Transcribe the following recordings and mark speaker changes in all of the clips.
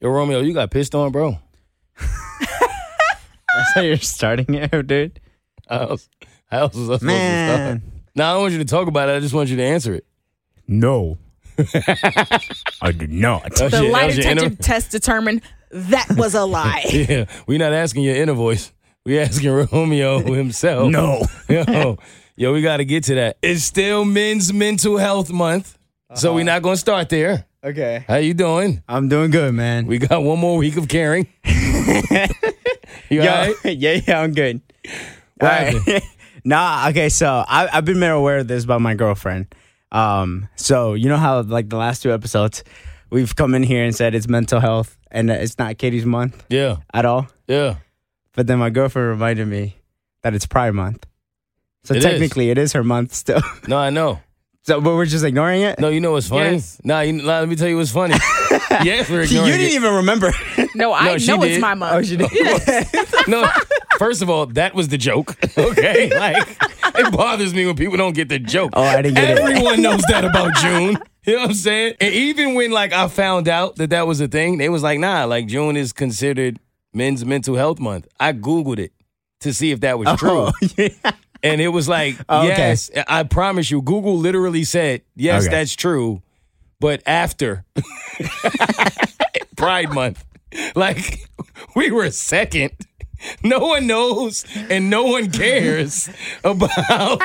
Speaker 1: Yo, Romeo, you got pissed on, bro.
Speaker 2: That's how you're starting it, out, dude.
Speaker 1: How else, how else was I supposed to
Speaker 2: Man,
Speaker 1: start? Now I don't want you to talk about it. I just want you to answer it.
Speaker 2: no, I did not.
Speaker 1: That was
Speaker 3: The
Speaker 1: your- that
Speaker 3: lie
Speaker 1: was your
Speaker 3: detector
Speaker 1: inner-
Speaker 3: test determined that was a lie.
Speaker 1: Yeah, we're not asking your inner voice. We asking Romeo himself.
Speaker 2: No,
Speaker 1: yo, yo, we got to get to that. It's still Men's Mental Health Month, so we're not gonna start there.
Speaker 2: okay,
Speaker 1: How you doing?
Speaker 2: I'm doing good, man.
Speaker 1: We got one more week of caring. you all
Speaker 2: yeah,
Speaker 1: right?
Speaker 2: yeah, yeah, I'm good.
Speaker 1: What
Speaker 2: All right. nah, okay, so I, I've been made aware of this by my girlfriend. Um, so you know how like the last two episodes, we've come in here and said it's mental health and that it's not Katie's month
Speaker 1: Yeah,
Speaker 2: at all.
Speaker 1: yeah.
Speaker 2: But then my girlfriend reminded me that it's Pride Month. So
Speaker 1: It is.
Speaker 2: technically, it is her month still.
Speaker 1: No, I know.
Speaker 2: so, but we're just ignoring it.
Speaker 1: No, you know what's funny?
Speaker 3: Yes.
Speaker 1: Nah, you, nah, let me tell you what's funny. yes, we're
Speaker 2: you
Speaker 1: ignoring it.
Speaker 2: didn't even remember.
Speaker 3: No, I
Speaker 1: she
Speaker 3: know
Speaker 1: did.
Speaker 3: it's my mother.
Speaker 2: oh, she did.
Speaker 1: No, first of all, that was the joke. Okay, like it bothers me when people don't get the joke.
Speaker 2: Oh, I didn't get it.
Speaker 1: Everyone knows that about June. You know what I'm saying? And even when like I found out that that was a thing, they was like, "Nah, like June is considered Men's Mental Health Month." I googled it to see if that was true,
Speaker 2: Oh, yeah.
Speaker 1: and it was like,
Speaker 2: Oh, okay.
Speaker 1: "Yes, I promise you." Google literally said, "Yes,
Speaker 2: Okay.
Speaker 1: that's true," but after Pride Month, like we were second. No one knows and no one cares about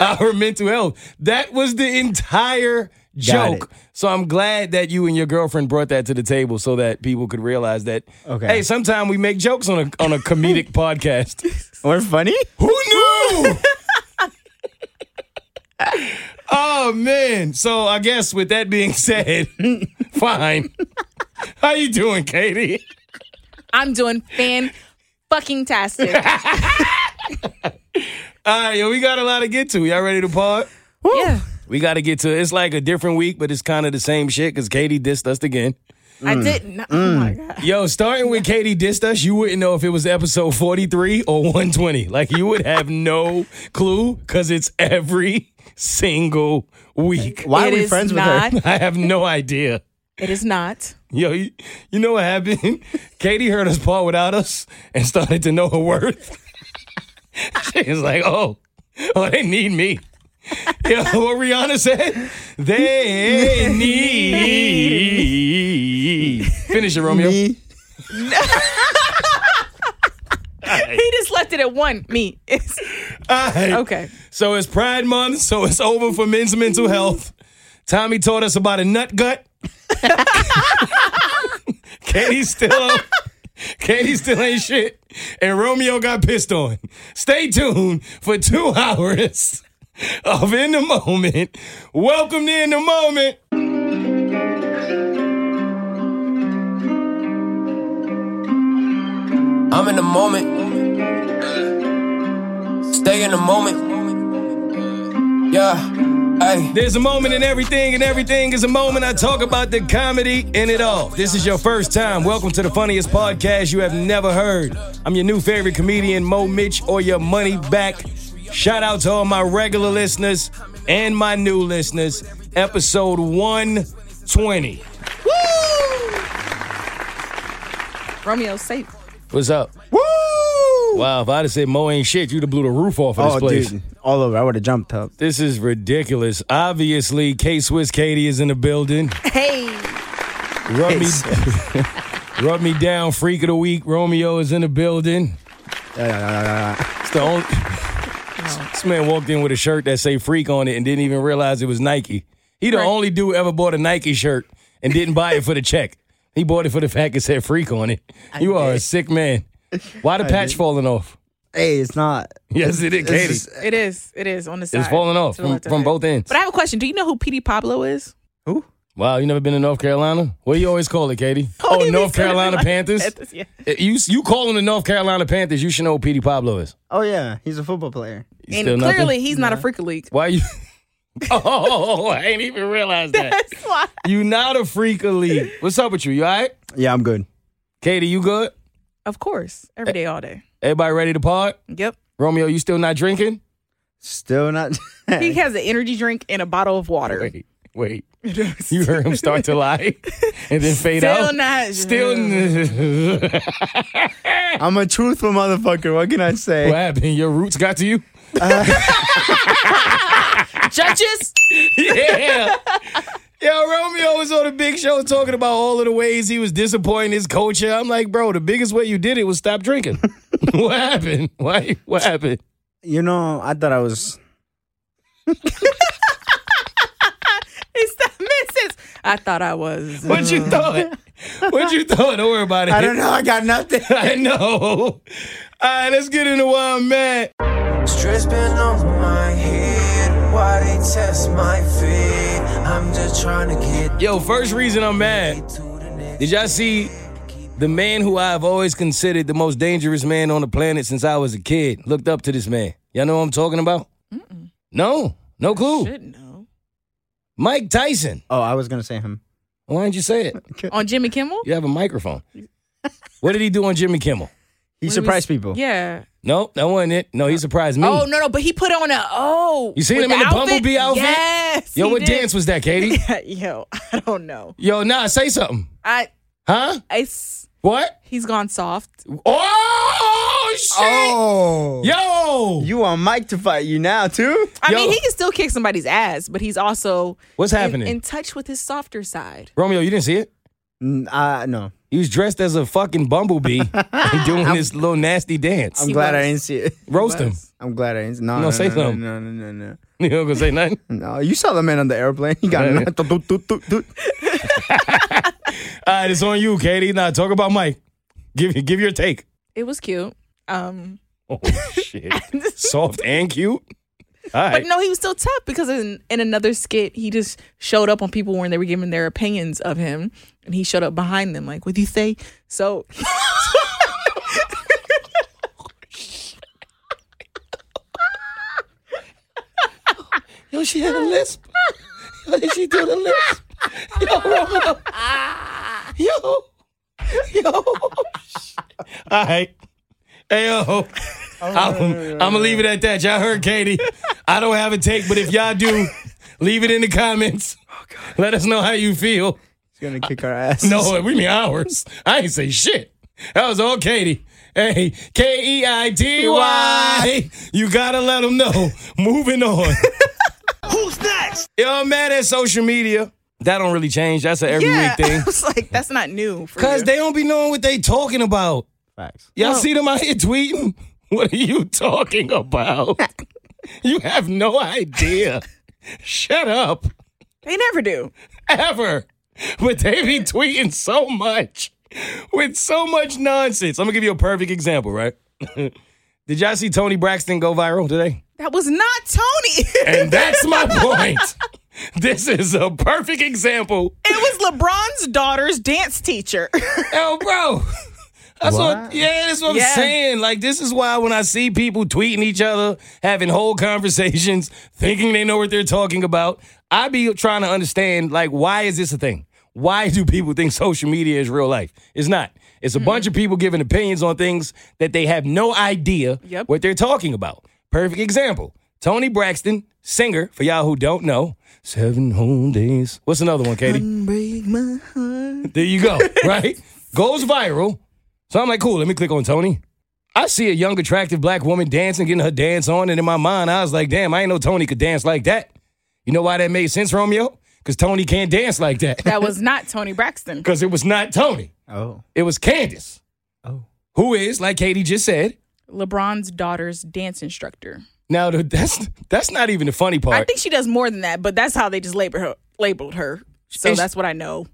Speaker 1: our mental health. That was the entire
Speaker 2: Got
Speaker 1: joke. So I'm glad that you and your girlfriend brought that to the table so that people could realize that
Speaker 2: Okay.
Speaker 1: hey, sometimes we make jokes on a on a comedic podcast.
Speaker 2: We're funny.
Speaker 1: Who knew? oh man. So I guess with that being said, fine. How you doing, Katie?
Speaker 3: I'm doing fan fucking tastic.
Speaker 1: All right, yo, we got a lot to get to. Y'all ready to part?
Speaker 3: yeah.
Speaker 1: We got to get to It's like a different week, but it's kind of the same shit because Katie dissed us again.
Speaker 3: I didn't. Oh my god.
Speaker 1: Yo, starting with Katie dissed us, you wouldn't know if it was episode 43 or 120. Like, you would have no clue because it's every single week.
Speaker 2: Why
Speaker 3: It
Speaker 2: are we
Speaker 3: is
Speaker 2: friends
Speaker 3: not.
Speaker 2: with her?
Speaker 1: I have no idea.
Speaker 3: It is not.
Speaker 1: Yo, you, you know what happened? Katie heard us part without us and started to know her worth. she was like, oh, oh, they need me. Yo, what Rihanna said? They need. Finish it, Romeo.
Speaker 2: Me.
Speaker 3: He just left it at one. Me. It's,
Speaker 1: All right.
Speaker 3: okay.
Speaker 1: So it's Pride Month, so it's over for men's mental health. Tommy told us about a nut gut. Katie's still Katie still ain't shit. And Romeo got pissed on. Stay tuned for two hours of In the Moment. Welcome to In the Moment.
Speaker 4: I'm in the moment. Stay in the moment. Yeah, hey.
Speaker 1: There's a moment in everything, and everything is a moment. I talk about the comedy in it all. This is your first time. Welcome to the funniest podcast you have never heard. I'm your new favorite comedian, Mo Mitch, or your money back. Shout out to all my regular listeners and my new listeners. Episode 120.
Speaker 3: Romeo safe.
Speaker 1: What's up?
Speaker 2: Woo!
Speaker 1: Wow, if I'd have said Mo ain't shit, you'd have blew the roof off of this
Speaker 2: Oh,
Speaker 1: place.
Speaker 2: dude, all over. I would have jumped up.
Speaker 1: This is ridiculous. Obviously, K Swiss Katie is in the building.
Speaker 3: Hey.
Speaker 1: Rub me, rub me down, freak of the week. Romeo is in the building. It's the only. This man walked in with a shirt that say "freak" on it and didn't even realize it was Nike. He the
Speaker 3: Right.
Speaker 1: only dude ever bought a Nike shirt and didn't buy it for the check. He bought it for the fact it said "freak" on it. you are a sick man. Why the patch falling off?
Speaker 2: Hey, it's not.
Speaker 1: Yes, it is,
Speaker 2: it's
Speaker 1: Katie.
Speaker 2: just-
Speaker 3: It is. It is on the side.
Speaker 1: it's falling off
Speaker 3: to the
Speaker 1: from,
Speaker 3: left of
Speaker 1: from
Speaker 3: it.
Speaker 1: both ends.
Speaker 3: But I have a question. Do you know who Petey Pablo is?
Speaker 2: Who?
Speaker 1: wow, you never been to North Carolina? What do you always call it, Katie?
Speaker 3: What do
Speaker 1: oh,
Speaker 3: you
Speaker 1: North
Speaker 3: mean,
Speaker 1: Carolina Panthers.
Speaker 3: Yeah.
Speaker 1: Eh, You you call him the North Carolina Panthers? You should know who Petey Pablo is.
Speaker 2: Oh yeah, he's a football player.
Speaker 1: You
Speaker 3: And
Speaker 1: still
Speaker 3: clearly,
Speaker 1: nothing?
Speaker 3: he's not a freak of league.
Speaker 1: Why you? oh, I ain't even realized that.
Speaker 3: That's why.
Speaker 1: You not a freak of league. What's up with you? You all right?
Speaker 2: Yeah, I'm good.
Speaker 1: Katie, you good?
Speaker 3: Of course, every day, all day.
Speaker 1: Everybody ready to part?
Speaker 3: Yep.
Speaker 1: Romeo, you still not drinking?
Speaker 2: Still not.
Speaker 3: He has an energy drink and a bottle of water.
Speaker 1: Wait.
Speaker 2: Wait.
Speaker 1: You heard him start to lie and then fade
Speaker 3: Still
Speaker 1: out.
Speaker 3: not-
Speaker 1: Still n-
Speaker 2: I'm a truthful motherfucker. What can I say?
Speaker 1: What happened? Your roots got to you?
Speaker 3: Judges,
Speaker 1: Yeah. Yo, Romeo was on a big show talking about all of the ways he was disappointing his culture. I'm like, bro, the biggest way you did it was stop drinking. what happened? Why? What happened?
Speaker 2: You know, I thought I was.
Speaker 3: it's the missus. I thought I was. uh,
Speaker 1: What you thought? What you thought? Don't worry about it.
Speaker 2: Mm. I don't know. I got nothing.
Speaker 1: I know. All right, let's get into why I'm mad.
Speaker 4: Stress been on my head. Why they test my feet? I'm just trying to get
Speaker 1: Yo, first reason I'm mad.
Speaker 4: to the next.
Speaker 1: Did y'all see the man who I've always considered the most dangerous man on the planet since I was a kid? Looked up to this man. Y'all know what I'm talking about? No, no clue.
Speaker 3: Should know.
Speaker 1: Mike Tyson.
Speaker 2: Oh, I was gonna say him.
Speaker 1: Why didn't you say it?
Speaker 3: On Jimmy Kimmel?
Speaker 1: You have a microphone. what did he do on Jimmy Kimmel?
Speaker 2: He
Speaker 3: When
Speaker 2: surprised
Speaker 3: was-
Speaker 2: people.
Speaker 3: Yeah.
Speaker 1: No, that wasn't it. No, he surprised me.
Speaker 3: Oh no no, but he put on a oh.
Speaker 1: You seen
Speaker 3: with
Speaker 1: him in the Bumblebee outfit?
Speaker 3: Yes.
Speaker 1: Yo,
Speaker 3: he
Speaker 1: what
Speaker 3: did.
Speaker 1: dance was that, Katie?
Speaker 3: Yo, I don't know.
Speaker 1: Yo, nah, say something.
Speaker 3: I
Speaker 1: Huh?
Speaker 3: it's
Speaker 1: What?
Speaker 3: he's gone soft.
Speaker 1: Oh, shit!
Speaker 2: Oh,
Speaker 1: Yo!
Speaker 2: you want Mike to fight you now too?
Speaker 3: I
Speaker 1: Yo.
Speaker 3: mean, he can still kick somebody's ass, but he's also
Speaker 1: What's
Speaker 3: in-
Speaker 1: happening?
Speaker 3: In, touch with his softer side.
Speaker 1: Romeo, you didn't see it?
Speaker 2: N- Uh, no.
Speaker 1: He was dressed as a fucking bumblebee and doing this little nasty dance.
Speaker 2: I'm glad I
Speaker 3: was.
Speaker 2: didn't see it.
Speaker 1: Roast him.
Speaker 3: was.
Speaker 2: I'm glad I didn't. No,
Speaker 1: No,
Speaker 2: no, no
Speaker 1: say
Speaker 2: no,
Speaker 1: something.
Speaker 2: No, no, no, no,
Speaker 1: You don't gonna say nothing?
Speaker 2: no. No, you saw the man on the airplane. He got
Speaker 1: Right.
Speaker 2: knocked- doot, doot, doot, doot.
Speaker 1: All right, it's on you, Katie. Now talk about Mike. Give give your take.
Speaker 3: It was cute. Um,
Speaker 1: Oh shit! Soft and cute. All
Speaker 3: but
Speaker 1: right.
Speaker 3: no, he was still tough because in, in another skit, he just showed up on people when they were giving their opinions of him, and he showed up behind them like, "What do you say?" So
Speaker 1: Yo, she had a lisp. Yo, did she do the lisp? Yo, Romeo. Yo, yo. All right. Hey, yo. I'm, I'm gonna leave it at that. Y'all heard Katie. I don't have a take, but if y'all do, leave it in the comments. Let us know how you feel.
Speaker 2: He's gonna kick our ass.
Speaker 1: No, we mean ours. I ain't say shit. That was all Katie. Hey, K E I T Y. You gotta let them know. Moving on. Who's next? Yo, I'm mad at social media. That don't really change. That's an every
Speaker 3: yeah,
Speaker 1: week thing.
Speaker 3: I was like, "That's not new." For
Speaker 1: Cause
Speaker 3: you.
Speaker 1: they don't be knowing what they talking about.
Speaker 2: facts.
Speaker 1: Y'all see them out here tweeting? What are you talking about? you have no idea. Shut up.
Speaker 3: they never do.
Speaker 1: ever. But they be tweeting so much with so much nonsense. I'm gonna give you a perfect example, right? Did y'all see Tony Braxton go viral today?
Speaker 3: That was not Tony.
Speaker 1: And that's my point. This is a perfect example.
Speaker 3: It was LeBron's daughter's dance teacher.
Speaker 1: Yo, bro. That's what,
Speaker 2: What?
Speaker 1: yeah, that's what
Speaker 3: Yeah.
Speaker 1: I'm saying. Like, this is why when I see people tweeting each other, having whole conversations, thinking they know what they're talking about, I be trying to understand, like, why is this a thing? Why do people think social media is real life? It's not. It's
Speaker 3: Mm-hmm.
Speaker 1: a bunch of people giving opinions on things that they have no idea
Speaker 3: Yep.
Speaker 1: what they're talking about. Perfect example Tony Braxton, singer, for y'all who don't know, Seven Home Days. What's another one, Katie? There you go, right? Goes viral. So I'm like, cool, let me click on Tony. I see a young, attractive black woman dancing, getting her dance on, and in my mind, I was like, damn, I ain't know Tony could dance like that. You know why that made sense, Romeo? Because Tony can't dance like that.
Speaker 3: that was not Tony Braxton.
Speaker 1: Because it was not Tony.
Speaker 2: Oh,
Speaker 1: It was Candace,
Speaker 2: oh.
Speaker 1: who is, like Katie just said,
Speaker 3: LeBron's daughter's dance instructor.
Speaker 1: now the, that's that's not even the funny part.
Speaker 3: I think she does more than that, but that's how they just labeled her. Labeled her. So
Speaker 1: It's-
Speaker 3: that's what I know.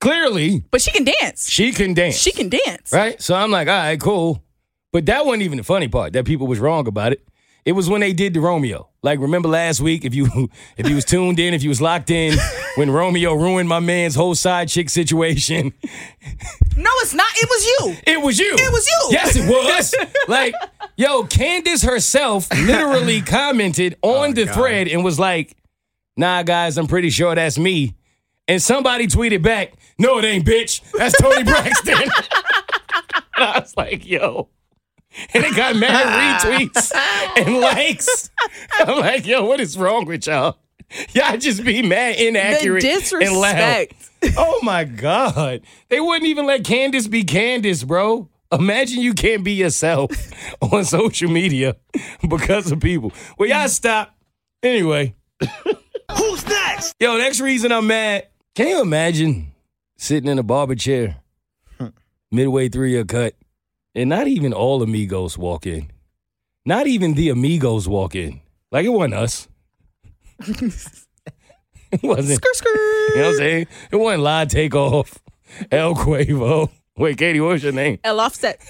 Speaker 1: Clearly,
Speaker 3: But she can dance.
Speaker 1: she can dance.
Speaker 3: She can dance.
Speaker 1: Right? So I'm like, all right, cool. But that wasn't even the funny part that people was wrong about it. It was when they did the Romeo. Like remember last week, if you if you was tuned in, if you was locked in, when Romeo ruined my man's whole side chick situation,
Speaker 3: No, it's not. It was you.
Speaker 1: it was you. It
Speaker 3: was you.
Speaker 1: Yes, it was. like, yo, Candace herself literally commented
Speaker 3: Oh
Speaker 1: on the thread and was like, "Nah, guys, I'm pretty sure that's me." And somebody tweeted back, "No, it ain't, bitch. That's Tony Braxton." and I was like, "Yo." And it got mad retweets and likes. I'm like, yo, what is wrong with y'all? Y'all just be mad
Speaker 3: The
Speaker 1: inaccurate and loud.
Speaker 3: disrespect.
Speaker 1: Oh my God. They wouldn't even let Candace be Candace, bro. Imagine you can't be yourself on social media because of people. Well, y'all stop. Anyway. Who's next? Yo, next reason I'm mad. Can you imagine sitting in a barber chair midway through your cut and not even all amigos walk in? Not even the amigos walk in. Like it wasn't us. it wasn't.
Speaker 3: Skr, skr.
Speaker 1: You know what I'm saying? It wasn't live takeoff. El Quavo. Wait, Katie, what was your name?
Speaker 3: L offset.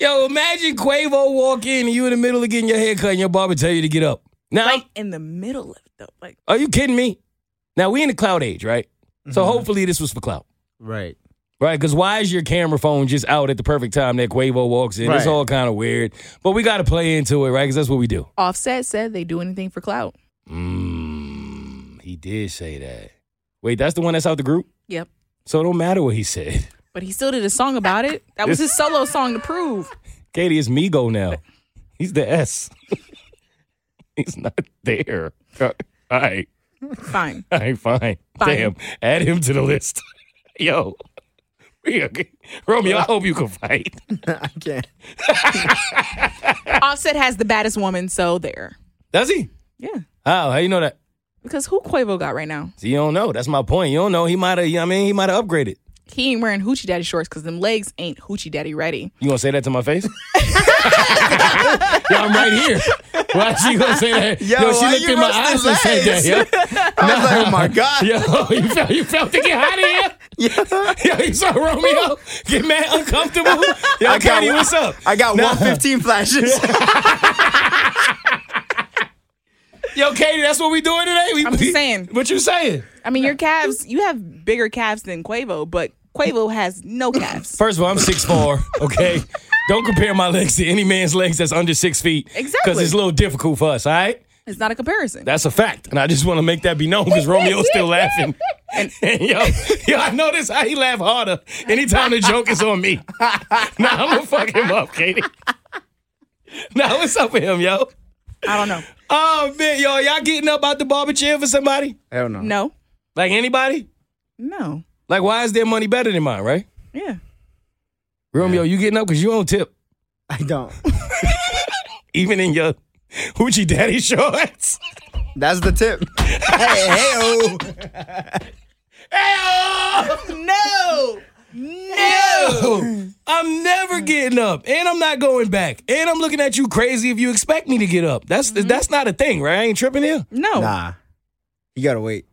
Speaker 1: Yo, imagine Quavo walk in and you in the middle of getting your hair cut and your barber tell you to get up. Now,
Speaker 3: Like in the middle of it though. Like
Speaker 1: are you kidding me? Now, we in the cloud age, right? So hopefully this was for clout.
Speaker 2: Right.
Speaker 1: Right, because why is your camera phone just out at the perfect time that Quavo walks in? It's
Speaker 2: Right.
Speaker 1: all kind of weird, but we got to play into it, right? Because that's what we do.
Speaker 3: offset said they do anything for clout.
Speaker 1: Mm, he did say that. Wait, that's the one that's out the group,
Speaker 3: Yep.
Speaker 1: so it don't matter what he said.
Speaker 3: But he still did a song about it. That was his solo song to prove.
Speaker 1: Katie, it's Migo now. He's the S. He's not there. Uh, All right.
Speaker 3: Fine.
Speaker 1: All right, fine.
Speaker 3: Fine.
Speaker 1: Damn. Add him to the list. Yo. We okay. Romeo, I hope you can fight.
Speaker 2: I can't.
Speaker 3: Offset has the baddest woman, so there.
Speaker 1: Does he?
Speaker 3: Yeah.
Speaker 1: How? How you know that?
Speaker 3: Because who Quavo got right now?
Speaker 1: See, you don't know. That's my point. You don't know. He might have, I mean, he might have upgraded.
Speaker 3: He ain't wearing hoochie daddy shorts because them legs ain't hoochie daddy ready.
Speaker 1: You gonna say that to my face? yeah, I'm right here. Why she gonna say that? she
Speaker 2: Yo, why
Speaker 1: looked
Speaker 2: you
Speaker 1: in my eyes
Speaker 2: roasting
Speaker 1: and said that.
Speaker 2: legs?
Speaker 1: Yeah.
Speaker 2: I was like, oh my god.
Speaker 1: Yo, you felt you felt to get out of here. Yo, you saw Romeo get mad uncomfortable. Yo,
Speaker 2: I got
Speaker 1: Katie,
Speaker 2: one-
Speaker 1: what's up?
Speaker 2: I got 115 flashes.
Speaker 1: Yo, Katie, that's what we doing today. We,
Speaker 3: I'm just saying.
Speaker 1: What you saying?
Speaker 3: I mean, your calves, you have bigger calves than Quavo, but Quavo has no calves.
Speaker 1: First of all, I'm six four. Okay, don't compare my legs to any man's legs that's under six feet. Because
Speaker 3: Exactly.
Speaker 1: it's a little difficult for us. All right,
Speaker 3: It's not a comparison.
Speaker 1: that's a fact, and I just want to make that be known because Romeo's still laughing. And, yo, yo, I notice how he laugh harder anytime the joke is on me. Now I'm gonna fuck him up, Katie. Now what's up with him, yo?
Speaker 3: I don't know.
Speaker 1: Oh man, yo, y'all getting up out the barber chair for somebody?
Speaker 2: Hell no.
Speaker 3: No.
Speaker 1: Like anybody?
Speaker 3: No.
Speaker 1: Like why is their money better than mine, right?
Speaker 3: Yeah.
Speaker 1: Romeo, you getting up because you don't tip,
Speaker 2: I don't.
Speaker 1: even in your hoochie daddy shorts.
Speaker 2: That's the tip. hey, hey, oh.
Speaker 1: Ew!
Speaker 3: No. No.
Speaker 1: Ew! I'm never getting up, and I'm not going back, and I'm looking at you crazy if you expect me to get up. That's that's not a thing, right? I ain't tripping here
Speaker 3: No.
Speaker 2: Nah. You gotta wait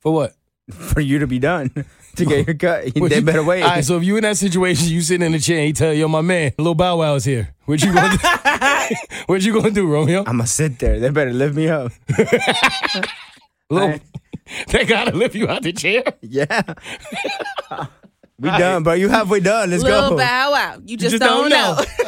Speaker 1: for what?
Speaker 2: for you to be done to get your cut.
Speaker 1: What
Speaker 2: they
Speaker 1: you-
Speaker 2: better wait.
Speaker 1: All right, so if you in that situation, you sitting in the chair, and he tell you, "Yo, my man, little Bow Wow's here. What you gonna do? what you gonna do, Romeo?
Speaker 2: I'ma sit there. They better lift me up.
Speaker 1: Lil- they gotta lift you out the chair.
Speaker 2: Yeah. we done, bro. You halfway done. Let's
Speaker 3: Little
Speaker 2: go.
Speaker 3: Bow Wow. You just, don't, know.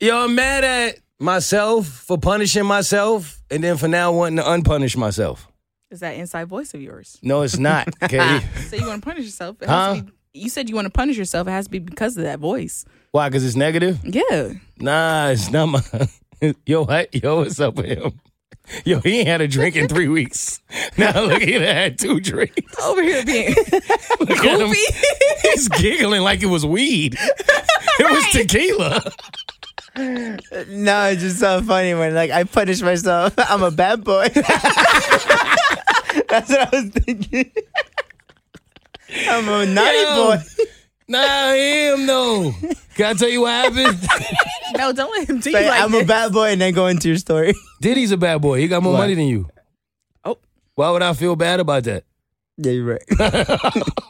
Speaker 1: Yo, I'm mad at myself for punishing myself, and then for now wanting to unpunish myself.
Speaker 3: Is that inside voice of yours? Ah,
Speaker 1: No, it's not. Okay,
Speaker 3: So you want to punish yourself? It has
Speaker 1: Huh?
Speaker 3: to be, you said you want to punish yourself. It has to be because of that voice.
Speaker 1: why? Because it's negative.
Speaker 3: Yeah.
Speaker 1: Nah, it's not my. Yo, what? Yo, what's up with him? Yo, he ain't had a drink in three weeks. Now look, he done had two drinks.
Speaker 3: Over here being
Speaker 1: Look at him. He's giggling like it was weed. It was tequila.
Speaker 2: No, it's just so funny when like I punish myself. I'm a bad boy. That's what I was thinking. I'm a naughty
Speaker 1: Yo.
Speaker 2: boy.
Speaker 1: Nah, him though. Can I tell you what happened?
Speaker 3: no, don't let him do you
Speaker 2: Like,
Speaker 3: like
Speaker 2: I'm
Speaker 3: this.
Speaker 2: a bad boy, and then go into your story.
Speaker 1: Diddy's a bad boy. He got more
Speaker 2: What?
Speaker 1: money than you.
Speaker 3: Oh.
Speaker 1: Why would I feel bad about that?
Speaker 2: yeah, you're right.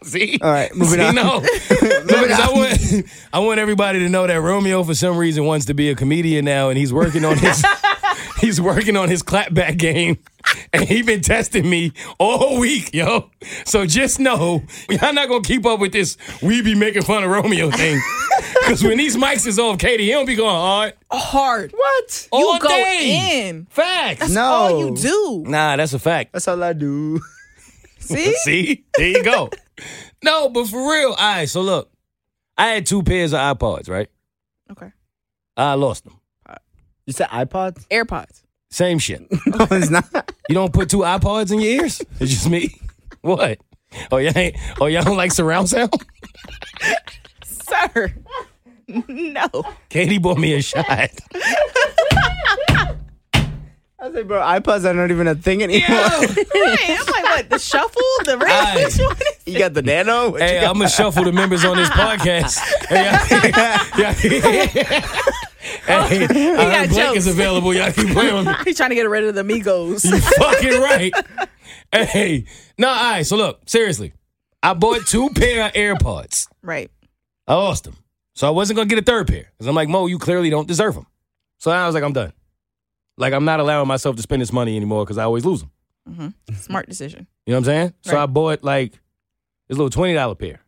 Speaker 1: See?
Speaker 2: All right, moving
Speaker 1: See,
Speaker 2: on.
Speaker 1: No. no because I want, I want everybody to know that Romeo, for some reason, wants to be a comedian now, and he's working on his he's working on his clapback game. And he been testing me all week, yo. So just know, y'all not gonna keep up with this. We be making fun of Romeo thing. Because when these mics is off, Katie, he don't be going hard.
Speaker 3: hard.
Speaker 2: What?
Speaker 3: You
Speaker 1: all
Speaker 3: go
Speaker 1: day.
Speaker 3: in.
Speaker 1: Facts.
Speaker 2: No.
Speaker 3: All you do.
Speaker 1: Nah, that's a fact.
Speaker 2: That's all I do.
Speaker 3: See?
Speaker 1: See, there you go. no, but for real. All right, so look, I had two pairs of iPods, right?
Speaker 3: Okay.
Speaker 1: I lost them.
Speaker 2: You said iPods?
Speaker 3: AirPods.
Speaker 1: Same shit.
Speaker 2: No, it's not.
Speaker 1: You don't put two iPods in your ears? It's just me. What? Oh, y'all ain't, oh, y'all don't like surround sound?
Speaker 3: Sir. Oh. no.
Speaker 1: Katie bought me a shot.
Speaker 2: I was like, bro, iPods are not even a thing anymore.
Speaker 3: Right. I'm like, what? The shuffle? The
Speaker 1: Aye.
Speaker 3: ring? Which one is-
Speaker 2: You got the nano. What
Speaker 1: Hey,
Speaker 2: you got?
Speaker 1: I'm gonna shuffle the members on this podcast. Hey, y'all- y'all- Hey, Alan Blake
Speaker 3: jokes.
Speaker 1: is available. Y'all keep playing with me.
Speaker 3: He's trying to get rid of the Migos.
Speaker 1: You fucking right. Hey, no, all right. So look, seriously, I bought two pair of AirPods.
Speaker 3: right.
Speaker 1: I lost them, so I wasn't gonna get a third pair because I'm like, Mo, you clearly don't deserve them. So I was like, I'm done. Like I'm not allowing myself to spend this money anymore because I always lose them.
Speaker 3: Smart decision.
Speaker 1: You know what I'm saying? So
Speaker 3: Right.
Speaker 1: I bought like this little twenty dollar pair.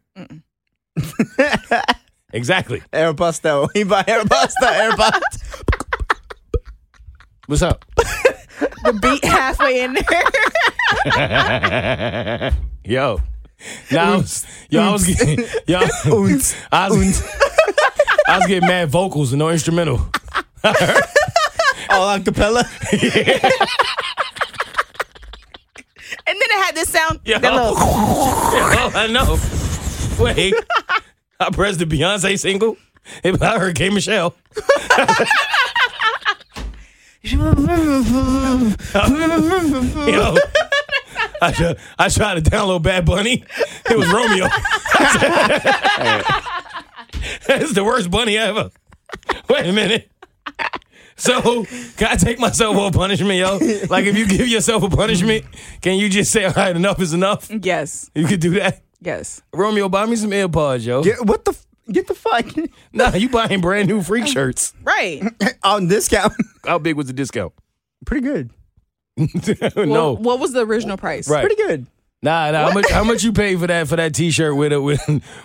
Speaker 1: exactly.
Speaker 2: AirPods though. He bought AirPods though. AirPods.
Speaker 1: What's up?
Speaker 3: The beat halfway in there.
Speaker 1: Yo. Now I was, yo, I was getting yo, I was, I was getting mad vocals and no instrumental.
Speaker 2: All acapella.
Speaker 3: And then it had this sound.
Speaker 1: Yo.
Speaker 3: That little,
Speaker 1: Oh, I know. Wait, I pressed the Beyonce single. If I heard K Michelle. Yo, I tried, I tried to download Bad Bunny. It was Romeo. That's the worst bunny ever. Wait a minute. So, can I take myself on punishment, yo? Like, if you give yourself a punishment, can you just say, all right, enough is enough?
Speaker 3: yes.
Speaker 1: You could do that.
Speaker 3: Yes.
Speaker 1: Romeo, buy me some AirPods, yo.
Speaker 2: Get, what the? f- Get the fuck
Speaker 1: Nah, you buying brand new freak shirts.
Speaker 3: Right.
Speaker 2: on discount.
Speaker 1: How big was the discount?
Speaker 2: Pretty good.
Speaker 1: no.
Speaker 3: What, what was the original price?
Speaker 1: Right.
Speaker 2: Pretty good.
Speaker 1: Nah, nah. How much, how much you pay for that for that t shirt with a with,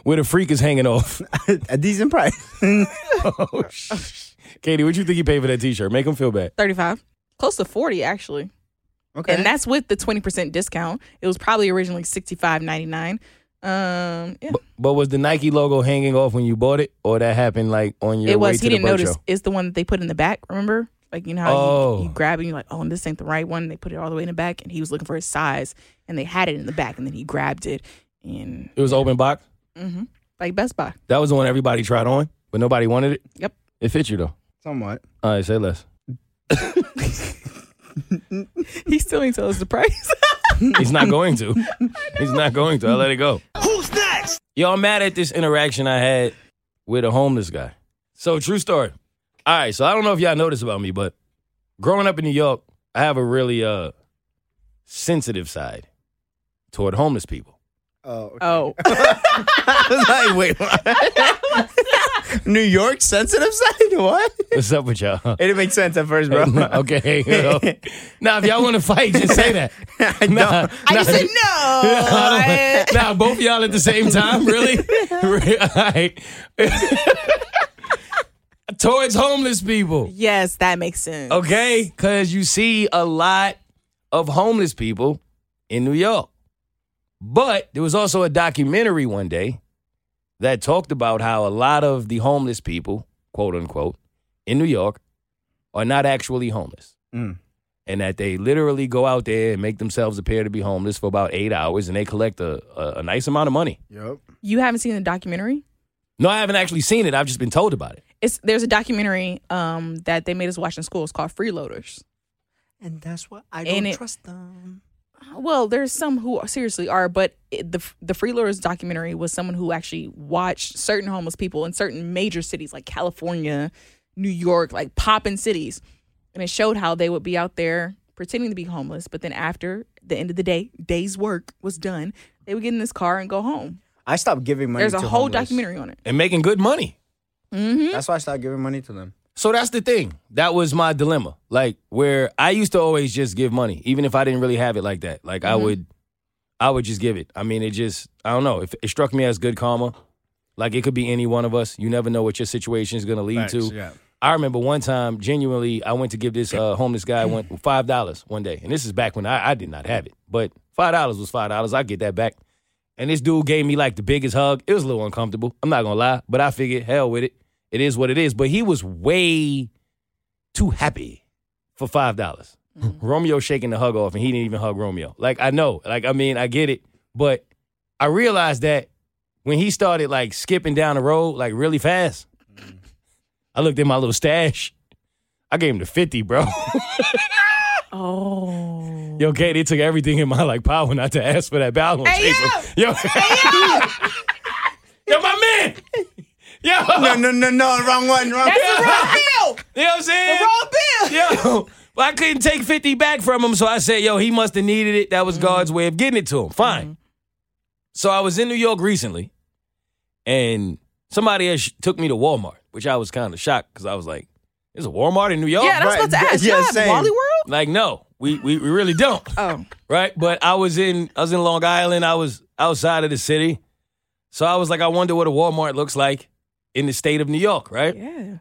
Speaker 1: with a freak is hanging off?
Speaker 2: A decent price.
Speaker 1: Oh, sh- Katie, what you think you paid for that t shirt? Make him feel bad.
Speaker 3: 35. Close to 40, actually.
Speaker 2: Okay.
Speaker 3: And that's with the 20% discount. It was probably originally 65.99. Um, yeah.
Speaker 1: But was the Nike logo hanging off when you bought it, or that happened like on your
Speaker 3: it
Speaker 1: way
Speaker 3: was.
Speaker 1: to
Speaker 3: He
Speaker 1: the
Speaker 3: didn't
Speaker 1: boat
Speaker 3: notice.
Speaker 1: show?
Speaker 3: It's the one that they put in the back. Remember, like you know how
Speaker 1: Oh.
Speaker 3: you, you grab it, and you're like, oh, and this ain't the right one. They put it all the way in the back, and he was looking for his size, and they had it in the back, and then he grabbed it, and
Speaker 1: It was open box.
Speaker 3: like Best Buy.
Speaker 1: That was the one everybody tried on, but nobody wanted it.
Speaker 3: Yep.
Speaker 1: It fit you though.
Speaker 2: Somewhat.
Speaker 1: All right, say less.
Speaker 3: He still ain't tell us the price.
Speaker 1: He's not going to. He's not going to. I let it go. Who's next? Yo, I'm mad at this interaction I had with a homeless guy. So true story. All right, so I don't know if y'all know this about me, but growing up in New York, I have a really uh sensitive side toward homeless people.
Speaker 2: Oh.
Speaker 3: oh,
Speaker 2: I was like, wait. what? New York sensitive side? What? It
Speaker 1: What's up with y'all?
Speaker 2: didn't make sense at first, bro.
Speaker 1: okay. now, if y'all want to fight, just say that.
Speaker 2: I know.
Speaker 1: Nah,
Speaker 3: I
Speaker 1: nah.
Speaker 3: just said no.
Speaker 1: now both of y'all at the same time, really? All right. Towards homeless people,
Speaker 3: yes, that makes sense.
Speaker 1: okay? Because you see a lot of homeless people in New York. But there was also a documentary one day that talked about how a lot of the homeless people, quote unquote, in New York are not actually homeless
Speaker 2: Mm.
Speaker 1: and that they literally go out there and make themselves appear to be homeless for about eight hours and they collect a, a, a nice amount of money.
Speaker 2: Yep.
Speaker 3: You haven't seen the documentary?
Speaker 1: No, I haven't actually seen it. I've just been told about it.
Speaker 3: It's there's a documentary um that they made us watch in school. It's called Freeloaders.
Speaker 2: And that's why I
Speaker 3: don't And it-
Speaker 2: trust them.
Speaker 3: Well, there's some who seriously are, but it, the the freeloaders documentary was someone who actually watched certain homeless people in certain major cities like California, New York, like poppin' cities, and it showed how they would be out there pretending to be homeless, but then after the end of the day, day's work was done, they would get in this car and go home.
Speaker 2: I stopped giving money
Speaker 3: There's a
Speaker 2: to
Speaker 3: whole
Speaker 2: homeless.
Speaker 3: documentary on it.
Speaker 1: And making good money.
Speaker 2: That's why I stopped giving money to them.
Speaker 1: So that's the thing. That was my dilemma. Like where I used to always just give money, even if I didn't really have it like that. Like I would I would just give it. I mean, it just I don't know. If it struck me as good karma. Like it could be any one of us. You never know what your situation is gonna lead to. I remember one time, genuinely, I went to give this uh, homeless guy one, five dollars one day, and this is back when I, I did not have it. But five dollars was five dollars. I get that back. And this dude gave me like the biggest hug. It was a little uncomfortable. I'm not gonna lie, but I figured, hell with it. It is what it is. But he was way too happy for five dollars. Romeo shaking the hug off, and he didn't even hug Romeo. Like I know, like I mean, I get it, but I realized that when he started like skipping down the road like really fast, I looked at my little stash. I gave him the fifty, bro.
Speaker 3: Oh.
Speaker 1: Yo, Kate, they took everything in my like power not to ask for that battle.
Speaker 3: Hey,
Speaker 1: yo, yo, yo, my man, yo,
Speaker 2: No, no, no, no, wrong one, wrong.
Speaker 3: That's a raw bill.
Speaker 1: you know what I'm saying?
Speaker 3: Raw bill.
Speaker 1: Yo, but I couldn't take 50 back from him, so I said, yo, he must have needed it. That was
Speaker 3: Mm-hmm.
Speaker 1: God's way of getting it to him. Fine. So I was in New York recently, and somebody else took me to Walmart, which I was kind of shocked because I was like, there's a Walmart in New York?
Speaker 3: Yeah, that's
Speaker 2: right.
Speaker 3: what I was about to ask.
Speaker 2: Yeah,
Speaker 3: Y'all have
Speaker 2: same.
Speaker 3: Wally World?
Speaker 1: Like, no, we, we, we really don't.
Speaker 3: Oh.
Speaker 1: right? But I was in I was in Long Island. I was outside of the city, so I was like, I wonder what a Walmart looks like in the state of New York, right?
Speaker 3: Yeah.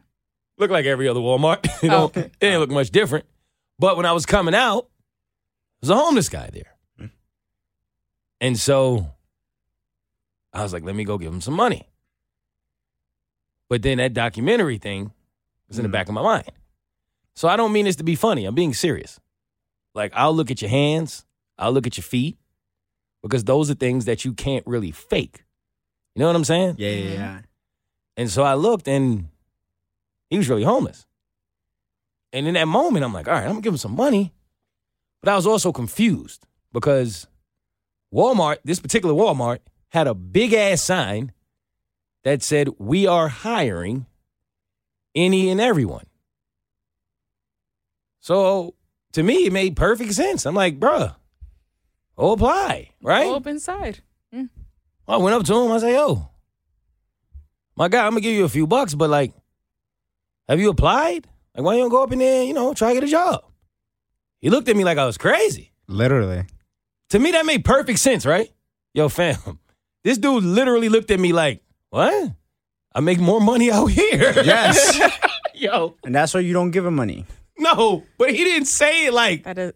Speaker 1: Look like every other Walmart, you know.
Speaker 3: Okay.
Speaker 1: It didn't look much different. But when I was coming out, there's a homeless guy there, and so I was like, let me go give him some money. But then that documentary thing was in the back of my mind. So I don't mean this to be funny. I'm being serious. Like I'll look at your hands, I'll look at your feet, because those are things that you can't really fake. You know what I'm saying?
Speaker 2: Yeah, yeah, yeah.
Speaker 1: And so I looked and he was really homeless. And in that moment, I'm like, all right, I'm gonna give him some money. But I was also confused because Walmart, this particular Walmart, had a big ass sign that said, We are hiring any and everyone. So to me, it made perfect sense. I'm like, bruh, oh, apply, right?
Speaker 3: Go up inside.
Speaker 1: I went up to him. I said, "Yo, my guy, I'm gonna give you a few bucks, but like, have you applied? Like, why you don't go up in there? and, You know, try to get a job." He looked at me like I was crazy.
Speaker 2: Literally.
Speaker 1: To me, that made perfect sense, right? Yo, fam, this dude literally looked at me like, "What? I make more money out here."
Speaker 2: Yes.
Speaker 1: Yo,
Speaker 2: and that's why you don't give him money.
Speaker 1: no, but he didn't say it like
Speaker 3: That is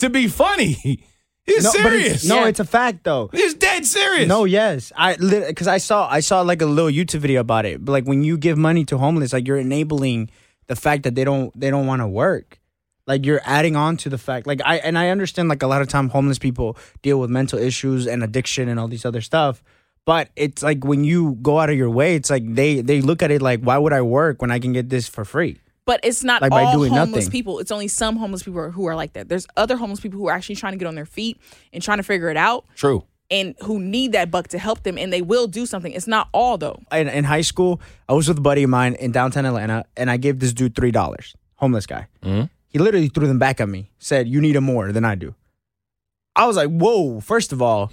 Speaker 1: to be funny. He's
Speaker 2: no, but
Speaker 1: serious.
Speaker 2: It's, no,
Speaker 3: Yeah.
Speaker 2: it's a fact though.
Speaker 1: he's dead serious.
Speaker 2: No, yes, I because I saw I saw like a little YouTube video about it. But, like when you give money to homeless, like you're enabling the fact that they don't they don't want to work. Like you're adding on to the fact. Like I and I understand like a lot of time homeless people deal with mental issues and addiction and all these other stuff. But it's like when you go out of your way, it's like they they look at it like why would I work when I can get this for free?
Speaker 3: But it's not
Speaker 2: Like, by
Speaker 3: all
Speaker 2: doing
Speaker 3: homeless
Speaker 2: nothing.
Speaker 3: people. It's only some homeless people are- who are like that. There's other homeless people who are actually trying to get on their feet and trying to figure it out
Speaker 1: true.
Speaker 3: and who need that buck to help them and they will do something. It's not all though.
Speaker 2: in, in high school, I was with a buddy of mine in downtown Atlanta, and I gave this dude three dollars. Homeless guy. He literally threw them back at me. Said, "You need him more than I do." I was like, "Whoa!" First of all,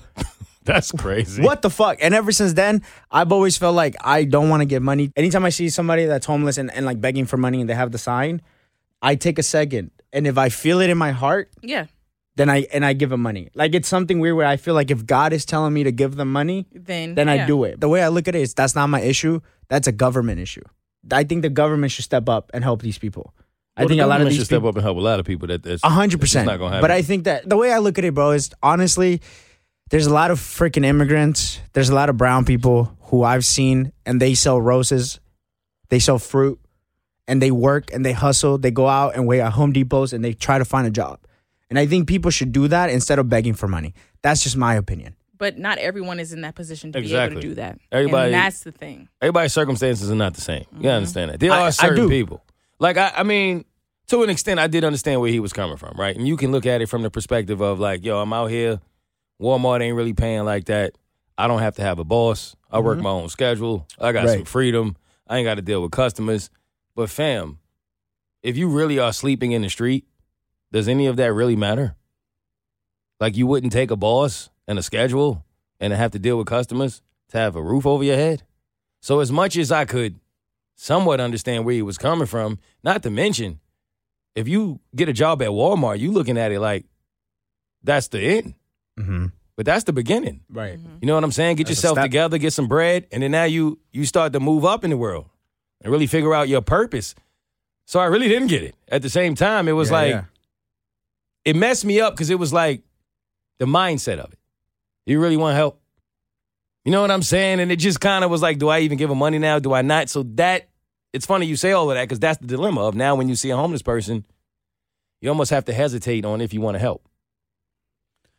Speaker 1: That's crazy.
Speaker 2: what the fuck? And ever since then, I've always felt like I don't want to give money. Anytime I see somebody that's homeless and, and like begging for money, and they have the sign, I take a second, and if I feel it in my heart,
Speaker 3: Yeah.
Speaker 2: then I and I give them money. Like it's something weird where I feel like if God is telling me to give them money,
Speaker 3: Then
Speaker 2: then I
Speaker 3: yeah.
Speaker 2: do it. The way I look at it is that's not my issue. That's a government issue. I think the government should step up and help these people. I think a lot of these
Speaker 1: should step
Speaker 2: people,
Speaker 1: up and help a lot of people. That that's
Speaker 2: a hundred percent.
Speaker 1: not gonna happen.
Speaker 2: But I think that the way I look at it, bro, is honestly, there's a lot of freaking immigrants. There's a lot of brown people who I've seen, and they sell roses, they sell fruit, and they work and they hustle. They go out and wait at Home Depots and they try to find a job. And I think people should do that instead of begging for money. That's just my opinion.
Speaker 3: But not everyone is in that position to be
Speaker 1: Exactly.
Speaker 3: able to do that.
Speaker 1: Everybody-
Speaker 3: and that's the thing.
Speaker 1: Everybody's circumstances are not the same. You understand that. There
Speaker 2: Mm-hmm. I- I
Speaker 1: are certain
Speaker 2: do.
Speaker 1: people. Like I, I mean, to an extent, I did understand where he was coming from, right? And you can look at it from the perspective of like, yo, I'm out here. Walmart ain't really paying like that. I don't have to have a boss. I work my own schedule. I got some
Speaker 2: Right.
Speaker 1: freedom. I ain't got to deal with customers. But fam, if you really are sleeping in the street, does any of that really matter? Like you wouldn't take a boss and a schedule and have to deal with customers to have a roof over your head? So as much as I could somewhat understand where he was coming from, not to mention, if you get a job at Walmart, you looking at it like that's the end.
Speaker 2: Mm-hmm.
Speaker 1: But that's the beginning.
Speaker 2: Right.
Speaker 1: You know what I'm saying? Get
Speaker 2: That's a
Speaker 1: yourself
Speaker 2: step.
Speaker 1: together, get some bread, and then now you you start to move up in the world and really figure out your purpose. So I really didn't get it. At the same time, it was
Speaker 2: Yeah,
Speaker 1: like
Speaker 2: yeah.
Speaker 1: it messed me up because it was like the mindset of it. You really want help? You know what I'm saying? And it just kind of was like, do I even give him money now? Do I not? So that it's funny you say all of that because that's the dilemma of now when you see a homeless person, You almost have to hesitate on if you want to help.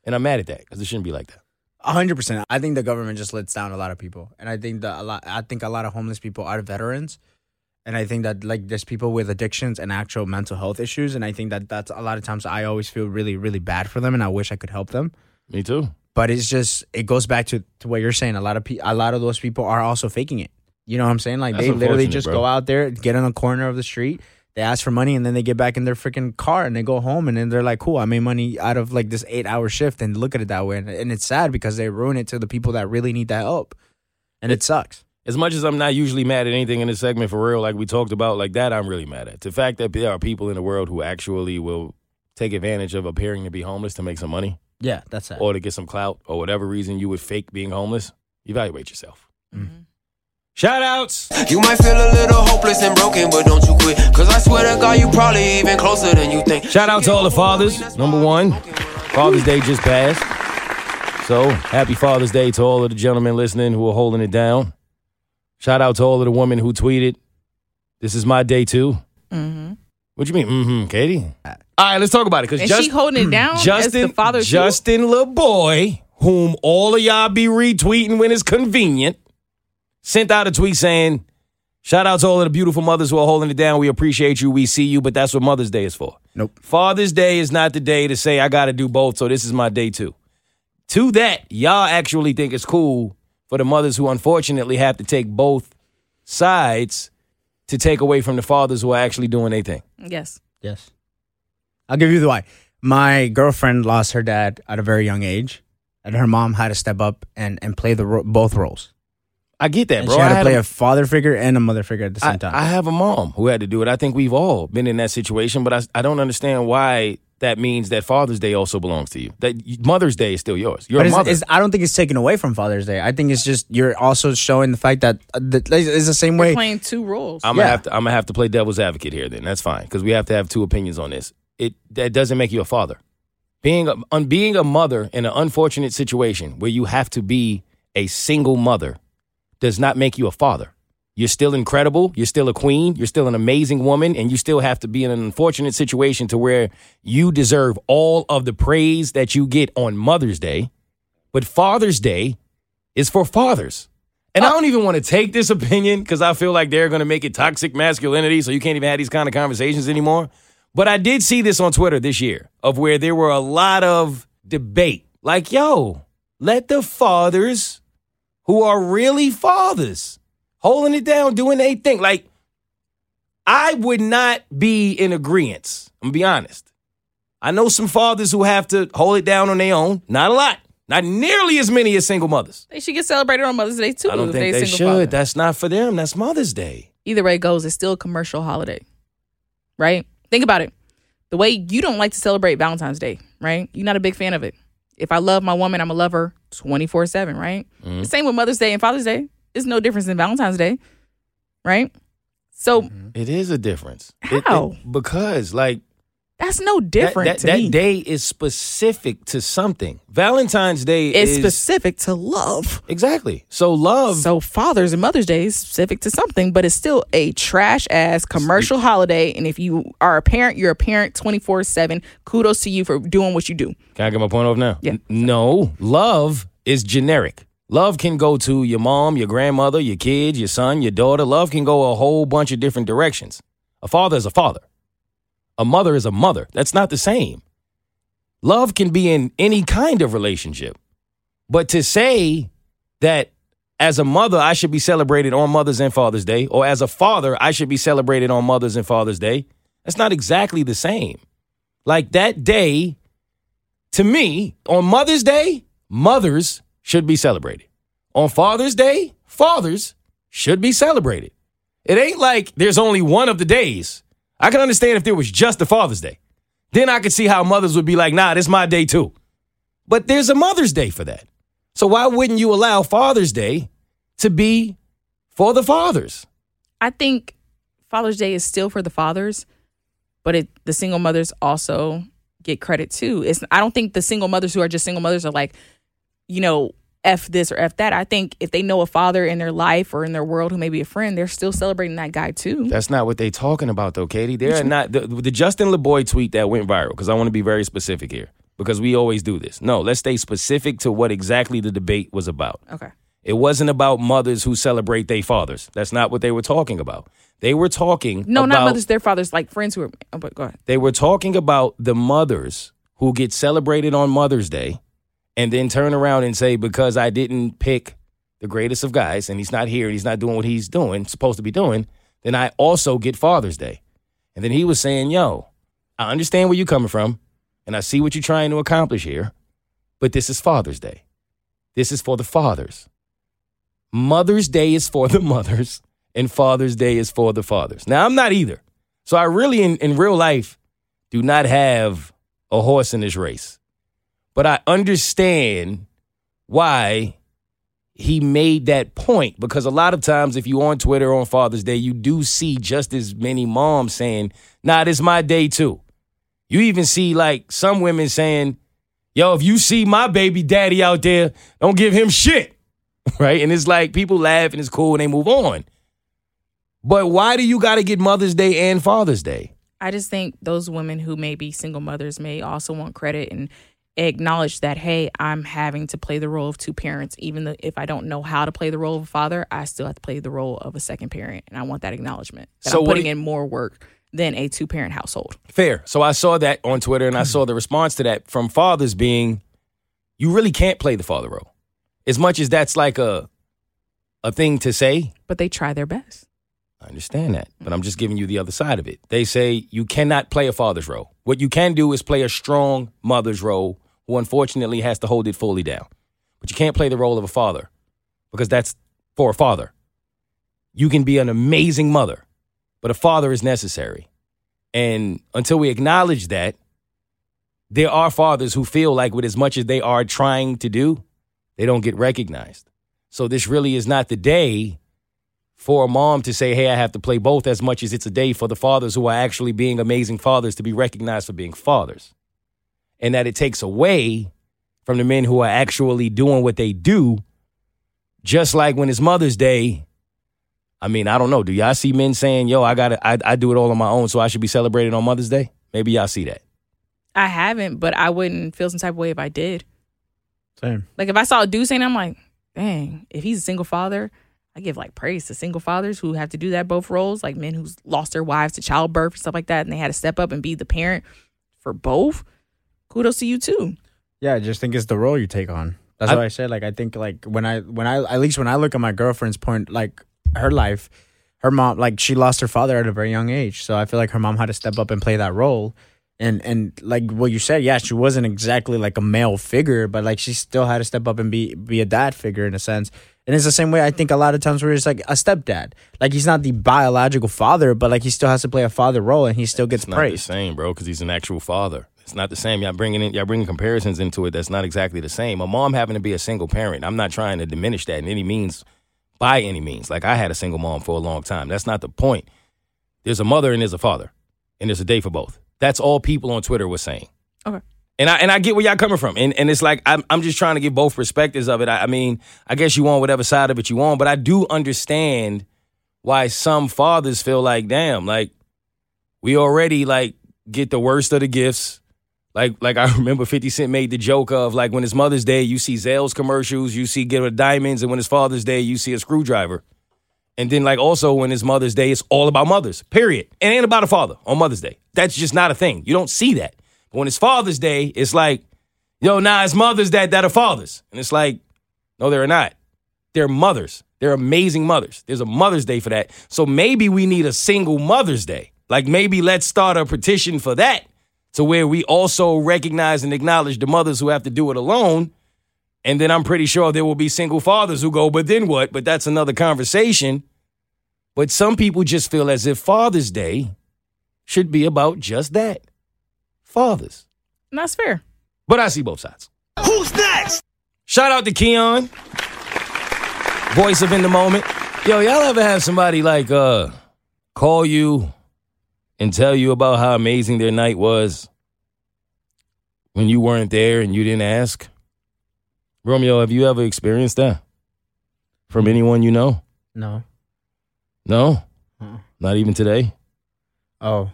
Speaker 1: And I'm mad at that because it shouldn't be like that.
Speaker 2: hundred percent. I think the government just lets down a lot of people, and I think that a lot. I think a lot of homeless people are veterans, and I think that like there's people with addictions and actual mental health issues, and I think that that's a lot of times I always feel really really bad for them, and I wish I could help them.
Speaker 1: Me too.
Speaker 2: But it's just it goes back to, to what you're saying. A lot of pe- a lot of those people are also faking it. You know what I'm saying? Like
Speaker 1: That's
Speaker 2: they literally
Speaker 1: unfortunate,
Speaker 2: just
Speaker 1: bro.
Speaker 2: go out there, get on the corner of the street. They ask for money and then they get back in their freaking car and they go home and then they're like, "Cool, I made money out of like this eight hour shift." And look at it that way, and, and it's sad because they ruin it to the people that really need that help, and it sucks.
Speaker 1: As much as I'm not usually mad at anything in this segment for real, like we talked about, like that, I'm really mad at. The fact that there are people in the world who actually will take advantage of appearing to be homeless to make some money
Speaker 2: Yeah, that's sad.
Speaker 1: or to get some clout or whatever reason you would fake being homeless, evaluate yourself.
Speaker 3: Mhm.
Speaker 1: Shout outs.
Speaker 4: You might feel a little hopeless and broken, but don't you quit. Cause I swear to God, you probably even closer than you think.
Speaker 1: Shout out to all the fathers. Number one, Father's Day just passed. So happy Father's Day to all of the gentlemen listening who are holding it down. Shout out to all of the women who tweeted, This is my day too.
Speaker 3: Mhm.
Speaker 1: What you mean, mm-hmm, Katie? All right, let's talk about it. Because
Speaker 3: Uh, And she
Speaker 1: Justin,
Speaker 3: holding it down as Oh, the
Speaker 1: Justin,
Speaker 3: father. too?
Speaker 1: Justin LaBoy, whom all of y'all be retweeting when it's convenient, sent out a tweet saying, Shout out to all of the beautiful mothers who are holding it down. We appreciate you. We see you, but that's what Mother's Day is for.
Speaker 2: Nope.
Speaker 1: Father's Day is not the day to say, I got to do both, so this is my day too. To that, y'all actually think it's cool for the mothers who unfortunately have to take both sides to take away from the fathers who are actually doing their thing.
Speaker 3: Yes.
Speaker 2: Yes, I'll give you the why. My girlfriend lost her dad at a very young age, and her mom had to step up and and play the ro- both roles.
Speaker 1: I get that,
Speaker 2: And
Speaker 1: bro.
Speaker 2: she
Speaker 1: I
Speaker 2: had to
Speaker 1: had
Speaker 2: play
Speaker 1: a-
Speaker 2: a father figure and a mother figure at the same
Speaker 1: I,
Speaker 2: time.
Speaker 1: I have a mom who had to do it. I think we've all been in that situation, but I, I don't understand why that means that Father's Day also belongs to you. That y- Mother's Day is still yours. You're a
Speaker 2: but it's,
Speaker 1: mother.
Speaker 2: it's, I don't think it's taken away from Father's Day. I think it's just you're also showing the fact that uh, the, it's the same way.
Speaker 3: They're playing two roles.
Speaker 1: I'm
Speaker 2: yeah.
Speaker 1: gonna have to I'm gonna have to play devil's advocate here. Then that's fine because we have to have two opinions on this. It that doesn't make you a father. Being a, on being a mother in an unfortunate situation where you have to be a single mother does not make you a father. You're still incredible. You're still a queen. You're still an amazing woman, and you still have to be in an unfortunate situation to where you deserve all of the praise that you get on Mother's Day, but Father's Day is for fathers. And I don't even want to take this opinion because I feel like they're going to make it toxic masculinity, so you can't even have these kind of conversations anymore. But I did see this on Twitter this year of where there were a lot of debate. Like, yo, let the fathers who are really fathers holding it down, doing their thing. Like, I would not be in agreement. I'm gonna be honest. I know some fathers who have to hold it down on their own. Not a lot. Not nearly as many as single mothers.
Speaker 3: they should get celebrated on Mother's Day too.
Speaker 1: I don't
Speaker 3: if
Speaker 1: think
Speaker 3: they're
Speaker 1: they
Speaker 3: single
Speaker 1: should.
Speaker 3: father.
Speaker 1: That's not for them. That's Mother's Day.
Speaker 3: Either way it goes, it's still a commercial holiday, right? Think about it. The way you don't like to celebrate Valentine's Day, right? You're not a big fan of it. If I love my woman, I'm a lover 24 7, right?
Speaker 1: Mm-hmm.
Speaker 3: The same with Mother's Day and Father's Day. It's no difference in Valentine's Day, right? So
Speaker 1: Mm-hmm. It is a difference. It- it-
Speaker 3: How?
Speaker 1: because, like,
Speaker 3: that's no
Speaker 1: that-
Speaker 3: different
Speaker 1: that,
Speaker 3: to
Speaker 1: that
Speaker 3: me.
Speaker 1: day is specific to something. Valentine's Day
Speaker 3: it's
Speaker 1: is
Speaker 3: specific to love.
Speaker 1: Exactly. So, love.
Speaker 3: So Father's and Mother's Day is specific to something, but it's still a trash ass commercial holiday. And if you are a parent, you're a parent 24 7. Kudos to you for doing what you do.
Speaker 1: Can I get my point off now?
Speaker 3: Yeah.
Speaker 1: N- no, love is generic. Love can go to your mom, your grandmother, your kid, your son, your daughter. Love can go a whole bunch of different directions. A father is a father. A mother is a mother. That's not the same. Love can be in any kind of relationship. But to say that as a mother, I should be celebrated on Mother's and Father's Day, or as a father, I should be celebrated on Mother's and Father's Day, that's not exactly the same. Like that day to me, on Mother's Day, mothers should be celebrated. On Father's Day, fathers should be celebrated. It ain't like there's only one of the days. I can understand if there was just the Father's Day. Then I could see how mothers would be like, nah, this my day too. But there's a Mother's Day for that. So why wouldn't you allow Father's Day to be for the fathers?
Speaker 3: I think Father's Day is still for the fathers, but it, the single mothers also get credit too. It's I don't think the single mothers who are just single mothers are like, you know, F this or F that. I think if they know a father in their life or in their world who may be a friend, they're still celebrating that guy too.
Speaker 1: That's not what they talking about though, Katie. They're not the, the Justin LeBoy tweet that went viral because I want to be very specific here because we always do this. No, let's stay specific to what exactly the debate was about.
Speaker 3: okay.
Speaker 1: It wasn't about mothers who celebrate their fathers. That's not what they were talking about. They were talking
Speaker 3: No,
Speaker 1: about,
Speaker 3: not mothers, their fathers, like friends who are. Oh, but go ahead.
Speaker 1: They were talking about the mothers who get celebrated on Mother's Day and then turn around and say, because I didn't pick the greatest of guys and he's not here and he's not doing what he's doing, supposed to be doing, then I also get Father's Day. And then he was saying, yo, I understand where you're coming from and I see what you're trying to accomplish here, but this is Father's Day. This is for the fathers. Mother's Day is for the mothers and Father's Day is for the fathers. Now, I'm not either. So I really, in, in real life, do not have a horse in this race. But I understand why he made that point because a lot of times, if you on Twitter on Father's Day, you do see just as many moms saying, nah, this my day too. You even see like some women saying, yo, if you see my baby daddy out there, don't give him shit. Right? And it's like people laugh and it's cool and they move on. But why do you got to get Mother's Day and Father's Day?
Speaker 3: I just think those women who may be single mothers may also want credit and acknowledge that, hey, I'm having to play the role of two parents. Even though if I don't know how to play the role of a father, I still have to play the role of a second parent. And I want that acknowledgement that
Speaker 1: So
Speaker 3: I'm
Speaker 1: what
Speaker 3: putting
Speaker 1: do you-
Speaker 3: in more work than a two parent household.
Speaker 1: Fair. So I saw that on Twitter and I saw the response to that from fathers being you really can't play the father role. As much as that's like a a thing to say,
Speaker 3: But they try their best.
Speaker 1: I understand that, but I'm just giving you the other side of it. They say you cannot play a father's role. What you can do is play a strong mother's role who unfortunately has to hold it fully down. But you can't play the role of a father because that's for a father. You can be an amazing mother, but a father is necessary. And until we acknowledge that, there are fathers who feel like, with as much as they are trying to do, they don't get recognized. So, this really is not the day for a mom to say, hey, I have to play both as much as it's a day for the fathers who are actually being amazing fathers to be recognized for being fathers. And that it takes away from the men who are actually doing what they do. Just like when it's Mother's Day, I mean, I don't know. Do y'all see men saying, yo, I gotta I, I do it all on my own, so I should be celebrated on Mother's Day? Maybe y'all see that.
Speaker 3: I haven't, but I wouldn't feel some type of way if I did.
Speaker 2: Same.
Speaker 3: Like if I saw a dude saying, I'm like, dang, if he's a single father, I give like praise to single fathers who have to do that both roles, like men who's lost their wives to childbirth and stuff like that, and they had to step up and be the parent for both. Kudos to you too.
Speaker 2: Yeah, I just think it's the role you take on. That's
Speaker 1: I-
Speaker 2: what I said. Like I think like when I when I at least when I look at my girlfriend's point, like her life, her mom like she lost her father at a very young age. So I feel like her mom had to step up and play that role. And and like what you said, yeah, she wasn't exactly like a male figure, but like she still had to step up and be be a dad figure in a sense. And it's the same way I think a lot of times where it's like a stepdad. Like he's not the biological father, but like he still has to play a father role and he still gets
Speaker 1: It's not
Speaker 2: praised.
Speaker 1: the same, bro, because he's an actual father. It's not the same. Y'all bringing in, y'all bringing comparisons into it. That's not exactly the same. A mom having to be a single parent. I'm not trying to diminish that in any means, by any means. Like I had a single mom for a long time. That's not the point. There's a mother and there's a father, and there's a day for both. That's all people on Twitter were saying.
Speaker 3: Okay.
Speaker 1: And I and I get where y'all coming from, and and it's like I'm I'm just trying to get both perspectives of it. I, I mean, I guess you want whatever side of it you want, but I do understand why some fathers feel like, damn, like we already like get the worst of the gifts. Like like I remember 50 Cent made the joke of like when it's Mother's Day, you see Zales commercials, you see Get Her Diamonds, and when it's Father's Day, you see a screwdriver. And then like also when it's Mother's Day, it's all about mothers. Period. It ain't about a father on Mother's Day. That's just not a thing. You don't see that. But when it's Father's Day, it's like, yo, nah, it's mothers that that are fathers. And it's like, no, they're not. They're mothers. They're amazing mothers. There's a Mother's Day for that. So maybe we need a single Mother's Day. Like maybe let's start a petition for that to where we also recognize and acknowledge the mothers who have to do it alone. And then I'm pretty sure there will be single fathers who go, but then what? But that's another conversation. But some people just feel as if Father's Day should be about just that fathers.
Speaker 3: And that's fair.
Speaker 1: But I see both sides. Who's next? Shout out to Keon, voice of in the moment. Yo, y'all ever have somebody like uh call you and tell you about how amazing their night was when you weren't there and you didn't ask? Romeo, have you ever experienced that from anyone you know?
Speaker 2: No.
Speaker 1: No,
Speaker 2: Mm.
Speaker 1: not even today.
Speaker 2: Oh,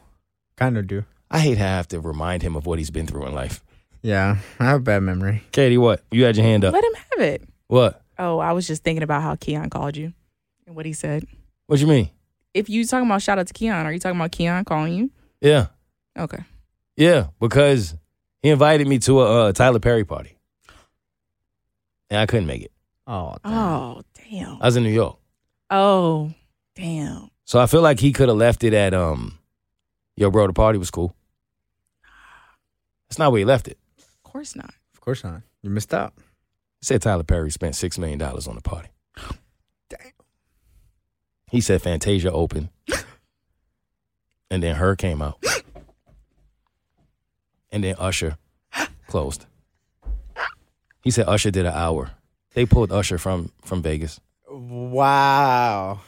Speaker 2: kind of do.
Speaker 1: I hate how I have to remind him of what he's been through in life.
Speaker 2: Yeah, I have bad memory.
Speaker 1: Katie, what? You had your hand up.
Speaker 3: Let him have it.
Speaker 1: What?
Speaker 3: Oh, I was just thinking about how Keon called you and what he said.
Speaker 1: What you mean?
Speaker 3: If you talking about shout out to Keon, are you talking about Keon calling you?
Speaker 1: Yeah,
Speaker 3: Okay.
Speaker 1: yeah, because he invited me to a uh, Tyler Perry party, and I couldn't make it.
Speaker 2: Oh, damn.
Speaker 3: Oh damn.
Speaker 1: I was in New York,
Speaker 3: Oh damn.
Speaker 1: so I feel like he could have left it at um, yo, bro, the party was cool. That's not where he left it.
Speaker 3: Of course not.
Speaker 2: of course not. You missed out.
Speaker 1: He said Tyler Perry spent six million dollars on the party.
Speaker 2: Damn.
Speaker 1: He said Fantasia opened, and then her came out, and then Usher closed. He said Usher did an hour. They pulled Usher from from Vegas.
Speaker 2: Wow.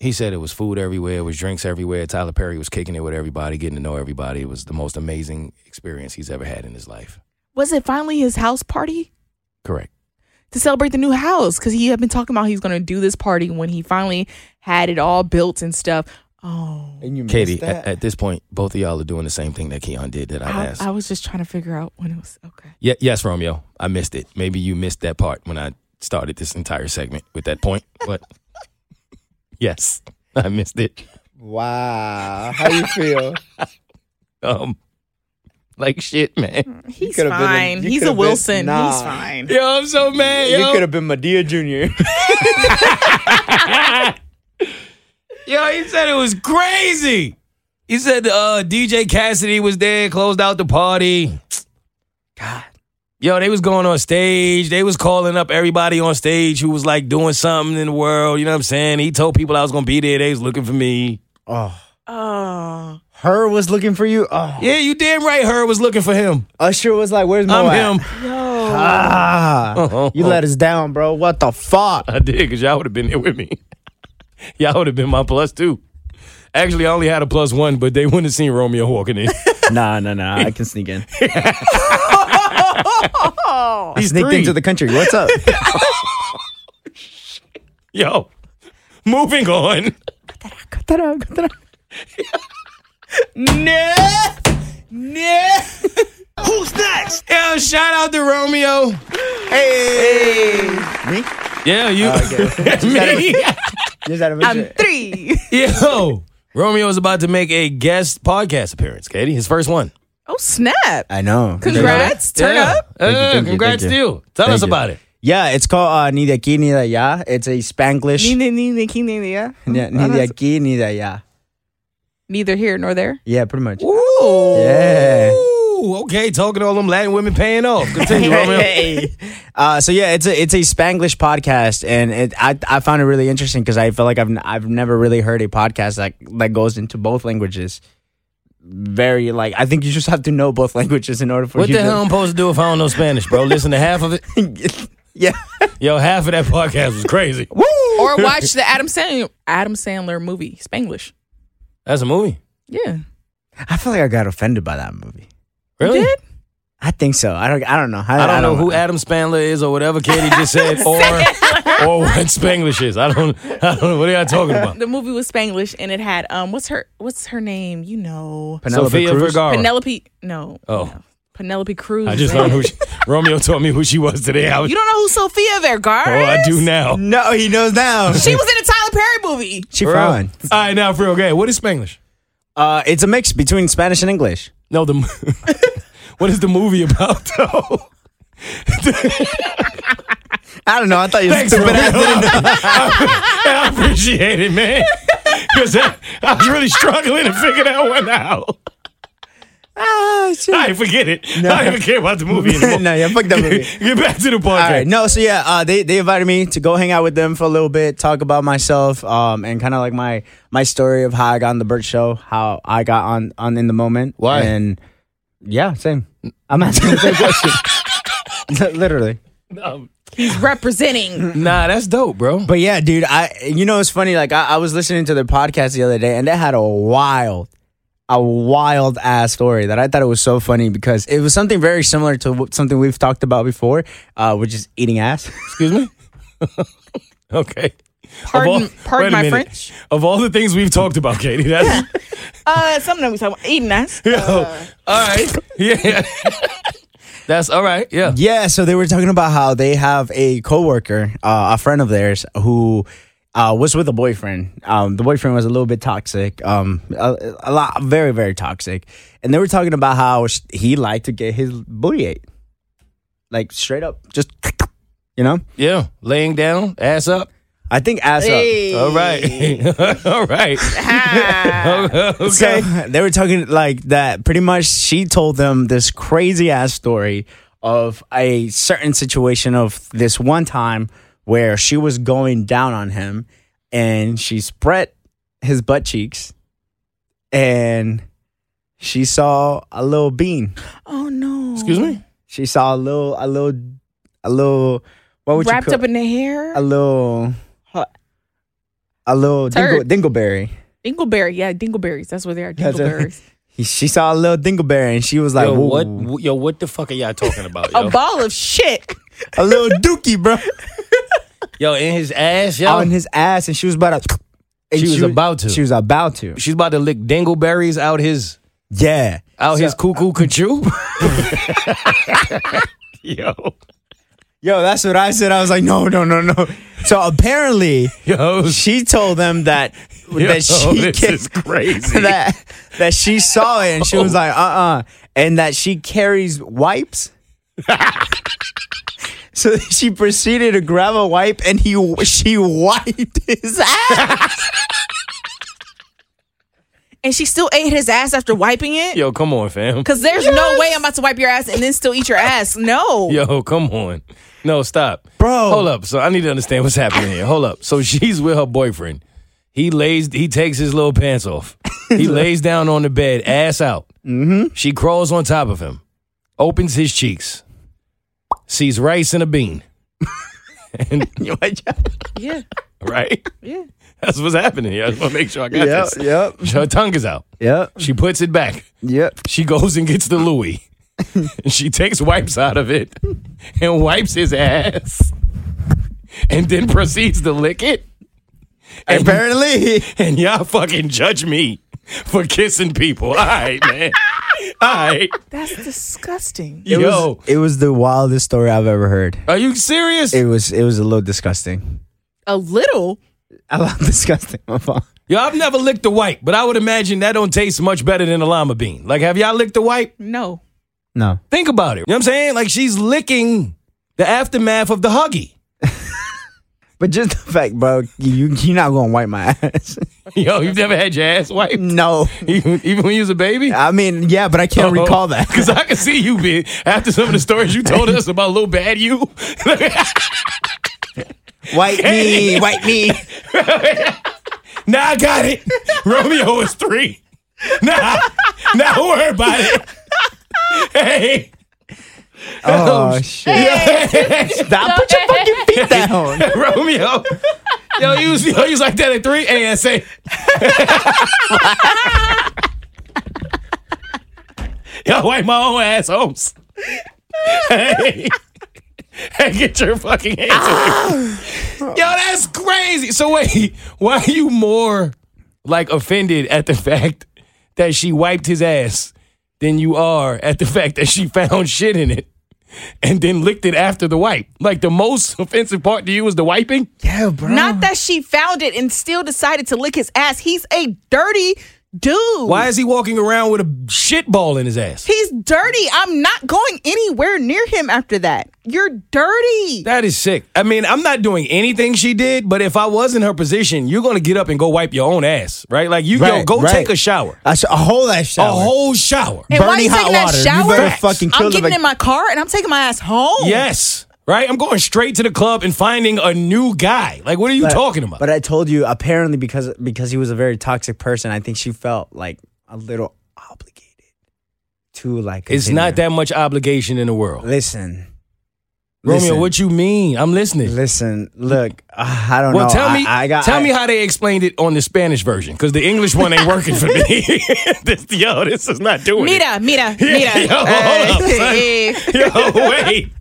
Speaker 1: He said it was food everywhere, it was drinks everywhere. Tyler Perry was kicking it with everybody, getting to know everybody. It was the most amazing experience he's ever had in his life.
Speaker 3: Was it finally his house party
Speaker 1: Correct.
Speaker 3: to celebrate the new house? Because he had been talking about he was going to do this party when he finally had it all built and stuff. Oh,
Speaker 2: And you
Speaker 1: Katie,
Speaker 2: missed that.
Speaker 1: at, at this point, both of y'all are doing the same thing that Keon did that I,
Speaker 3: I,
Speaker 1: asked.
Speaker 3: I was just trying to figure out when it was okay.
Speaker 1: Ye- yes, Romeo. I missed it. Maybe you missed that part when I started this entire segment with that point. But yes, I missed it.
Speaker 2: wow. How you feel?
Speaker 1: Um, like shit, man.
Speaker 3: He's
Speaker 2: could've been in-
Speaker 3: fine.
Speaker 2: you
Speaker 3: He's
Speaker 2: could've
Speaker 3: a
Speaker 2: been-
Speaker 3: Wilson.
Speaker 2: nah.
Speaker 3: He's fine.
Speaker 1: Yo, I'm so mad.
Speaker 2: you
Speaker 1: Yo,
Speaker 2: could have been Medea Jr.
Speaker 1: yo he said it was crazy. He said uh, DJ Cassidy was there, closed out the party. God. Yo, they was going on stage. They was calling up everybody on stage who was like doing something in the world. You know what I'm saying? He told people I was gonna be there. They was looking for me.
Speaker 2: oh,
Speaker 3: Oh,
Speaker 2: her was looking for you. Oh,
Speaker 1: Yeah, you damn right. Her was looking for him.
Speaker 2: Usher was like, "Where's Mo?" at?
Speaker 1: I'm him.
Speaker 3: yo.
Speaker 2: Ah, you let us down, bro. What the fuck?
Speaker 1: I did because y'all would have been there with me. y'all would have been my plus two. Actually, I only had a plus one, but they wouldn't have seen Romeo walking in.
Speaker 2: nah, nah, nah. I can sneak in. I
Speaker 1: He's
Speaker 2: sneaked
Speaker 1: three.
Speaker 2: into the country. What's up?
Speaker 1: Yo, moving on.
Speaker 3: No. No.
Speaker 1: Who's next? Yo, shout out to Romeo.
Speaker 2: Me?
Speaker 1: Yeah,
Speaker 3: Oh,
Speaker 1: you. me.
Speaker 2: Just out of
Speaker 3: I'm three.
Speaker 1: Yo, Romeo is about to make a guest podcast appearance. Katie, his first one.
Speaker 3: Oh, snap.
Speaker 2: I know.
Speaker 3: Congrats. Turn
Speaker 1: Yeah.
Speaker 3: up.
Speaker 1: Yeah,
Speaker 2: Thank you, thank you,
Speaker 1: congrats
Speaker 2: thank
Speaker 1: to
Speaker 2: you.
Speaker 1: you. Tell
Speaker 2: Thank
Speaker 1: us
Speaker 2: you.
Speaker 1: about it.
Speaker 2: Yeah, it's called uh, Ni de aquí ni de allá. It's a Spanglish.
Speaker 3: Neither, neither, neither, yeah.
Speaker 2: Yeah, ni de Oh, aquí ni de allá.
Speaker 3: neither here nor there.
Speaker 2: Yeah, pretty much.
Speaker 1: Ooh.
Speaker 2: Yeah.
Speaker 1: Ooh, okay, talking to all them Latin women paying off. Continue, Romeo.
Speaker 2: Uh, so yeah, it's a it's a Spanglish podcast, and it, I I found it really interesting because I feel like I've n- I've never really heard a podcast that that goes into both languages. Very like I think you just have to know both languages in order for
Speaker 1: What
Speaker 2: you.
Speaker 1: the hell am I supposed to do if I don't know Spanish, bro? Listen to half of it.
Speaker 2: to, yeah.
Speaker 1: Yo, half of that podcast was crazy.
Speaker 3: Or watch the Adam Sandler, Adam Sandler movie, Spanglish.
Speaker 1: That's a movie.
Speaker 3: Yeah.
Speaker 2: I feel like I got offended by that movie.
Speaker 1: Really?
Speaker 3: Did?
Speaker 2: I think so. I don't I don't know. I,
Speaker 1: I don't know who Adam Spandler is or whatever Katie just said or or what Spanglish is. I don't I don't know. What are y'all talking about?
Speaker 3: The movie was Spanglish and it had um what's her what's her name? You know.
Speaker 2: Penelope
Speaker 1: Sophia
Speaker 2: Cruz?
Speaker 1: Vergara.
Speaker 3: Penelope no.
Speaker 1: Oh.
Speaker 3: no. Penelope Cruz.
Speaker 1: I just
Speaker 3: man.
Speaker 1: learned who she, Romeo told me who she was today. I was
Speaker 3: You don't know who Sophia Vergara
Speaker 1: Oh,
Speaker 3: is?
Speaker 1: I do now. All
Speaker 2: No, he knows now.
Speaker 3: She was in a Tyler Perry movie.
Speaker 2: She
Speaker 1: right,
Speaker 2: fine.
Speaker 1: now for real game. What is Spanglish?
Speaker 2: Uh, it's a mix between Spanish and English.
Speaker 1: No, the m- What is the movie about though?
Speaker 2: I don't know. I thought you
Speaker 1: Thanks,
Speaker 2: stupid
Speaker 1: Romeo.
Speaker 2: ass didn't know.
Speaker 1: I appreciate it, man. Because I, I was really struggling to figure that one out.
Speaker 2: Ah, shit.
Speaker 1: I forget it. I don't even care about the movie anymore.
Speaker 2: no, yeah, fuck that movie.
Speaker 1: Get back to the podcast.
Speaker 2: All right, no, so yeah, uh, they they invited me to go hang out with them for a little bit, talk about myself, um, and kind of like my my story of how I got on the Burt Show, how I got on on in the moment.
Speaker 1: Why?
Speaker 2: And yeah, same. I'm asking the same question. Li- Literally,
Speaker 3: He's representing.
Speaker 1: Nah, that's dope, bro.
Speaker 2: but yeah, dude, I you know it's funny. Like I, I was listening to their podcast the other day, and they had a wild, a wild ass story that I thought it was so funny because it was something very similar to what- something we've talked about before, uh, which is eating ass.
Speaker 1: Excuse me? okay. Of
Speaker 3: Pardon- pardon
Speaker 1: wait a
Speaker 3: my
Speaker 1: minute.
Speaker 3: French.
Speaker 1: Of all the things we've talked about, Katie, that's
Speaker 3: Uh, something that we talk about eating ass. Uh.
Speaker 1: yo, all right. Yeah. that's all right. Yeah.
Speaker 2: Yeah, so they were talking about how they have a coworker, uh, a friend of theirs, who uh, was with a boyfriend. Um, the boyfriend was a little bit toxic, um, a, a lot, very, very toxic. And they were talking about how sh- he liked to get his booty ate, like straight up, just you know.
Speaker 1: Yeah. Laying down, ass up.
Speaker 2: I think ass up.
Speaker 3: Hey.
Speaker 1: All right. all right.
Speaker 2: So
Speaker 3: Ah.
Speaker 1: okay.
Speaker 2: they were talking like that. Pretty much, she told them this crazy ass story of a certain situation of this one time where she was going down on him, and she spread his butt cheeks, and she saw a little bean.
Speaker 3: Oh no.
Speaker 1: Excuse me?
Speaker 2: She saw a little, a little, a little. What would
Speaker 3: Wrapped
Speaker 2: you
Speaker 3: up
Speaker 2: call
Speaker 3: in the hair.
Speaker 2: a little?
Speaker 3: Huh.
Speaker 2: A little dingle,
Speaker 3: Turd.
Speaker 2: dingleberry.
Speaker 3: Dingleberry. Yeah, dingleberries. That's what they are.
Speaker 2: That's a-
Speaker 3: Dingleberries.
Speaker 2: He- She saw a little dingleberry, and she was like,
Speaker 1: yo,
Speaker 2: "Whoa."
Speaker 1: what yo, what the fuck are y'all talking about?
Speaker 3: A,
Speaker 1: Yo,
Speaker 3: ball of shit.
Speaker 2: a little dookie, bro,
Speaker 1: yo in his ass, yo.
Speaker 2: on his ass, and she was about to. and
Speaker 1: Oh. She was about to.
Speaker 2: She was about to.
Speaker 1: She's about to lick dingleberries out his
Speaker 2: Yeah.
Speaker 1: out his cuckoo cuckoo. yo.
Speaker 2: Yo, that's what I said. I was like, no, no, no, no. So apparently,
Speaker 1: Yo,
Speaker 2: she told them that that
Speaker 1: Yo,
Speaker 2: she
Speaker 1: this
Speaker 2: ca-
Speaker 1: is crazy. Oh.
Speaker 2: that that she saw it, and she was like, uh, uh and that she carries wipes. so she proceeded to grab a wipe, and he she wiped his ass.
Speaker 3: And she still ate his ass after wiping it.
Speaker 1: Yo, come on, fam.
Speaker 3: Cause there's no way I'm about to wipe your ass and then still eat your ass. No.
Speaker 1: Yo, come on. No, stop.
Speaker 2: Bro.
Speaker 1: Hold up. So I need to understand what's happening here. Hold up. So she's with her boyfriend. He lays he takes his little pants off. He lays down on the bed, ass out. Mm-hmm. She crawls on top of him, opens his cheeks, sees rice and a bean. and
Speaker 3: Yeah.
Speaker 1: right?
Speaker 3: Yeah.
Speaker 1: That's what's happening here. I just want to make sure I got
Speaker 2: Yep,
Speaker 1: this.
Speaker 2: yep,
Speaker 1: Her tongue is out.
Speaker 2: yep,
Speaker 1: She puts it back.
Speaker 2: yep.
Speaker 1: She goes and gets the Louis. she takes wipes out of it and wipes his ass and then proceeds to lick it. And,
Speaker 2: Apparently,
Speaker 1: and y'all fucking judge me for kissing people. All right, man. All right.
Speaker 3: That's disgusting.
Speaker 2: It
Speaker 1: Yo,
Speaker 2: was, it was the wildest story I've ever heard.
Speaker 1: are you serious?
Speaker 2: It was it was a little disgusting.
Speaker 3: A little.
Speaker 2: A little disgusting. My fault.
Speaker 1: Yo, I've never licked a wipe, but I would imagine that don't taste much better than a lima bean. Like, have y'all licked a wipe?
Speaker 3: No.
Speaker 2: No.
Speaker 1: Think about it. You know what I'm saying? Like, she's licking the aftermath of the huggy.
Speaker 2: But just the fact, bro, you you're not gonna wipe my ass.
Speaker 1: Yo, you've never had your ass wiped?
Speaker 2: no. Oh.
Speaker 1: Even, even when you was a baby?
Speaker 2: I mean, yeah, but I can't recall that.
Speaker 1: Because I can see you being, after some of the stories you told us about little bad you,
Speaker 2: Wipe me, wipe me.
Speaker 1: now I got it. Romeo is three. Nah, now don't worry about it. Hey.
Speaker 2: Oh shit. Stop put your fucking feet down.
Speaker 1: Romeo. Yo, you was, yo, you was like that at three ASA. yo, wipe my own ass, Holmes. Hey. Hey, get your fucking hands away. Yo, that's crazy. So wait, why are you more like offended at the fact that she wiped his ass than you are at the fact that she found shit in it? and then licked it after the wipe. Like the most offensive part to you is the wiping.
Speaker 2: Yeah, bro.
Speaker 3: Not that she found it and still decided to lick his ass. He's a dirty dude.
Speaker 1: Why is he walking around with a shit ball in his ass?
Speaker 3: He's dirty. I'm not going anywhere near him after that. You're dirty.
Speaker 1: That is sick. I mean, I'm not doing anything she did, but if I was in her position, you're gonna get up and go wipe your own ass, right? Like you yo,
Speaker 2: Right,
Speaker 1: go
Speaker 2: right.
Speaker 1: take a shower,
Speaker 2: A, sh- a whole ass shower.
Speaker 1: a whole shower.
Speaker 3: And while
Speaker 2: Bernie
Speaker 3: he's
Speaker 2: hot
Speaker 3: taking
Speaker 2: water.
Speaker 3: that
Speaker 2: You
Speaker 3: shower,
Speaker 2: better fucking kill
Speaker 3: I'm
Speaker 2: the
Speaker 3: getting
Speaker 2: vac-
Speaker 3: in my car and I'm taking my ass home.
Speaker 1: Yes, right. I'm going straight to the club and finding a new guy. Like, what are you talking about?
Speaker 2: But I told you, apparently, because because he was a very toxic person, I think she felt like a little obligated to like.
Speaker 1: it's
Speaker 2: continue.
Speaker 1: not that much obligation in the world.
Speaker 2: Listen,
Speaker 1: Romeo,
Speaker 2: Listen.
Speaker 1: what you mean? I'm listening.
Speaker 2: Listen, look, uh, I don't
Speaker 1: Well,
Speaker 2: know.
Speaker 1: tell
Speaker 2: I-
Speaker 1: me,
Speaker 2: I, got,
Speaker 1: tell
Speaker 2: I-
Speaker 1: me how they explained it on the Spanish version, because the English one ain't working for me. this, yo, this is not doing it.
Speaker 3: Mira, mira,
Speaker 1: Yeah,
Speaker 3: mira.
Speaker 1: yo, hold up, son.
Speaker 3: Eh,
Speaker 1: Yo, wait.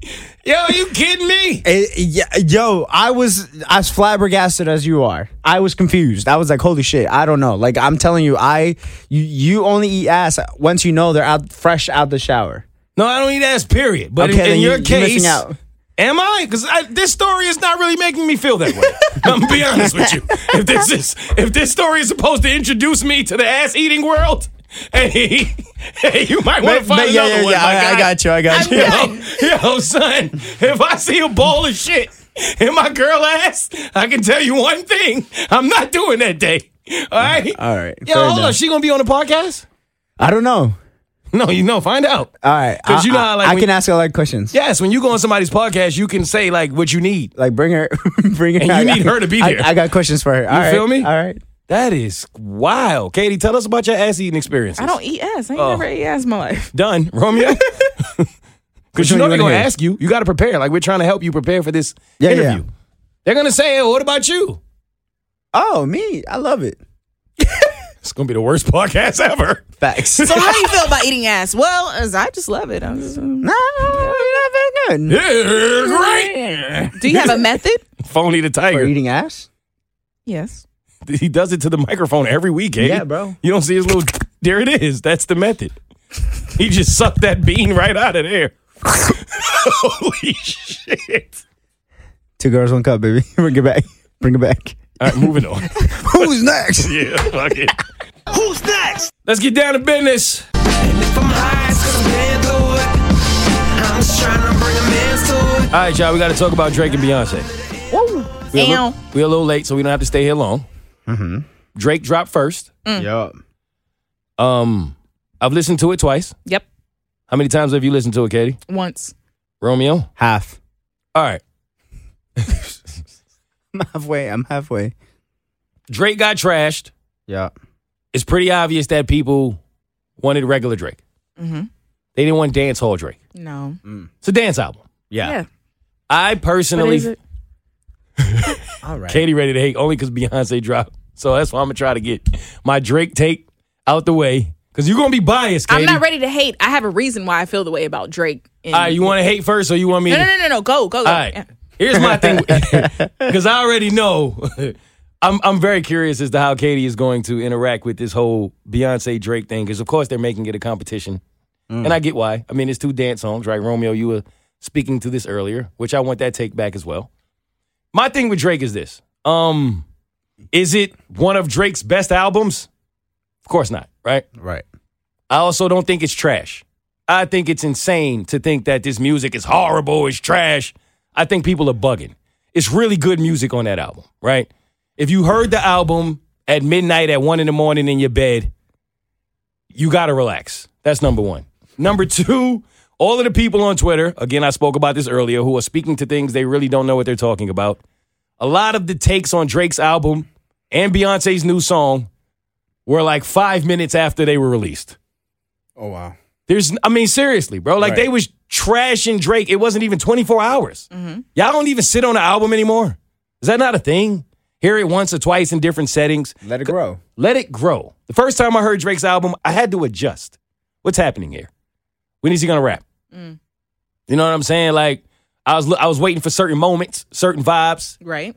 Speaker 1: Yo, you kidding me?
Speaker 2: It- Eh, yeah, yo, I was as flabbergasted as you are. I was confused. I was like, "Holy shit! I don't know." Like I'm telling you, I you, you only eat ass once you know they're out fresh out the shower.
Speaker 1: No, I don't need ass. Period. But
Speaker 2: Okay,
Speaker 1: in,
Speaker 2: then
Speaker 1: in
Speaker 2: you-
Speaker 1: your
Speaker 2: you're
Speaker 1: case,
Speaker 2: missing out.
Speaker 1: am I? Because this story is not really making me feel that way. I'm gonna be honest with you. If this is if this story is supposed to introduce me to the ass eating world, hey, hey, you might want to find
Speaker 2: yeah,
Speaker 1: another
Speaker 2: yeah,
Speaker 1: one.
Speaker 2: yeah,
Speaker 1: my
Speaker 2: I, I
Speaker 1: guy.
Speaker 2: got you. I got you.
Speaker 1: Yo, Oh, yo, son, if I see a bowl of shit in my girl ass, I can tell you one thing: I'm not doing that day. All right.
Speaker 2: All right,
Speaker 1: Yo,
Speaker 2: fair
Speaker 1: hold
Speaker 2: enough.
Speaker 1: up. She gonna be on the podcast?
Speaker 2: I don't know.
Speaker 1: No, you know. Find out.
Speaker 2: All right,
Speaker 1: 'Cause
Speaker 2: I-
Speaker 1: you know
Speaker 2: I-
Speaker 1: how, like,
Speaker 2: I
Speaker 1: when-
Speaker 2: can ask a lot of questions.
Speaker 1: Yes, when you go on somebody's podcast, you can say like what you need.
Speaker 2: Like bring her, bring her.
Speaker 1: And
Speaker 2: I
Speaker 1: you
Speaker 2: got-
Speaker 1: need her to be
Speaker 2: I-
Speaker 1: there.
Speaker 2: I, got questions for her. You
Speaker 1: feel me?
Speaker 2: All right.
Speaker 1: That is wild. Katie, tell us about your ass eating experiences.
Speaker 3: I don't e- eat ass. I ain't
Speaker 1: Oh.
Speaker 3: never ate ass in my life.
Speaker 1: Done, Romeo. Because
Speaker 2: Which
Speaker 1: you know
Speaker 2: one
Speaker 1: they're
Speaker 2: you wanna
Speaker 1: gonna
Speaker 2: hear?
Speaker 1: ask you. You got to prepare. Like we're trying to help you prepare for this
Speaker 2: Yeah, yeah.
Speaker 1: interview. They're gonna say, hey, "What about you?"
Speaker 2: Oh, me, I love it.
Speaker 1: It's gonna be the worst podcast ever.
Speaker 2: Facts.
Speaker 3: So how do you feel about eating ass? Well, as I just love it. I'm just, um,
Speaker 2: Nah, I feel good.
Speaker 1: Yeah, great.
Speaker 3: do you have a method?
Speaker 1: Phony the
Speaker 2: For
Speaker 1: tiger.
Speaker 2: eating ass?
Speaker 3: Yes.
Speaker 1: He does it to the microphone every week, eh?
Speaker 2: Yeah, bro.
Speaker 1: You don't see his little. There it is. That's the method. He just sucked that bean right out of there. Holy shit!
Speaker 2: Two girls, one cup, baby. Bring it back. Bring it back.
Speaker 1: All right, moving on.
Speaker 2: Who's next?
Speaker 1: Yeah, fuck it. Who's next? Let's get down to business.
Speaker 4: If I'm high, it's 'cause I'm paying to it. I'm just trying to bring a man to it.
Speaker 1: All right, y'all. We got to talk about Drake and Beyonce.
Speaker 3: Woo. Ow.
Speaker 1: We're a little late, so we don't have to stay here long. Drake dropped first.
Speaker 2: Yup.
Speaker 1: Um, I've listened to it twice.
Speaker 3: Yep.
Speaker 1: How many times have you listened to it, Katie?
Speaker 3: Once.
Speaker 1: Romeo.
Speaker 2: Half.
Speaker 1: All right.
Speaker 2: I'm halfway. I'm halfway.
Speaker 1: Drake got trashed.
Speaker 2: Yeah.
Speaker 1: It's pretty obvious that people wanted regular Drake.
Speaker 3: Mhm.
Speaker 1: They didn't want dance hall Drake.
Speaker 3: No.
Speaker 1: It's a dance album.
Speaker 3: Yeah.
Speaker 1: I
Speaker 3: But is
Speaker 1: personally,
Speaker 3: it-
Speaker 2: All right.
Speaker 1: Katie ready to hate only because Beyonce dropped. So that's why I'm gonna try to get my Drake take out the way because you're gonna be biased. Katie.
Speaker 3: I'm not ready to hate. I have a reason why I feel the way about Drake. And-
Speaker 1: All right, you want to hate first, or you want me?
Speaker 3: no,
Speaker 1: to-
Speaker 3: no, no, no, no. Go, go, go.
Speaker 1: All right. Here's my thing, because I already know. I'm I'm very curious as to how Katie is going to interact with this whole Beyonce Drake thing, because of course they're making it a competition, and I get why. I mean, it's two dance songs, right? Romeo, you were speaking to this earlier, which I want that take back as well. My thing with Drake is this: um, is it one of Drake's best albums? Of course not, right?
Speaker 2: Right.
Speaker 1: I also don't think it's trash. I think it's insane to think that this music is horrible, it's trash. I think people are bugging. It's really good music on that album, right? If you heard the album at midnight, at one in the morning in your bed, you gotta relax. That's number one. Number two, all of the people on Twitter, again, I spoke about this earlier, who are speaking to things they really don't know what they're talking about. A lot of the takes on Drake's album and Beyonce's new song were like five minutes after they were released.
Speaker 2: Oh wow.
Speaker 1: There's, I mean, seriously, bro. Like
Speaker 2: Right.
Speaker 1: they was trashing Drake. It wasn't even 24 hours. Y'all don't even sit on an album anymore. Is that not a thing? Hear it once or twice in different settings.
Speaker 2: Let it grow.
Speaker 1: Let it grow. The first time I heard Drake's album, I had to adjust. What's happening here? When is he gonna rap? You know what I'm saying? Like I was, I was waiting for certain moments, certain vibes.
Speaker 3: Right.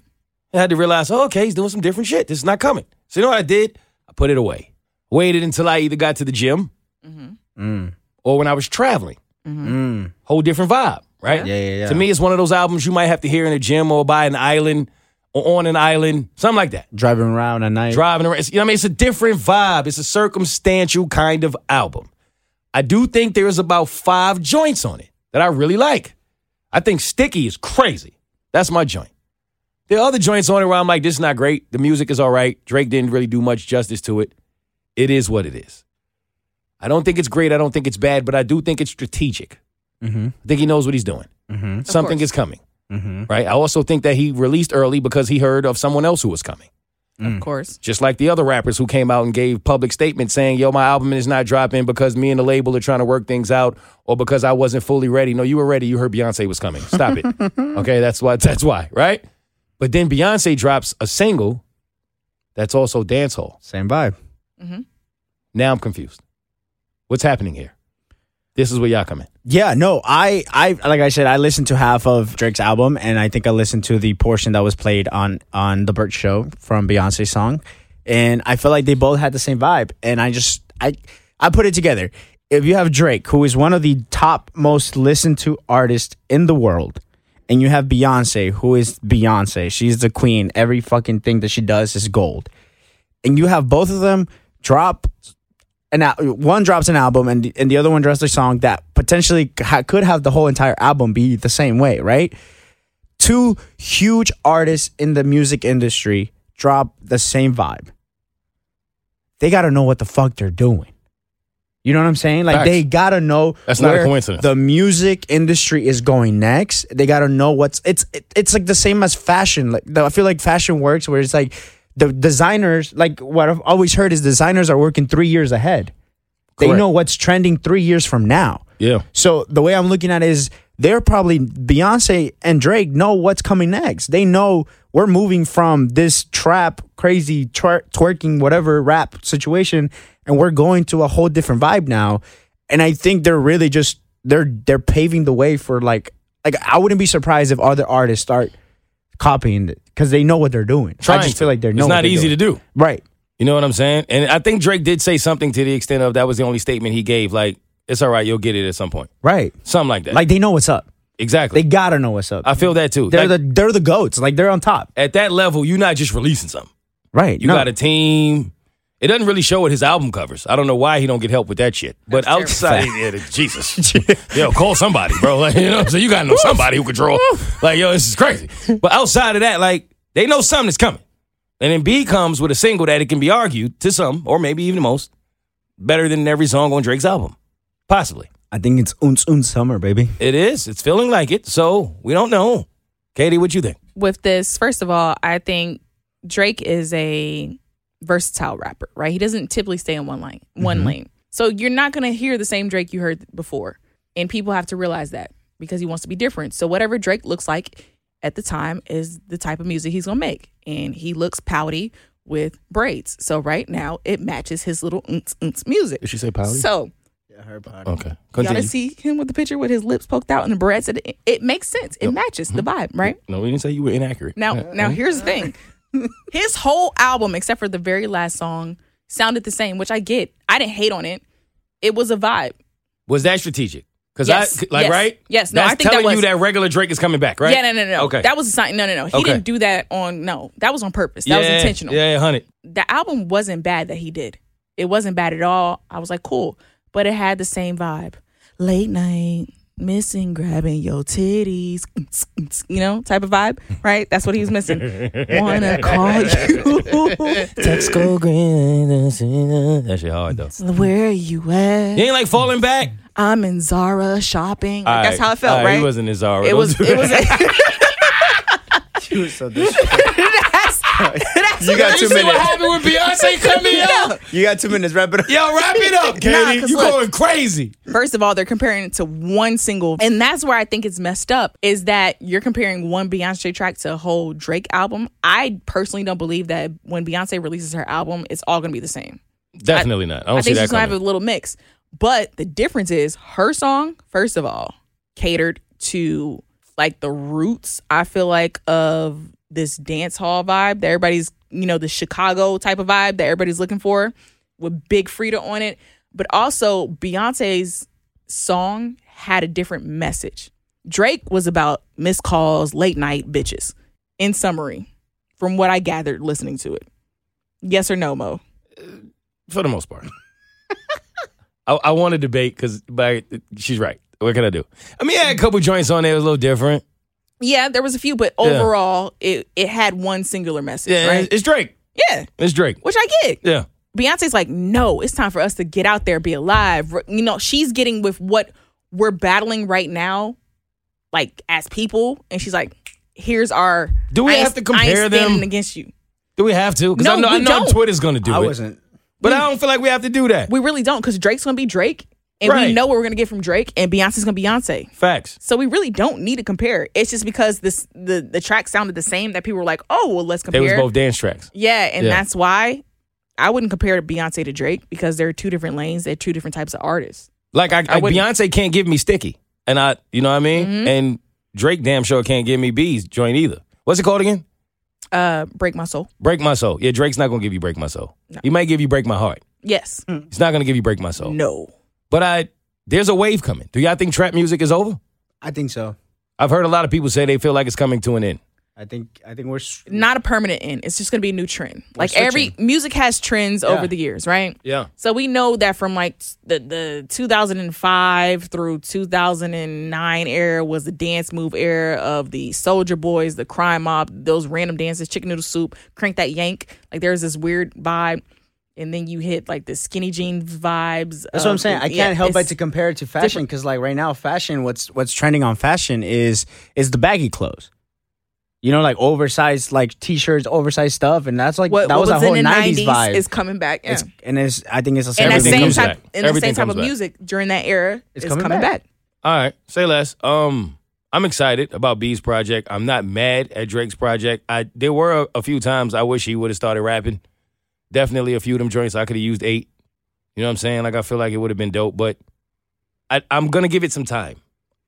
Speaker 1: I had to realize, oh, okay, he's doing some different shit. This is not coming. So you know what I did? I put it away. Waited until I either got to the gym
Speaker 2: Mm.
Speaker 1: or when I was traveling.
Speaker 2: Mm.
Speaker 1: whole different vibe, right?
Speaker 2: Yeah, yeah, yeah.
Speaker 1: To me, it's one of those albums you might have to hear in a gym or by an island or on an island, something like that.
Speaker 2: Driving around at night.
Speaker 1: Driving around, you know, what I mean, it's a different vibe. It's a circumstantial kind of album. I do think there's about five joints on it that I really like. I think Sticky is crazy. That's my joint. There are other joints on it where I'm like, this is not great. The music is all right. Drake didn't really do much justice to it. It is what it is. I don't think it's great. I don't think it's bad, but I do think it's strategic.
Speaker 2: mm-hmm.
Speaker 1: I think he knows what he's doing
Speaker 2: Mm-hmm.
Speaker 1: something
Speaker 3: course.
Speaker 1: is coming,
Speaker 2: Mm-hmm.
Speaker 1: right? I also think that he released early because he heard of someone else who was coming.
Speaker 3: of course.
Speaker 1: just like the other rappers who came out and gave public statements saying, yo, my album is not dropping because me and the label are trying to work things out or because I wasn't fully ready. No, you were ready. You heard Beyonce was coming. Stop it. okay, that's why that's why, right? But then Beyonce drops a single that's also dancehall.
Speaker 2: Same vibe.
Speaker 1: Now I'm confused. What's happening here? This is where y'all come in.
Speaker 2: Yeah, no, I, I, like I said, I listened to half of Drake's album, and I think I listened to the portion that was played on on the Burt Show from Beyonce's song, and I felt like they both had the same vibe, and I just, I, I put it together. If you have Drake, who is one of the top most listened to artists in the world, and you have Beyonce, who is Beyonce, she's the queen. Every fucking thing that she does is gold, and you have both of them drop an al- one drops an album and the, and the other one drops a song that potentially ha- could have the whole entire album be the same way, right? Two huge artists in the music industry drop the same vibe. They got to know what the fuck they're doing. You know what I'm saying? Like
Speaker 1: Facts.
Speaker 2: they got to know
Speaker 1: That's not a
Speaker 2: where
Speaker 1: coincidence.
Speaker 2: The music industry is going next. They got to know what's it's it- it's like the same as fashion. Like the, I feel like fashion works where it's like the designers like what I've always heard is designers are working 3 years ahead. They
Speaker 1: Correct.
Speaker 2: know what's trending 3 years from now.
Speaker 1: Yeah.
Speaker 2: So the way I'm looking at it is they're probably Beyonce and Drake know what's coming next. They know we're moving from this trap, crazy twer- twerking, whatever rap situation, and we're going to a whole different vibe now. And I think they're really just they're they're paving the way for like like I wouldn't be surprised if other artists start copying it because they know what they're doing. I just feel like they're
Speaker 1: It's not easy to do.
Speaker 2: do. Right.
Speaker 1: You know what I'm saying? And I think Drake did say something to the extent of that was the only statement he gave. Like, it's all right, you'll get it at some point.
Speaker 2: Right.
Speaker 1: Something like that.
Speaker 2: Like they know what's up.
Speaker 1: exactly.
Speaker 2: They gotta know what's up.
Speaker 1: I feel that too.
Speaker 2: they're
Speaker 1: Like,
Speaker 2: the they're the goats. Like they're on top.
Speaker 1: at that level, you're not just releasing something.
Speaker 2: Right.
Speaker 1: You
Speaker 2: No.
Speaker 1: got a team. It doesn't really show at his album covers. I don't know why he don't get help with that shit. But
Speaker 3: terrible.
Speaker 1: outside, yeah, the- Jesus, yo, call somebody, bro. Like, you know, what I'm saying? you gotta know somebody who can draw. Like, yo, this is crazy. But outside of that, like, they know something is coming. And then B comes with a single that it can be argued to some, or maybe even most, better than every song on Drake's album, possibly.
Speaker 2: I think it's uns uns summer, baby.
Speaker 1: It is. It's feeling like it. So we don't know. Katie, what you think?
Speaker 3: with this, first of all, I think Drake is a versatile rapper, right? He doesn't typically stay in one lane, one lane. So you're not going to hear the same Drake you heard before. And people have to realize that because he wants to be different. So whatever Drake looks like at the time is the type of music he's going to make. And he looks pouty with braids. So right now it matches his little unts, unts music.
Speaker 1: she say Polly?
Speaker 3: So
Speaker 1: okay.
Speaker 3: y'all
Speaker 1: Continue.
Speaker 3: to see him with the picture with his lips poked out and the braids. It, it makes sense. It matches the vibe, right?
Speaker 1: No, we didn't say you were inaccurate.
Speaker 3: Now, now here's the thing. His whole album, except for the very last song, sounded the same, which I get. I didn't hate on it. It was a vibe.
Speaker 1: Was that strategic? Because
Speaker 3: Yes,
Speaker 1: I like
Speaker 3: yes,
Speaker 1: right.
Speaker 3: yes. No, I
Speaker 1: That's
Speaker 3: think that
Speaker 1: telling
Speaker 3: was-
Speaker 1: you that regular Drake is coming back, right?
Speaker 3: Yeah, no, no, no.
Speaker 1: Okay,
Speaker 3: That was a sign. No, no, no. He
Speaker 1: Okay.
Speaker 3: didn't do that on. No, that was on purpose. That was
Speaker 1: Yeah,
Speaker 3: intentional.
Speaker 1: Yeah, honey.
Speaker 3: The album wasn't bad that he did. It wasn't bad at all. I was like, cool, but it had the same vibe. Late night, missing, grabbing your titties, you know, type of vibe, right? That's what he was missing. Wanna call you?
Speaker 1: Text go green. uh, That shit hard though.
Speaker 3: Where you at?
Speaker 1: You ain't like falling back.
Speaker 3: I'm in Zara shopping. Like, that's
Speaker 1: All
Speaker 3: how it felt,
Speaker 1: All
Speaker 3: right?
Speaker 1: He wasn't as alright.
Speaker 3: It was. It was.
Speaker 2: You so disrespectful.
Speaker 3: that's, that's
Speaker 2: You got two
Speaker 1: See what
Speaker 2: minutes.
Speaker 1: happened with Beyonce coming up?
Speaker 2: You got two minutes. Wrap it up.
Speaker 1: Yo, wrap it up, Katie.
Speaker 3: 'cause
Speaker 1: you
Speaker 3: look-
Speaker 1: going crazy?
Speaker 3: First of all, they're comparing it to one single, and that's where I think it's messed up. Is that you're comparing one Beyonce track to a whole Drake album? I personally don't believe that when Beyonce releases her album, it's all gonna be the same.
Speaker 1: Definitely not. I don't
Speaker 3: I
Speaker 1: see
Speaker 3: think
Speaker 1: that
Speaker 3: she's gonna
Speaker 1: coming.
Speaker 3: have a little mix. But the difference is her song, first of all, catered to like the roots, I feel like, of this dance hall vibe that everybody's, you know, the Chicago type of vibe that everybody's looking for with big Frida on it. But also Beyonce's song had a different message. Drake was about missed calls, late night bitches, in summary, from what I gathered listening to it. Yes or no, Mo?
Speaker 1: for the most part. I, I want to debate because, but she's right. What can I do? I mean, I had a couple joints on there. It was a little different.
Speaker 3: Yeah, there was a few, but
Speaker 1: Yeah.
Speaker 3: overall, it, it had one singular message,
Speaker 1: Yeah,
Speaker 3: right?
Speaker 1: it's Drake.
Speaker 3: yeah,
Speaker 1: It's Drake.
Speaker 3: which I get.
Speaker 1: Yeah.
Speaker 3: Beyonce's like, no, it's time for us to get out there, be alive. R- You know, she's getting with what we're battling right now, like as people, and she's like, here's our.
Speaker 1: Do we
Speaker 3: I ain't-
Speaker 1: have to
Speaker 3: I ain't
Speaker 1: compare them-
Speaker 3: standing against you?
Speaker 1: Do we have to? Because
Speaker 3: No,
Speaker 1: I know, I
Speaker 3: we
Speaker 1: know
Speaker 3: don't.
Speaker 1: Twitter's going to do
Speaker 2: I
Speaker 1: it.
Speaker 2: wasn't.
Speaker 1: But I don't feel like we have to do that.
Speaker 3: We really don't because Drake's gonna be Drake, and
Speaker 1: Right.
Speaker 3: we know what we're gonna get from Drake, and Beyonce's gonna Beyonce.
Speaker 1: Facts.
Speaker 3: So we really don't need to compare. It's just because this the the track sounded the same that people were like, oh well, let's
Speaker 1: They
Speaker 3: compare.
Speaker 1: was both dance tracks.
Speaker 3: Yeah, and
Speaker 1: Yeah.
Speaker 3: that's why I wouldn't compare Beyonce to Drake because they're two different lanes. They're two different types of artists.
Speaker 1: Like I, I
Speaker 3: wouldn't- Mm-hmm.
Speaker 1: Beyonce can't give me sticky, and I, you know what I mean. And Drake damn sure can't give me bees joint either. What's it called again?
Speaker 3: Uh, break my soul.
Speaker 1: Break my soul. Yeah, Drake's not gonna give you break my soul. He might give you break my heart.
Speaker 3: Yes.
Speaker 1: He's not gonna give you break my soul.
Speaker 3: No.
Speaker 1: But I, there's a wave coming. Do y'all think trap music is over?
Speaker 2: I think so.
Speaker 1: I've heard a lot of people say they feel like it's coming to an end.
Speaker 2: I think I think we're s-
Speaker 3: Not a permanent end. It's just gonna be a new trend. Like every music has trends over the years, right?
Speaker 1: Yeah.
Speaker 3: So we know that from like the the 2005 through 2009 era was the dance move era of the Soldier Boys, the Crime Mob, those random dances, chicken noodle soup, crank that yank. Like there's this weird vibe, and then you hit like the skinny jean vibes.
Speaker 2: That's
Speaker 3: of-
Speaker 2: what I'm saying. I
Speaker 3: yeah,
Speaker 2: can't help but
Speaker 3: it's-
Speaker 2: to compare it to fashion because, like, right now, fashion what's what's trending on fashion is is the baggy clothes. You know, like oversized, like t-shirts, oversized stuff, and that's like
Speaker 3: what,
Speaker 2: that
Speaker 3: what
Speaker 2: was,
Speaker 3: was
Speaker 2: a whole
Speaker 3: in the
Speaker 2: '90s, vibe.
Speaker 3: is coming back. Yeah.
Speaker 2: It's- and it's I think it's the same.
Speaker 3: and that
Speaker 1: Everything
Speaker 3: same
Speaker 1: comes
Speaker 3: type,
Speaker 1: back.
Speaker 3: and that
Speaker 1: Everything
Speaker 3: same type
Speaker 1: comes
Speaker 3: of
Speaker 1: back.
Speaker 3: music during that era
Speaker 2: It's
Speaker 3: is
Speaker 2: coming
Speaker 3: coming,
Speaker 2: back.
Speaker 3: back.
Speaker 1: All right, say less. Um, I'm excited about B's project. I'm not mad at Drake's project. I there were a, a few times I wish he would have started rapping. Definitely a few of them joints I could have used eight. You know what I'm saying? Like I feel like it would have been dope, but I, I'm gonna give it some time.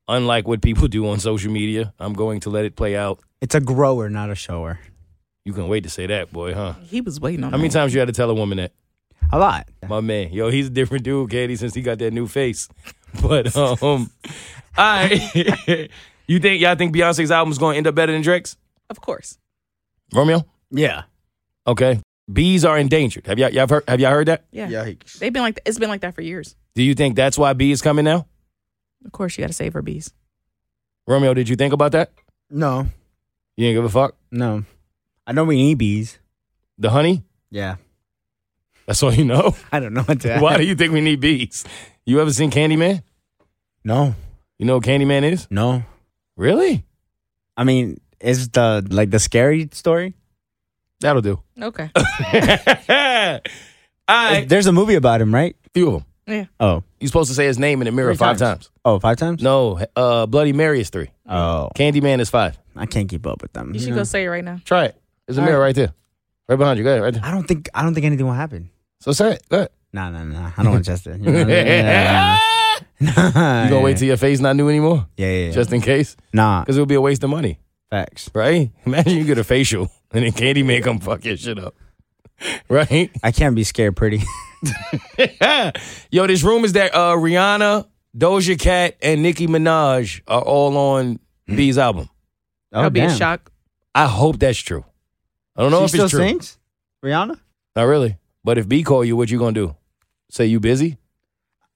Speaker 1: Unlike what people do on social media, I'm going to let it play out.
Speaker 2: It's a grower, not a shower.
Speaker 1: You can wait to say that, boy, huh?
Speaker 3: He was waiting on.
Speaker 1: How many
Speaker 3: that.
Speaker 1: times you had to tell a woman that?
Speaker 2: A lot.
Speaker 1: My man, yo, he's a different dude, Katie, since he got that new face. But um, I, you think y'all think Beyonce's album's gonna end up better than Drake's?
Speaker 3: Of course.
Speaker 1: Romeo,
Speaker 2: Yeah.
Speaker 1: okay. Bees are endangered. Have y'all, y'all heard? Have y'all heard that?
Speaker 3: Yeah.
Speaker 2: Yikes.
Speaker 3: They've been like it's been like that for years.
Speaker 1: Do you think that's why bees coming now?
Speaker 3: Of course, you got to save her bees.
Speaker 1: Romeo, did you think about that?
Speaker 2: No.
Speaker 1: You didn't give a fuck.
Speaker 2: No. I know we need bees.
Speaker 1: The honey.
Speaker 2: Yeah.
Speaker 1: That's all you know.
Speaker 2: I don't know what to.
Speaker 1: Why do you think we need bees? You ever seen Candyman?
Speaker 2: No.
Speaker 1: You know what Candyman is?
Speaker 2: No.
Speaker 1: Really?
Speaker 2: I mean, is the like the scary story?
Speaker 1: That'll do.
Speaker 3: Okay.
Speaker 1: All right.
Speaker 2: There's a movie about him, right?
Speaker 1: Few of them.
Speaker 3: yeah.
Speaker 2: Oh.
Speaker 1: You're supposed to say his name in the mirror
Speaker 2: Three
Speaker 1: five
Speaker 2: times.
Speaker 1: times.
Speaker 2: Oh, five times.
Speaker 1: No, uh, Bloody Mary is three.
Speaker 2: Oh.
Speaker 1: Candyman is five.
Speaker 2: I can't keep up with them.
Speaker 3: You should go say it right now.
Speaker 1: Try it. There's a
Speaker 2: All
Speaker 1: mirror right there, right behind you. Go ahead, right there.
Speaker 2: I don't think I don't think anything will happen.
Speaker 1: So say it. Go ahead.
Speaker 2: Nah, nah, nah. I don't want Justin. You
Speaker 1: you gonna wait till your face not new anymore,
Speaker 2: Yeah, yeah, yeah.
Speaker 1: just in case,
Speaker 2: nah.
Speaker 1: because it would be a waste of money,
Speaker 2: Facts.
Speaker 1: right? Imagine you get a facial and then Candyman come fuck your shit up, right?
Speaker 2: I can't be scared pretty.
Speaker 1: Yo, this rumors that uh, Rihanna, Doja Cat, and Nicki Minaj are all on B's album.
Speaker 2: Oh,
Speaker 3: That'll be
Speaker 2: damn.
Speaker 3: a shock.
Speaker 1: I hope that's true. I don't know
Speaker 2: she
Speaker 1: if
Speaker 2: still
Speaker 1: it's true.
Speaker 2: sings. Rihanna.
Speaker 1: Not really. But if B call you, what you gonna do? Say you busy?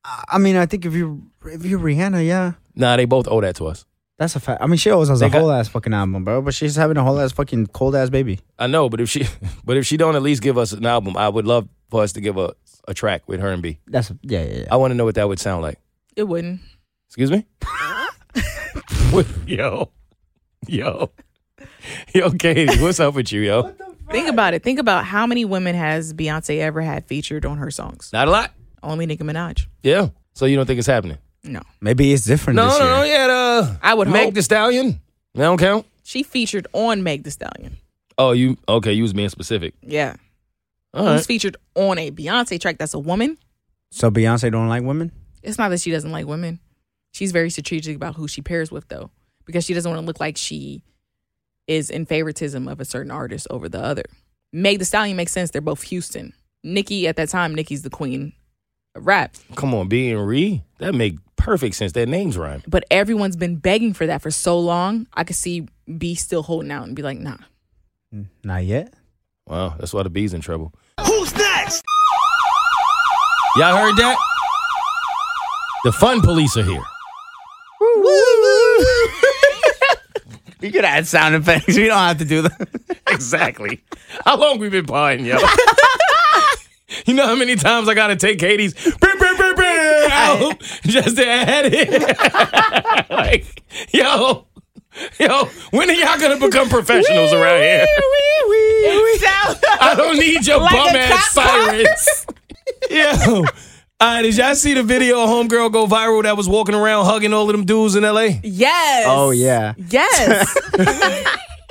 Speaker 2: I I mean, I think if you if you're Rihanna, yeah,
Speaker 1: Nah, they both owe that to us.
Speaker 2: that's a fact. I mean, she always has
Speaker 1: They
Speaker 2: a
Speaker 1: got-
Speaker 2: whole ass fucking album, bro. But she's having a whole ass fucking cold ass baby.
Speaker 1: I know, but if she, but if she don't at least give us an album, I would love for us to give a a track with her and B.
Speaker 2: That's yeah, yeah, yeah.
Speaker 1: I want to know what that would sound like.
Speaker 3: It wouldn't.
Speaker 1: Excuse me. What- yo, yo, yo, Katie, what's up with you, yo?
Speaker 3: Think about it. Think about how many women has Beyonce ever had featured on her songs?
Speaker 1: Not a lot.
Speaker 3: Only Nicki Minaj.
Speaker 1: Yeah. So you don't think it's happening?
Speaker 3: No,
Speaker 2: Maybe it's different.
Speaker 1: No,
Speaker 2: this
Speaker 1: no, no.
Speaker 2: year.
Speaker 1: Yeah, the,
Speaker 3: I would
Speaker 1: Meg
Speaker 3: hope.
Speaker 1: the Stallion. That don't count.
Speaker 3: she featured on Meg The Stallion.
Speaker 1: Oh, you okay? You was being specific.
Speaker 3: Yeah,
Speaker 1: All
Speaker 3: who's
Speaker 1: right.
Speaker 3: featured on a Beyonce track that's a woman.
Speaker 2: So Beyonce don't like women.
Speaker 3: It's not that she doesn't like women. She's very strategic about who she pairs with, though, because she doesn't want to look like she is in favoritism of a certain artist over the other. Meg The Stallion makes sense. They're both Houston. Nicki at that time, Nicki's the queen of rap.
Speaker 1: Come on, B and Ree. That make perfect sense. That names rhyme.
Speaker 3: but everyone's been begging for that for so long. I could see B still holding out and be like, nah.
Speaker 2: Not yet.
Speaker 1: Wow, that's why the bee's in trouble. Who's next? Y'all heard that? The fun police are here.
Speaker 2: We could add sound effects. We don't have to do them.
Speaker 1: Exactly. How long we been pawing, yo? you know how many times I gotta take Katie's "Brr, brr, brr, brr" out just to add it? like, yo, yo, when are y'all gonna become professionals around here?
Speaker 3: It sounds
Speaker 5: I don't need your
Speaker 3: Like a
Speaker 5: bum ass
Speaker 3: cop car.
Speaker 5: sirens.
Speaker 1: Yo. All right, did y'all see the video of homegirl go viral that was walking around hugging all of them dudes in LA?
Speaker 3: yes.
Speaker 2: Oh, yeah.
Speaker 3: Yes.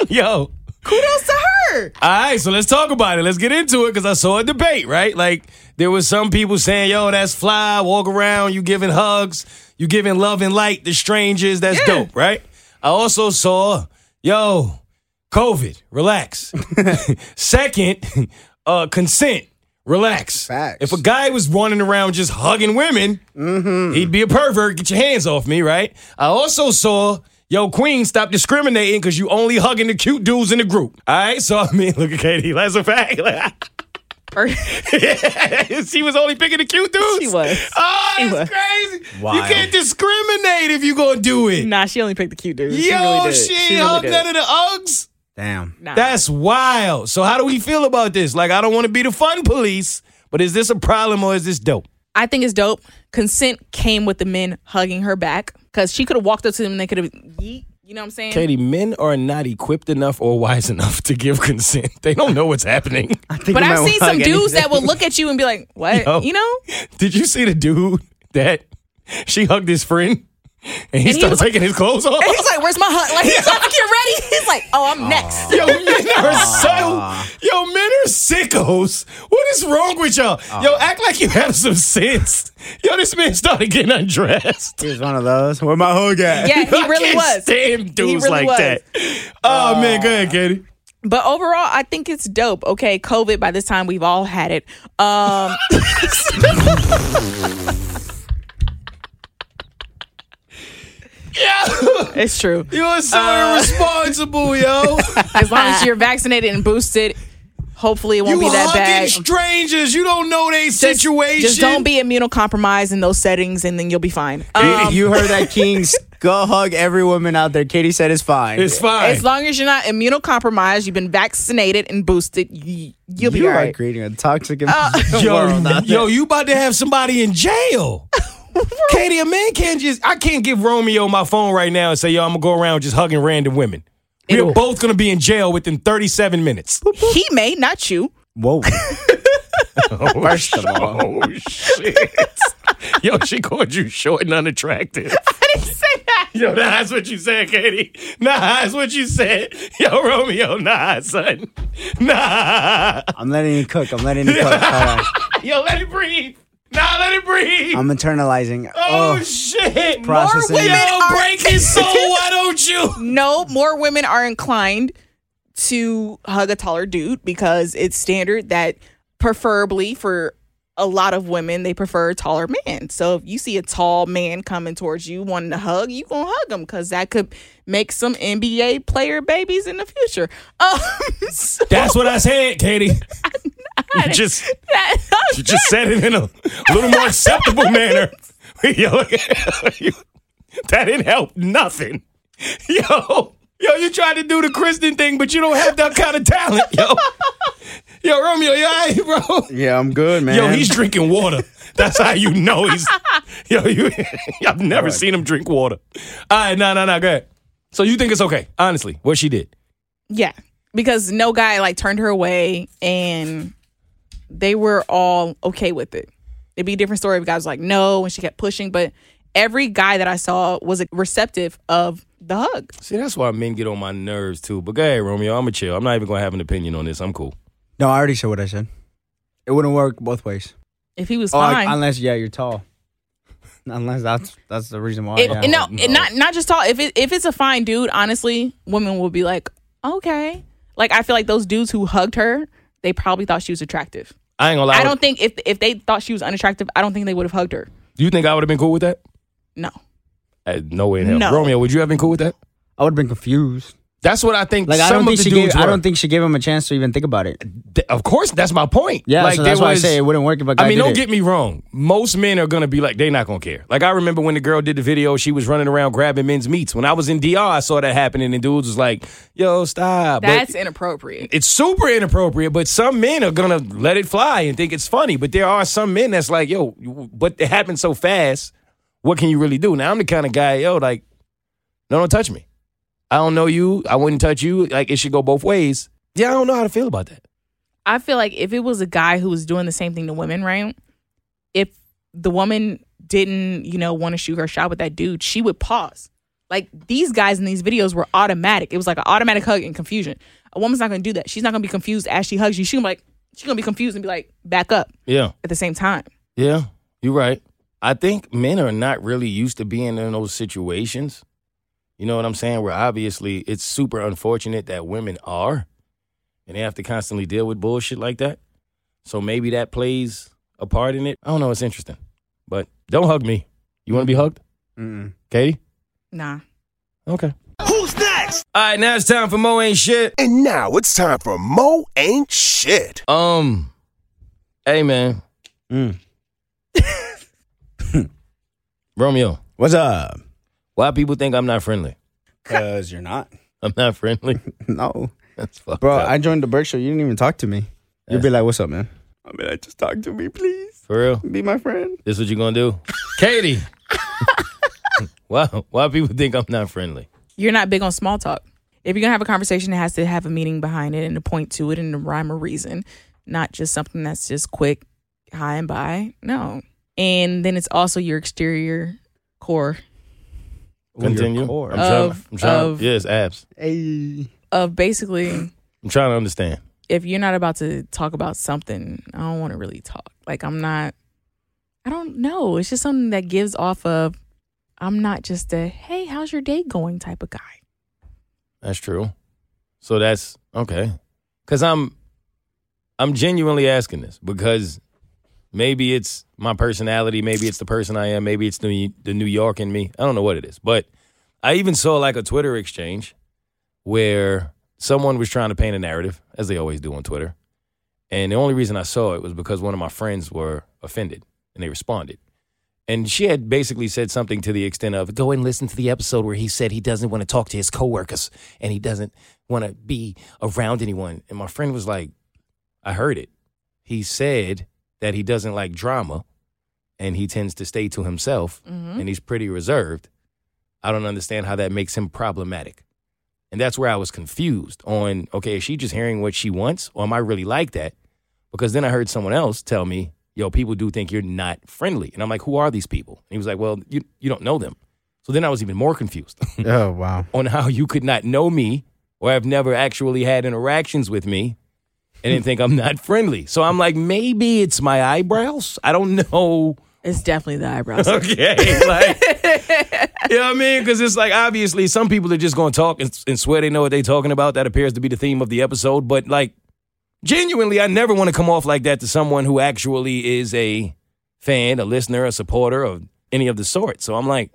Speaker 1: Yo.
Speaker 3: Kudos to her.
Speaker 1: All right, so let's talk about it. Let's get into it because I saw a debate, right? Like there was some people saying, "Yo, that's fly. Walk around, you giving hugs, you giving love and light to strangers. That's
Speaker 3: Yeah.
Speaker 1: dope, right?" I also saw, "Yo, COVID, relax." Second, uh, consent, relax.
Speaker 2: Facts.
Speaker 1: If a guy was running around just hugging women,
Speaker 2: Mm-hmm.
Speaker 1: he'd be a pervert. Get your hands off me, right? I also saw yo queen stop discriminating because you only hugging the cute dudes in the group. All right, so I mean, look at Katie. That's a fact. she was only picking the cute dudes.
Speaker 3: She was.
Speaker 1: Oh,
Speaker 3: She
Speaker 1: that's
Speaker 3: was.
Speaker 1: crazy. You
Speaker 2: Wild.
Speaker 1: can't discriminate if you gonna do it.
Speaker 3: nah, she only picked the cute dudes. she
Speaker 1: Yo,
Speaker 3: really did.
Speaker 1: she ain't
Speaker 3: really
Speaker 1: hugged
Speaker 3: did.
Speaker 1: none of the Uggs.
Speaker 2: Damn.
Speaker 3: Nah.
Speaker 1: That's wild. So how do we feel about this? Like, I don't want to be the fun police, but is this a problem or is this dope?
Speaker 3: I think it's dope. Consent came with the men hugging her back because she could have walked up to them and they could have yeet. You know what I'm saying?
Speaker 1: Katie, men are not equipped enough or wise enough to give consent. They don't know what's happening.
Speaker 3: but I've seen some dudes that will look at you and be like, "What?
Speaker 1: Yo.
Speaker 3: You know?"
Speaker 1: Did you see the dude that she hugged his friend and he
Speaker 3: And he
Speaker 1: started
Speaker 3: was-
Speaker 1: taking his clothes off?
Speaker 3: And he's like, "Where's my hug?" Like he's about to get ready. He's like, "Oh, I'm next."
Speaker 1: Yo, men are so. Yo, men are sickos. What is wrong with y'all? Yo, act like you have some sense. Yo, this man started getting undressed.
Speaker 2: He was one of those. Where my hug at?
Speaker 3: Yeah,
Speaker 1: I
Speaker 3: he really
Speaker 1: can't
Speaker 3: was.
Speaker 1: Stand dudes
Speaker 3: really
Speaker 1: like
Speaker 3: was.
Speaker 1: that. Oh man, go ahead, Katie.
Speaker 3: But overall, I think it's dope. Okay, COVID. By this time, we've all had it. Um,
Speaker 1: Yo,
Speaker 3: it's true.
Speaker 1: you're so
Speaker 3: Uh,
Speaker 1: irresponsible, yo.
Speaker 3: As long as you're vaccinated and boosted, hopefully it won't
Speaker 1: You
Speaker 3: be that
Speaker 1: hugging
Speaker 3: bad.
Speaker 1: strangers. You don't know their
Speaker 3: Just-
Speaker 1: situation.
Speaker 3: Just don't be immunocompromised in those settings, and then you'll be fine. Um,
Speaker 2: you heard that, Kings. Go hug every woman out there. Katie said it's fine.
Speaker 1: It's fine.
Speaker 3: As long as you're not immunocompromised, you've been vaccinated and boosted, you, you'll be
Speaker 2: you
Speaker 3: all
Speaker 2: are
Speaker 3: right.
Speaker 2: creating a toxic
Speaker 1: yo,
Speaker 2: world out there.
Speaker 1: yo, you about to have somebody in jail. Katie, a man can't just I can't give Romeo my phone right now and say, yo, I'm gonna go around just hugging random women. We're
Speaker 3: It'll-
Speaker 1: both gonna be in jail within 37 minutes.
Speaker 3: He may, not you.
Speaker 2: Whoa. First of all,
Speaker 1: Oh shit. Yo, she called you short and unattractive.
Speaker 3: I didn't say that.
Speaker 1: Yo, nah, that's what you said, Katie. Nah, that's what you said. Yo, Romeo, nah, son. Nah.
Speaker 2: I'm letting it cook. I'm letting it cook. All right.
Speaker 1: Yo, let it breathe. Nah, let it breathe.
Speaker 2: I'm internalizing.
Speaker 1: oh,
Speaker 2: Oh,
Speaker 1: shit.
Speaker 2: processing.
Speaker 3: women
Speaker 2: it.
Speaker 1: Yo,
Speaker 3: are-
Speaker 1: break his soul. Why don't you?
Speaker 3: No, more women are inclined to hug a taller dude because it's standard that, preferably for a lot of women, they prefer a taller man. So if you see a tall man coming towards you wanting to hug, you gonna hug him because that could make some NBA player babies in the future. Um, so
Speaker 1: That's what I said, Katie. You just,
Speaker 3: that,
Speaker 1: you just said it in a little more acceptable manner. Yo, you- that didn't help nothing. Yo, yo, you tried to do the Kristen thing, but you don't have that kind of talent, yo. Yo, Romeo, you all right, bro?
Speaker 2: Yeah, I'm good, man.
Speaker 1: Yo, he's drinking water. That's how you know he's. Yo, you, I've never seen him drink water. All right, no, no, no, go ahead. So you think it's okay, honestly, what she did?
Speaker 3: Yeah, because no guy like turned her away, and they were all okay with it. It'd be a different story if guys like no, and she kept pushing. But every guy that I saw was like, receptive of the hug.
Speaker 1: See, that's why men get on my nerves too. But go ahead, Romeo. I'm a chill. I'm not even gonna have an opinion on this. I'm cool.
Speaker 2: no, I already said what I said. It wouldn't work both ways.
Speaker 3: If he was
Speaker 2: Oh,
Speaker 3: fine,
Speaker 2: unless yeah, you're tall. Unless that's that's the reason why.
Speaker 3: If-
Speaker 2: yeah.
Speaker 3: no, it- not not just tall. If it, if it's a fine dude, honestly, women will be like, okay. Like I feel like those dudes who hugged her, they probably thought she was attractive.
Speaker 1: I ain't gonna lie.
Speaker 3: I don't think if if they thought she was unattractive, I don't think they would have hugged her.
Speaker 1: Do you think I would have been cool with that?
Speaker 3: No.
Speaker 1: Uh, no way in hell.
Speaker 3: No.
Speaker 1: Romeo, would you have been cool with that?
Speaker 2: I would have been confused.
Speaker 1: That's what I think.
Speaker 2: Like
Speaker 1: some
Speaker 2: I don't
Speaker 1: of
Speaker 2: think
Speaker 1: the
Speaker 2: she
Speaker 1: dudes
Speaker 2: gave. I
Speaker 1: were.
Speaker 2: don't think she gave him a chance to even think about it.
Speaker 1: Th- Of course, that's my point.
Speaker 2: Yeah,
Speaker 1: like
Speaker 2: so
Speaker 1: there
Speaker 2: that's why I
Speaker 1: was-
Speaker 2: say it wouldn't work if a guy
Speaker 1: I mean,
Speaker 2: did
Speaker 1: don't
Speaker 2: it.
Speaker 1: get me wrong. Most men are gonna be like, they're not gonna care. Like I remember when the girl did the video, she was running around grabbing men's meats. When I was in DR, I saw that happening, and dudes was like, "Yo, stop." But
Speaker 3: That's inappropriate.
Speaker 1: it's super inappropriate, but some men are gonna let it fly and think it's funny. But there are some men that's like, yo, but it happened so fast. What can you really do? Now I'm the kind of guy, yo, like, no, don't touch me. I don't know you. I wouldn't touch you. Like it should go both ways. Yeah, I don't know how to feel about that.
Speaker 3: I feel like if it was a guy who was doing the same thing to women, right? If the woman didn't, you know, want to shoot her shot with that dude, she would pause. Like these guys in these videos were automatic. It was like an automatic hug and confusion. A woman's not gonna do that. She's not gonna be confused as she hugs you. She's gonna be like, she's gonna be confused and be like, back up
Speaker 1: Yeah,
Speaker 3: at the same time.
Speaker 1: yeah, you're right. I think men are not really used to being in those situations. You know what I'm saying? Where obviously it's super unfortunate that women are, and they have to constantly deal with bullshit like that. So maybe that plays a part in it. I don't know. It's interesting, but don't hug me. You want to be hugged,
Speaker 2: Mm-mm.
Speaker 1: Katie?
Speaker 3: Nah.
Speaker 1: Okay.
Speaker 5: Who's next?
Speaker 1: All right, now it's time for Mo Ain't Shit.
Speaker 5: And now it's time for Mo Ain't Shit.
Speaker 1: Um, hey man,
Speaker 2: Mm.
Speaker 1: Romeo,
Speaker 2: What's up?
Speaker 1: why people think I'm not friendly?
Speaker 2: Cause you're not.
Speaker 1: I'm not friendly.
Speaker 2: No,
Speaker 1: That's fucked
Speaker 2: bro.
Speaker 1: up.
Speaker 2: I joined the Berkshire. You didn't even talk to me. You'd be like, "What's up, man?" I mean, like, just talk to me, please.
Speaker 1: for real.
Speaker 2: Be my friend.
Speaker 1: This what you gonna do, Katie? wow, why people think I'm not friendly?
Speaker 3: You're not big on small talk. If you're gonna have a conversation, it has to have a meaning behind it and a point to it and a rhyme or reason, not just something that's just quick, high and by. No. And then it's also your exterior core
Speaker 2: your
Speaker 1: Continue.
Speaker 2: core.
Speaker 1: I'm trying.
Speaker 3: Of-
Speaker 1: I'm trying.
Speaker 3: of-
Speaker 1: yes, abs.
Speaker 2: Hey.
Speaker 3: of basically
Speaker 1: I'm trying to understand.
Speaker 3: if you're not about to talk about something, I don't want to really talk. Like I'm not I don't know. It's just something that gives off of I'm not just a hey, how's your day going type of guy.
Speaker 1: That's true. So that's okay. Cause I'm I'm genuinely asking this because maybe it's my personality, maybe it's the person I am, maybe it's the the New York in me. I don't know what it is. But I even saw like a Twitter exchange where someone was trying to paint a narrative, as they always do on Twitter. And the only reason I saw it was because one of my friends were offended and they responded. And she had basically said something to the extent of, "Go and listen to the episode where he said he doesn't want to talk to his coworkers and he doesn't want to be around anyone." And my friend was like, "I heard it. He said that he doesn't like drama and he tends to stay to himself and he's pretty reserved. I don't understand how that makes him problematic." And that's where I was confused on, okay, is she just hearing what she wants or am I really like that? because then I heard someone else tell me, "Yo, people do think you're not friendly," and I'm like, "Who are these people?" And he was like, "Well, you you don't know them." So then I was even more confused
Speaker 2: Oh wow.
Speaker 1: on how you could not know me or have never actually had interactions with me and then think I'm not friendly. So I'm like, maybe it's my eyebrows. I don't know.
Speaker 3: It's definitely the eyebrows.
Speaker 1: Okay, like, you know what I mean? Because it's like obviously some people are just going to talk and, and swear they know what they're talking about. That appears to be the theme of the episode. But like, genuinely, I never want to come off like that to someone who actually is a fan, a listener, a supporter, or any of the sort. So I'm like,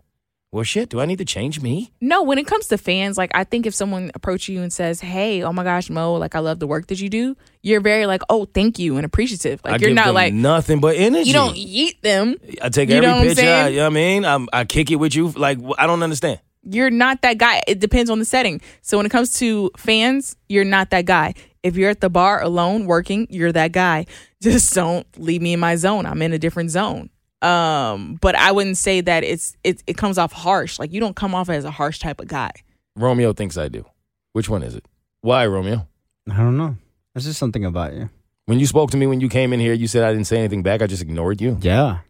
Speaker 1: well, shit. Do I need to change me?
Speaker 3: No, when it comes to fans, like I think if someone approaches you and says, "Hey, oh my gosh, Mo, like I love the work that you do," you're very like, "Oh, thank you," and appreciative. Like
Speaker 1: I
Speaker 3: you're
Speaker 1: give
Speaker 3: not
Speaker 1: them
Speaker 3: like
Speaker 1: nothing but energy.
Speaker 3: you don't yeet them.
Speaker 1: I take
Speaker 3: you
Speaker 1: every
Speaker 3: know what I'm
Speaker 1: picture. I,
Speaker 3: saying?
Speaker 1: you know what I mean? I'm, I kick it with you. Like I don't understand.
Speaker 3: You're not that guy. It depends on the setting. So when it comes to fans, you're not that guy. If you're at the bar alone working, you're that guy. Just don't leave me in my zone. I'm in a different zone. Um, but I wouldn't say that it's it it comes off harsh. Like you don't come off as a harsh type of guy.
Speaker 1: Romeo thinks I do. Which one is it? Why Romeo?
Speaker 2: I don't know. That's just something about you.
Speaker 1: When you spoke to me when you came in here, you said I didn't say anything back. I just ignored you.
Speaker 2: Yeah.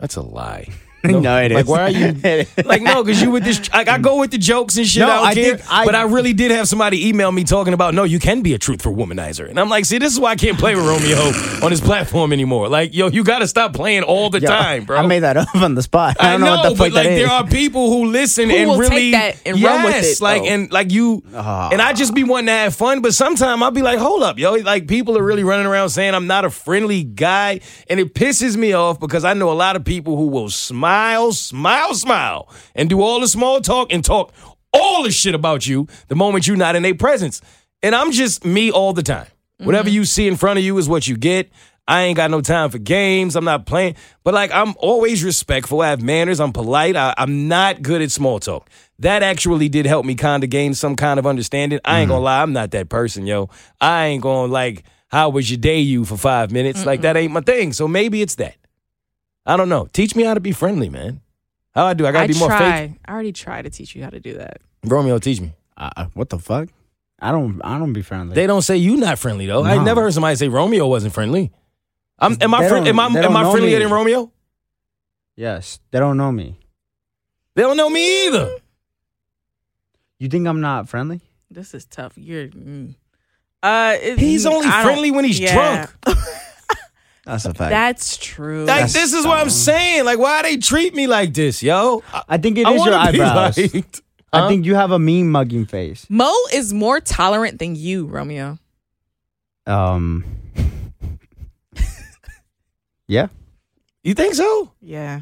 Speaker 1: That's a lie.
Speaker 2: No, it
Speaker 1: like,
Speaker 2: is.
Speaker 1: why are you? Like, no, because you with this. Like, I go with the jokes and shit.
Speaker 2: No,
Speaker 1: I don't
Speaker 2: I
Speaker 1: care.
Speaker 2: think I-
Speaker 1: but I really did have somebody email me talking about, no, you can be a truthful womanizer, and I'm like, see, this is why I can't play with Romeo on his platform anymore. Like, yo, you got to stop playing all the
Speaker 2: Yo,
Speaker 1: time, bro.
Speaker 2: I made that up on the spot. I
Speaker 1: I
Speaker 2: don't know, what the
Speaker 1: but
Speaker 2: fuck
Speaker 1: like
Speaker 2: that
Speaker 1: there
Speaker 2: is.
Speaker 1: are people who listen
Speaker 3: Who
Speaker 1: and
Speaker 3: will take
Speaker 1: really
Speaker 3: that and
Speaker 1: yes,
Speaker 3: run with it,
Speaker 1: like
Speaker 3: though.
Speaker 1: and like you and I just be wanting to have fun, but sometimes I'll be like, hold up, yo, like people are really running around saying I'm not a friendly guy, and it pisses me off because I know a lot of people who will smile, smile, smile, and do all the small talk and talk all the shit about you the moment you're not in their presence, and I'm just me all the time. Whatever you see in front of you is what you get. I ain't got no time for games. I'm not playing. But like, I'm always respectful. I have manners. I'm polite. I, I'm not good at small talk. That actually did help me kind of gain some kind of understanding. I ain't gonna lie. I'm not that person, yo. I ain't gonna like, how was your day, you, for five minutes? Like, that ain't my thing. So maybe it's that. I don't know. Teach me how to be friendly, man. How I do? I gotta
Speaker 3: I
Speaker 1: be more
Speaker 3: try.
Speaker 1: fake.
Speaker 3: I already tried to teach you how to do that.
Speaker 1: Romeo, teach me.
Speaker 2: Uh, what the fuck? I don't. I don't be friendly.
Speaker 1: They don't say you not friendly though. I
Speaker 2: No.
Speaker 1: never heard somebody say Romeo wasn't friendly. I'm, am I
Speaker 2: They
Speaker 1: friend,
Speaker 2: don't-
Speaker 1: am I
Speaker 2: they
Speaker 1: am
Speaker 2: don't
Speaker 1: I
Speaker 2: know
Speaker 1: friendlier
Speaker 2: me.
Speaker 1: than Romeo?
Speaker 2: yes, they don't know me.
Speaker 1: They don't know me either.
Speaker 2: You think I'm not friendly?
Speaker 3: This is tough. You're. Mm. Uh, it-
Speaker 1: He's
Speaker 3: mm,
Speaker 1: only
Speaker 3: I don't-
Speaker 1: friendly when he's
Speaker 3: yeah.
Speaker 1: drunk.
Speaker 2: That's a fact.
Speaker 3: That's true.
Speaker 1: Like
Speaker 2: That's
Speaker 1: this is what I'm
Speaker 2: dumb.
Speaker 1: saying. Like why they treat me like this, yo? I,
Speaker 2: I think it is
Speaker 1: I
Speaker 2: your
Speaker 1: wanna be
Speaker 2: eyebrows.
Speaker 1: liked. Huh?
Speaker 2: I think you have a mean mugging face.
Speaker 3: Mo is more tolerant than you, Romeo.
Speaker 2: Um. yeah,
Speaker 1: You think so?
Speaker 3: Yeah.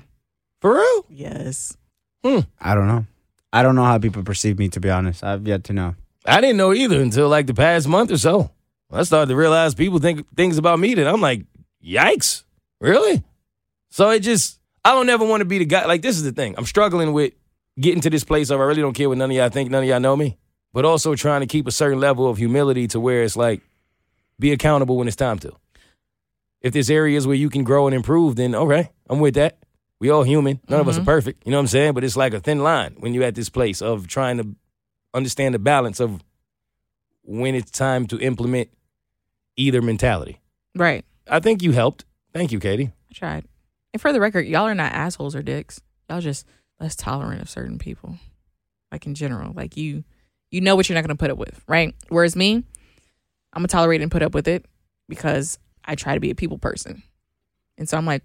Speaker 1: For real?
Speaker 3: Yes.
Speaker 2: I don't know. I don't know how people perceive me. To be honest, I've yet to know.
Speaker 1: I didn't know either until like the past month or so. I started to realize people think things about me that I'm like, yikes, really? So it just, I don't ever want to be the guy. Like, this is the thing. I'm struggling with getting to this place of I really don't care what none of y'all think, none of y'all know me, but also trying to keep a certain level of humility to where it's like, be accountable when it's time to. If there's areas where you can grow and improve, then okay, I'm with that. We all human. None of us are perfect. You know what I'm saying? But it's like a thin line when you're at this place of trying to understand the balance of when it's time to implement either mentality.
Speaker 3: Right.
Speaker 1: I think you helped. Thank you, Katie.
Speaker 3: I tried. And for the record, y'all are not assholes or dicks. Y'all just less tolerant of certain people. Like in general. Like you you know what you're not gonna put up with, right? Whereas me, I'm gonna tolerate and put up with it because I try to be a people person. And so I'm like,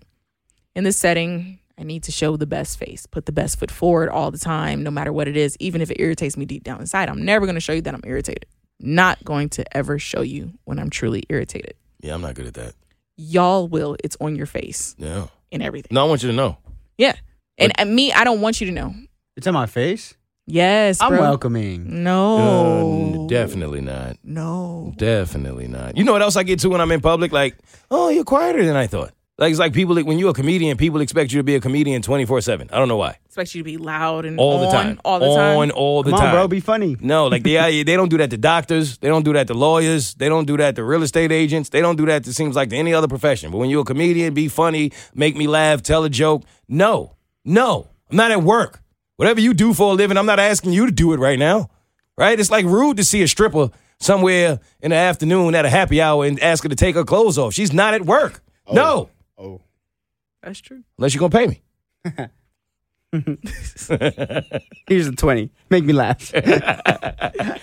Speaker 3: in this setting, I need to show the best face, put the best foot forward all the time, no matter what it is, even if it irritates me deep down inside. I'm never gonna show you that I'm irritated. Not going to ever show you when I'm truly irritated.
Speaker 1: Yeah, I'm not good at that.
Speaker 3: Y'all will, it's on your face
Speaker 1: Yeah.
Speaker 3: and everything.
Speaker 1: No, I want you to know.
Speaker 3: Yeah. And, and me, I don't want you to know.
Speaker 2: It's in my face.
Speaker 3: Yes,
Speaker 2: I'm
Speaker 3: bro.
Speaker 2: welcoming.
Speaker 3: No.
Speaker 1: Uh, definitely not.
Speaker 3: No.
Speaker 1: Definitely not. You know what else I get to when I'm in public? Like, oh, you're quieter than I thought. Like it's like people when you're a comedian, people expect you to be a comedian 24 seven. I don't know why.
Speaker 3: Expect you to be loud and
Speaker 1: All
Speaker 3: on,
Speaker 1: the time.
Speaker 3: All the
Speaker 1: On
Speaker 3: time.
Speaker 1: all the
Speaker 2: Come
Speaker 1: time.
Speaker 2: on, bro, be funny.
Speaker 1: No, like they they don't do that to doctors. They don't do that to lawyers. They don't do that to real estate agents. They don't do that. to seems like to any other profession. But when you're a comedian, be funny, make me laugh, tell a joke. No, no, I'm not at work. Whatever you do for a living, I'm not asking you to do it right now. Right? It's like rude to see a stripper somewhere in the afternoon at a happy hour and ask her to take her clothes off. She's not at work. No,
Speaker 2: Oh,
Speaker 3: That's true.
Speaker 1: unless you're gonna pay me.
Speaker 2: here's a twenty. Make me laugh.
Speaker 1: Oh,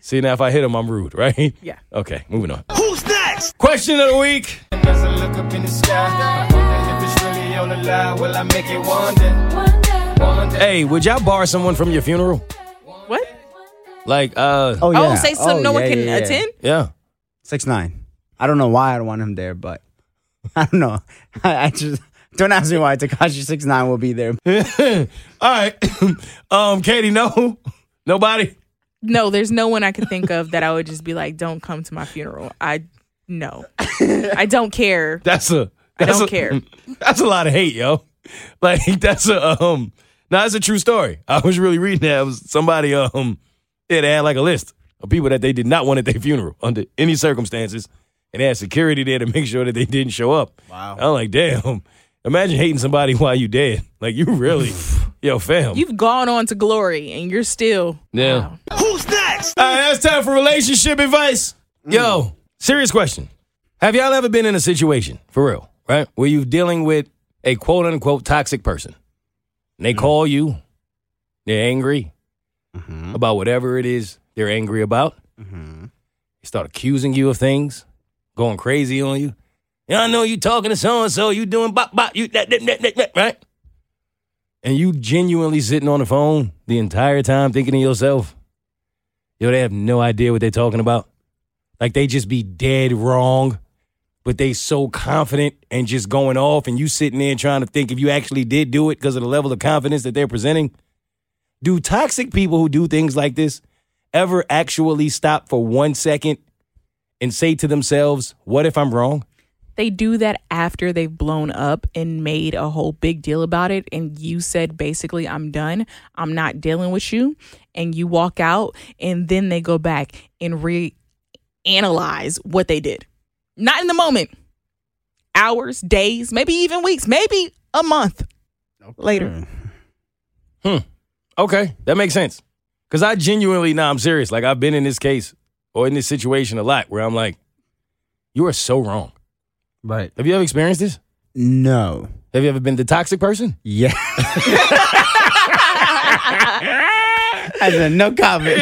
Speaker 1: See now, if I hit him, I'm rude, right?
Speaker 3: Yeah.
Speaker 1: Okay, moving on.
Speaker 5: Who's next?
Speaker 1: Question of the week.
Speaker 6: As I look up in the sky, I wonder if it's really on the line. Will I make it one day? One day.
Speaker 1: Hey, would y'all bar someone from your funeral?
Speaker 3: What?
Speaker 1: Like, uh,
Speaker 2: Oh yeah.
Speaker 3: Oh, say something no one
Speaker 2: yeah,
Speaker 3: can
Speaker 2: yeah, yeah.
Speaker 3: attend?
Speaker 1: yeah.
Speaker 2: Six nine. I don't know why I don't want him there, but I don't know. I, I just don't ask me why Takashi six nine will be there.
Speaker 1: All right. um, Katie, no, nobody.
Speaker 3: No, there's no one I can think of that I would just be like, don't come to my funeral. I, no. I don't care.
Speaker 1: That's a.
Speaker 3: I
Speaker 1: That's
Speaker 3: don't
Speaker 1: a-
Speaker 3: care.
Speaker 1: That's a lot of hate, yo. Like that's a um. No, that's a true story. I was really reading that. It was somebody um. Yeah, they had like a list of people that they did not want at their funeral under any circumstances, and they had security there to make sure that they didn't show up. Wow. I'm like, damn. Imagine hating somebody while you dead. Like you really, yo, fam.
Speaker 3: You've gone on to glory and you're still.
Speaker 1: Yeah.
Speaker 3: Wow.
Speaker 5: Who's next? Mm.
Speaker 1: All right, that's time for relationship advice. Yo, serious question. Have y'all ever been in a situation, for real, right, where you're dealing with a quote unquote toxic person? And
Speaker 5: Mm.
Speaker 1: they call you, they're angry
Speaker 5: Mm-hmm.
Speaker 1: about whatever it is they're angry about. They start accusing you of things, going crazy on you. Yeah, I know you talking to so and so, you doing bop bop, you that, that, that, that, that, right? And you genuinely sitting on the phone the entire time thinking to yourself, Yo, they have no idea what they're talking about. Like they just be dead wrong, but they so confident and just going off, and you sitting there trying to think if you actually did do it because of the level of confidence that they're presenting. Do toxic people who do things like this ever actually stop for one second and say to themselves, What if I'm wrong?
Speaker 3: They do that after they've blown up and made a whole big deal about it. And you said, basically, I'm done. I'm not dealing with you. And you walk out, and then they go back and reanalyze what they did. Not in the moment, hours, days, maybe even weeks, maybe a month later.
Speaker 1: Okay, that makes sense. Cause I genuinely, nah, I'm serious. Like I've been in this case or in this situation a lot where I'm like, you are so wrong.
Speaker 2: Right.
Speaker 1: Have you ever experienced this?
Speaker 2: No.
Speaker 1: Have you ever been the toxic person?
Speaker 2: Yeah. I said no comment.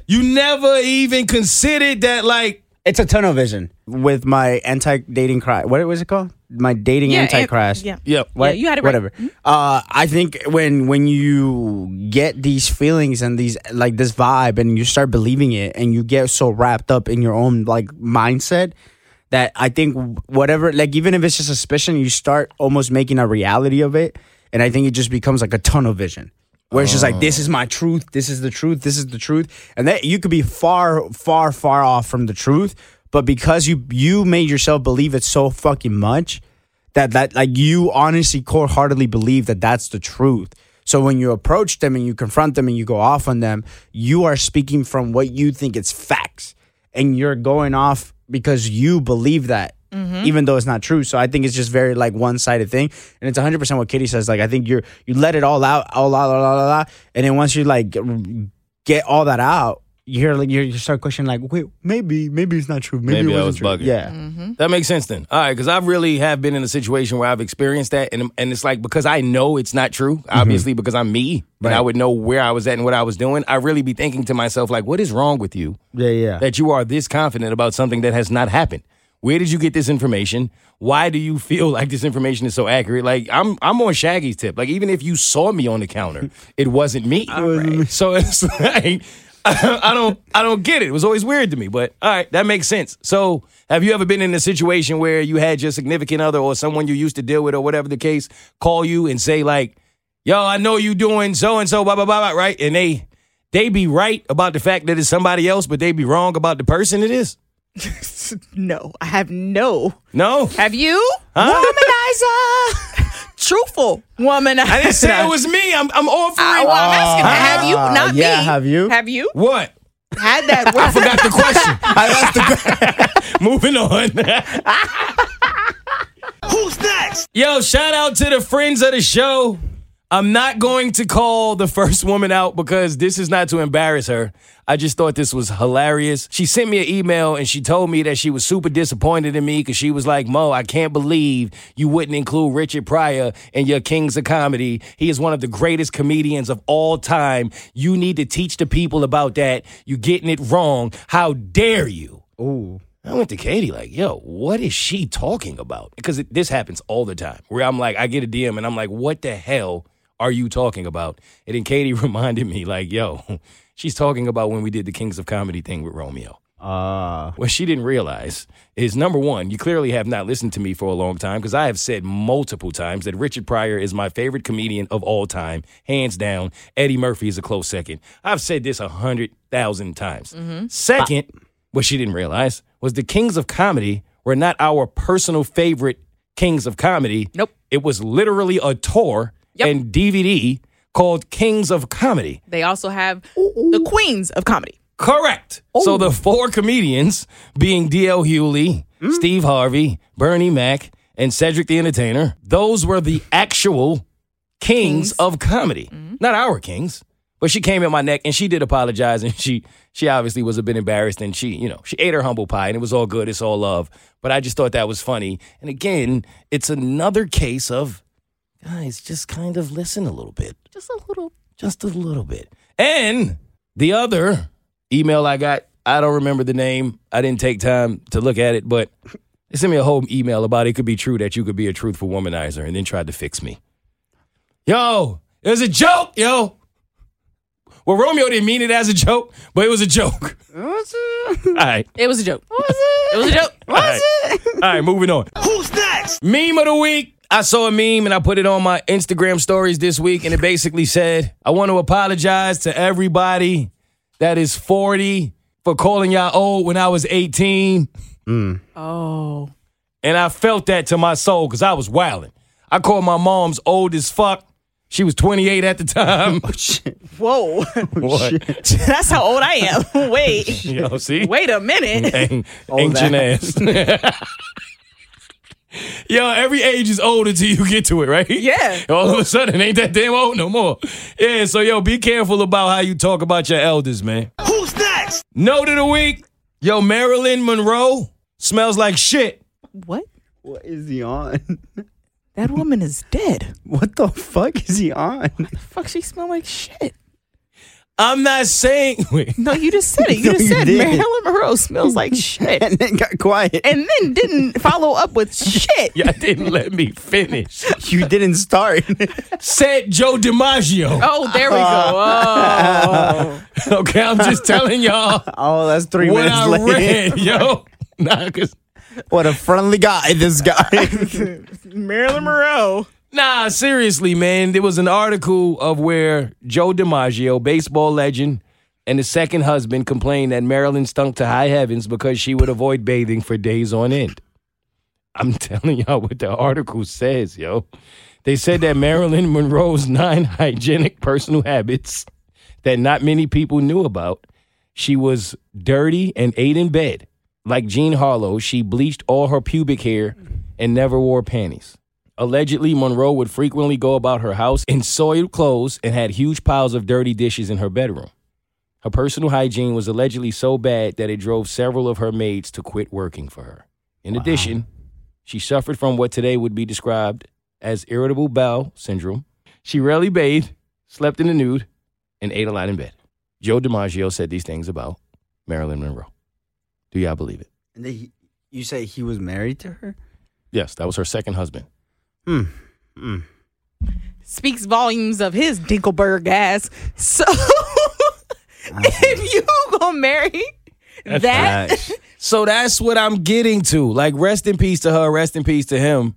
Speaker 1: you never even considered that, like,
Speaker 2: It's a tunnel vision with my anti dating cry. What was it called? My dating
Speaker 3: Yeah,
Speaker 2: anti
Speaker 3: and-
Speaker 2: crash.
Speaker 3: yeah.
Speaker 1: yeah,
Speaker 2: What?
Speaker 3: Yeah, you had it right. Mm-hmm.
Speaker 2: Whatever. Uh, I think when when you get these feelings and these like this vibe, and you start believing it, and you get so wrapped up in your own like mindset that I think whatever, like even if it's just a suspicion, you start almost making a reality of it, and I think it just becomes like a tunnel vision. Where it's just like this is my truth, this is the truth, this is the truth, and that you could be far, far, far off from the truth, but because you you made yourself believe it so fucking much, that that like you honestly core heartedly believe that that's the truth so when you approach them and you confront them and you go off on them you are speaking from what you think is facts and you're going off because you believe that even though it's not true so i think it's just very like one-sided thing and it's 100% what kitty says like i think you're you let it all out all out all out, all out and then once you like get all that out you hear like you're- you start questioning like wait maybe maybe it's not true maybe,
Speaker 1: Maybe
Speaker 2: it
Speaker 1: I
Speaker 2: wasn't
Speaker 1: was
Speaker 2: true.
Speaker 1: bugging.
Speaker 2: yeah
Speaker 1: That makes sense then. All right, because I really have been in a situation where I've experienced that, and and it's like because I know it's not true. Obviously, because I'm me, and I would know where I was at and what I was doing. I really be thinking to myself like, what is wrong with you
Speaker 2: yeah yeah
Speaker 1: that you are this confident about something that has not happened? Where did you get this information? Why do you feel like this information is so accurate? Like I'm I'm on Shaggy's tip. Like even if you saw me on the counter, it wasn't me. So it's like I don't I don't get it. It was always weird to me, but all right, that makes sense. So have you ever been in a situation where you had your significant other or someone you used to deal with or whatever the case call you and say like, "Yo, I know you doing so and so, blah blah blah," blah, right? And they they be right about the fact that it's somebody else, but they be wrong about the person it is.
Speaker 3: No, I have no.
Speaker 1: No,
Speaker 3: Have you? Womanizer. Truthful womanizer.
Speaker 1: I didn't say it was me. I'm I'm
Speaker 3: I,
Speaker 1: offering.
Speaker 3: well, I'm asking.
Speaker 1: Ah.
Speaker 3: have you? Not
Speaker 2: Yeah,
Speaker 3: me.
Speaker 2: have you?
Speaker 3: Have you
Speaker 1: what?
Speaker 3: had that?
Speaker 1: I forgot the question. I lost the. Moving on.
Speaker 5: Who's next?
Speaker 1: Yo, shout out to the friends of the show. I'm not going to call the first woman out because this is not to embarrass her. I just thought this was hilarious. She sent me an email and she told me that she was super disappointed in me because she was like, Mo, I can't believe you wouldn't include Richard Pryor in your Kings of Comedy. He is one of the greatest comedians of all time. You need to teach the people about that. you getting it wrong. How dare you? I went to Katie like, yo, what is she talking about? Because it, this happens all the time where I'm like, I get a DM and I'm like, what the hell are you talking about? And then Katie reminded me like, yo, she's talking about when we did the Kings of Comedy thing with Romeo.
Speaker 2: uh
Speaker 1: What she didn't realize is number one, you clearly have not listened to me for a long time because I have said multiple times that Richard Pryor is my favorite comedian of all time, hands down. Eddie Murphy is a close second. I've said this a hundred thousand times.
Speaker 3: Mm-hmm.
Speaker 1: Second, what she didn't realize was the Kings of Comedy were not our personal favorite Kings of Comedy.
Speaker 3: Nope.
Speaker 1: It was literally a tour
Speaker 3: Yep.
Speaker 1: and DVD called Kings of Comedy.
Speaker 3: They also have the queens of comedy.
Speaker 1: Correct. So
Speaker 3: Oh.
Speaker 1: the four comedians being D.L. Hewley,
Speaker 3: Hmm?
Speaker 1: Steve Harvey, Bernie Mac, and Cedric the Entertainer, those were the actual kings, of comedy.
Speaker 3: Hmm?
Speaker 1: Not our kings. But she came at my neck and she did apologize and she she obviously was a bit embarrassed and she, you know, she ate her humble pie and it was all good, it's all love. But I just thought that was funny. And again, it's another case of guys, just kind of listen a little bit
Speaker 3: Just a little.
Speaker 1: just a little bit. And the other email I got, I don't remember the name. I didn't take time to look at it, but they sent me a whole email about it could be true that you could be a truthful womanizer and then tried to fix me. Yo, it was a joke, yo. Well, Romeo didn't mean it as a joke, but it was a joke. All right.
Speaker 3: It was a joke. Was it? It was a joke.
Speaker 1: All right. All right, moving on.
Speaker 5: Who's next?
Speaker 1: Meme of the week. I saw a meme and I put it on my Instagram stories this week, and it basically said, I want to apologize to everybody that is 40 for calling y'all old when I was 18.
Speaker 3: Oh,
Speaker 1: And I felt that to my soul because I was wilding. I called my mom's old as fuck. She was 28 at the time.
Speaker 3: whoa!
Speaker 1: What?
Speaker 3: That's how old I am. Wait,
Speaker 1: Yo, see?
Speaker 3: wait a minute.
Speaker 1: Ang- ancient ass. Yo, every age is old until you get to it, right?
Speaker 3: Yeah.
Speaker 1: All of a sudden, ain't that damn old no more. Yeah, so yo, be careful about how you talk about your elders, man.
Speaker 5: Who's next? next?
Speaker 1: Note of the week. Yo, Marilyn Monroe smells like shit.
Speaker 3: What?
Speaker 2: What is he on?
Speaker 3: That woman is dead.
Speaker 2: What the fuck is he on?
Speaker 3: Fuck, she smell like shit.
Speaker 1: I'm not saying. Wait.
Speaker 3: No, you just said it. You
Speaker 2: No,
Speaker 3: just
Speaker 2: you
Speaker 3: said
Speaker 2: didn't.
Speaker 3: Marilyn Monroe smells like shit,
Speaker 2: and then got quiet.
Speaker 3: and then didn't follow up with shit.
Speaker 1: Y'all didn't let me finish.
Speaker 2: you didn't start.
Speaker 1: Said Joe DiMaggio.
Speaker 3: Oh, there we go. Oh.
Speaker 1: Okay, I'm just telling y'all
Speaker 2: oh, that's three
Speaker 1: what
Speaker 2: minutes
Speaker 1: I
Speaker 2: late.
Speaker 1: read, yo. Nah, cause
Speaker 2: What a friendly guy, this guy.
Speaker 3: Marilyn Monroe.
Speaker 1: Nah, seriously, man. There was an article of where Joe DiMaggio, baseball legend, and his second husband complained that Marilyn stunk to high heavens because she would avoid bathing for days on end. I'm telling y'all what the article says, yo. They said that Marilyn Monroe's nine hygienic personal habits that not many people knew about. She was dirty and ate in bed. Like Jean Harlow, she bleached all her pubic hair and never wore panties. Allegedly, Monroe would frequently go about her house in soiled clothes and had huge piles of dirty dishes in her bedroom. Her personal hygiene was allegedly so bad that it drove several of her maids to quit working for her. In addition, she suffered from what today would be described as irritable bowel syndrome. She rarely bathed, slept in the nude, and ate a lot in bed. Joe DiMaggio said these things about Marilyn Monroe. Do y'all believe it?
Speaker 2: And then he- you say he was married to her?
Speaker 1: Yes, that was her second husband.
Speaker 3: Speaks volumes of his Dinkelberg ass. So if you gonna marry that,
Speaker 2: Facts.
Speaker 1: So that's what I'm getting to. Like, rest in peace to her, rest in peace to him.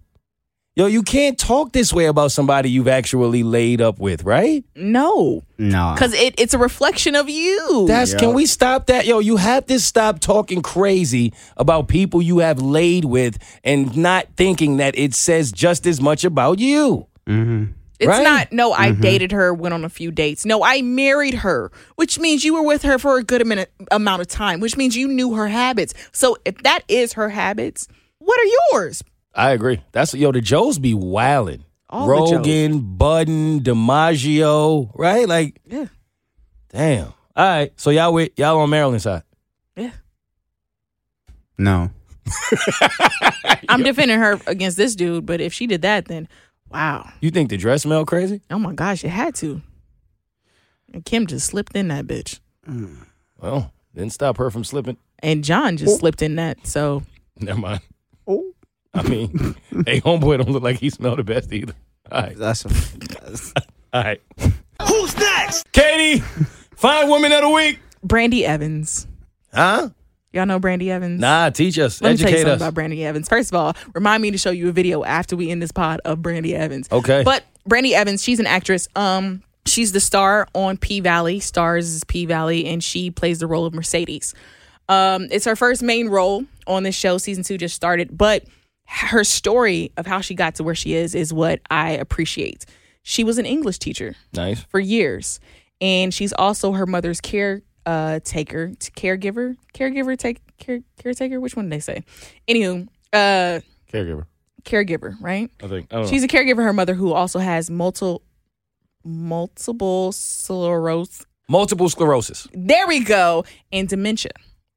Speaker 1: Yo, you can't talk this way about somebody you've actually laid up with, right?
Speaker 3: no,
Speaker 2: no.
Speaker 3: because it, it's a reflection of you.
Speaker 1: That's
Speaker 2: Yeah.
Speaker 1: can we stop that? Yo, you have to stop talking crazy about people you have laid with and not thinking that it says just as much about you.
Speaker 3: It's
Speaker 1: Right.
Speaker 3: not, no, I dated her, went on a few dates. No, I married her, which means you were with her for a good amount amount of time, which means you knew her habits. So if that is her habits, what are yours?
Speaker 1: I agree. That's yo, the Joes be wildin'.
Speaker 3: All the Joes.
Speaker 1: Rogan, Budden, DiMaggio, right? Like,
Speaker 3: Yeah.
Speaker 1: damn. All right. So y'all with y'all on Maryland side.
Speaker 3: Yeah.
Speaker 2: No.
Speaker 3: I'm defending her against this dude, but if she did that, then wow.
Speaker 1: You think the dress smell crazy?
Speaker 3: Oh my gosh, it had to. And Kim just slipped in that bitch.
Speaker 1: Well, didn't stop her from slipping.
Speaker 3: And John just slipped in that. So
Speaker 1: Never mind. I mean, hey, homeboy don't look like he smelled the best either. All right.
Speaker 2: That's a, that's-
Speaker 1: All right.
Speaker 5: Who's next?
Speaker 1: Katie, fine woman of the week.
Speaker 3: Brandy Evans.
Speaker 1: Huh?
Speaker 3: Y'all know Brandy Evans?
Speaker 1: Nah, teach us.
Speaker 3: Let me tell you
Speaker 1: educate
Speaker 3: something
Speaker 1: us.
Speaker 3: about Brandy Evans. First of all, remind me to show you a video after we end this pod of Brandy Evans.
Speaker 1: Okay.
Speaker 3: But Brandy Evans, she's an actress. Um, she's the star on P Valley. Stars is P Valley, and she plays the role of Mercedes. Um, it's her first main role on this show. Season two just started, but her story of how she got to where she is is what I appreciate. She was an English teacher
Speaker 1: nice.
Speaker 3: for years, and she's also her mother's care uh taker, t- caregiver, caregiver, take care, caretaker. Which one did they say? Anywho, uh,
Speaker 1: Caregiver.
Speaker 3: caregiver, right?
Speaker 1: I think. I don't
Speaker 3: She's a caregiver. Her mother, who also has multiple multiple sclerosis.
Speaker 1: know. Multiple sclerosis.
Speaker 3: There we go, and dementia.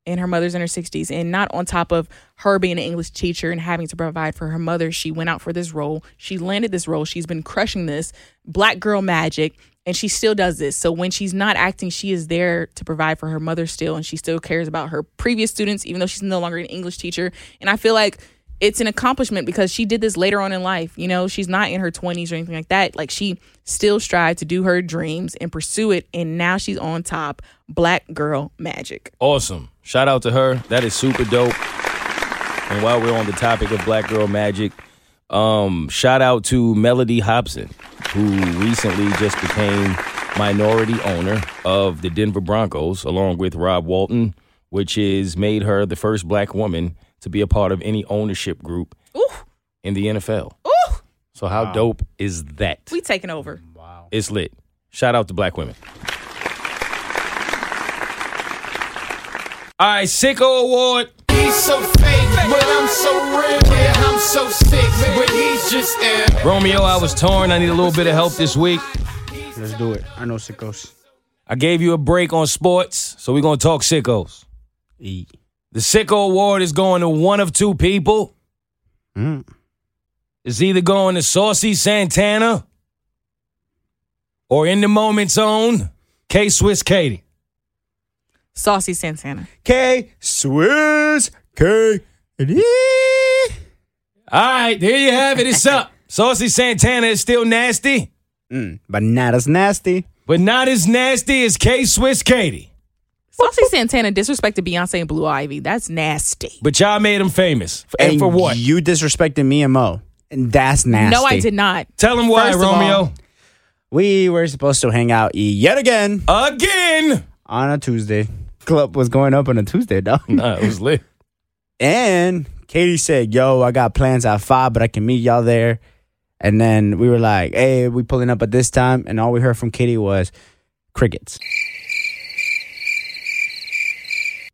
Speaker 3: And her mother's in her 60s. And not on top of her being an English teacher and having to provide for her mother, she went out for this role. She landed this role. She's been crushing this black girl magic, and she still does this. So when she's not acting, she is there to provide for her mother still, and she still cares about her previous students, even though she's no longer an English teacher. And I feel like it's an accomplishment because she did this later on in life. You know, she's not in her 20s or anything like that. Like she still strived to do her dreams and pursue it. And now she's on top. Black girl magic.
Speaker 1: Awesome. Shout out to her. That is super dope. And while we're on the topic of Black Girl Magic, um, shout out to Melody Hobson, who recently just became minority owner of the Denver Broncos, along with Rob Walton, which is made her the first black woman to be a part of any ownership group
Speaker 3: Ooh,
Speaker 1: in the NFL.
Speaker 3: ooh,
Speaker 1: So how dope is that?
Speaker 3: we taking over.
Speaker 1: It's lit. Shout out to black women. All right, Sicko Award.
Speaker 6: He's so fake, but I'm so real. Yeah, I'm so sick, but he's just ill.
Speaker 1: Romeo, I was torn. I need a little bit of help this week.
Speaker 2: let's do it. I know sickos.
Speaker 1: I gave you a break on sports, so we're gonna talk sickos.
Speaker 2: E.
Speaker 1: The sicko award is going to one of two people.
Speaker 2: Mm.
Speaker 1: It's either going to Saucy Santana or in the moment's own K Swiss Katie.
Speaker 3: Saucy Santana.
Speaker 2: K Swiss K E. D.
Speaker 1: All right, there you have it. It's up. Saucy Santana is still nasty,
Speaker 2: Mm, but not as nasty.
Speaker 1: but not as nasty as K Swiss Katie.
Speaker 3: Saucy Santana disrespected Beyonce and Blue Ivy. That's nasty.
Speaker 1: But y'all made him famous. And, for what?
Speaker 2: You disrespected me and Mo. And that's nasty.
Speaker 3: No, I did not.
Speaker 1: Tell him why,
Speaker 3: First of all-
Speaker 1: Romeo.
Speaker 2: We were supposed to hang out yet again
Speaker 1: Again.
Speaker 2: on a Tuesday. Club was going up on a Tuesday, dog.
Speaker 1: Nah, it was lit.
Speaker 2: And Katie said, Yo, I got plans at five, but I can meet y'all there. And then we were like, Hey, we pulling up at this time. And all we heard from Katie was crickets.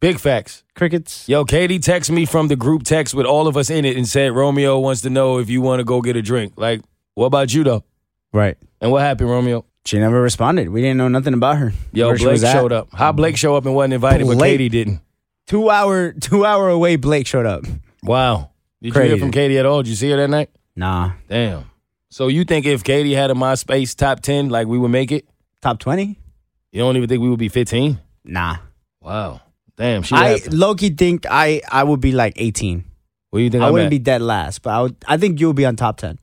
Speaker 1: Big facts.
Speaker 2: Crickets.
Speaker 1: Yo, Katie texted me from the group text with all of us in it and said, Romeo wants to know if you want to go get a drink. Like, what about you, though?
Speaker 2: Right.
Speaker 1: And what happened, Romeo?
Speaker 2: She never responded. We didn't know nothing about her.
Speaker 1: Yo,
Speaker 2: Where she
Speaker 1: Blake
Speaker 2: was at.
Speaker 1: showed up. How Blake show up and wasn't invited, but
Speaker 2: Blake.
Speaker 1: Katie didn't.
Speaker 2: Two hour two hour away, Blake showed up.
Speaker 1: Wow. Did you hear
Speaker 2: Crazy.
Speaker 1: from Katie at all? Did you see her that night?
Speaker 2: Nah.
Speaker 1: Damn. So you think if Katie had a MySpace top 10, like we would make it?
Speaker 2: Top twenty?
Speaker 1: You don't even think we would be 15?
Speaker 2: Nah.
Speaker 1: Wow. Damn. She
Speaker 2: I
Speaker 1: laughing.
Speaker 2: Loki think I I would be like eighteen.
Speaker 1: What do you think
Speaker 2: I
Speaker 1: I'm
Speaker 2: wouldn't
Speaker 1: at?
Speaker 2: be dead last, but I would I think you would be on top ten.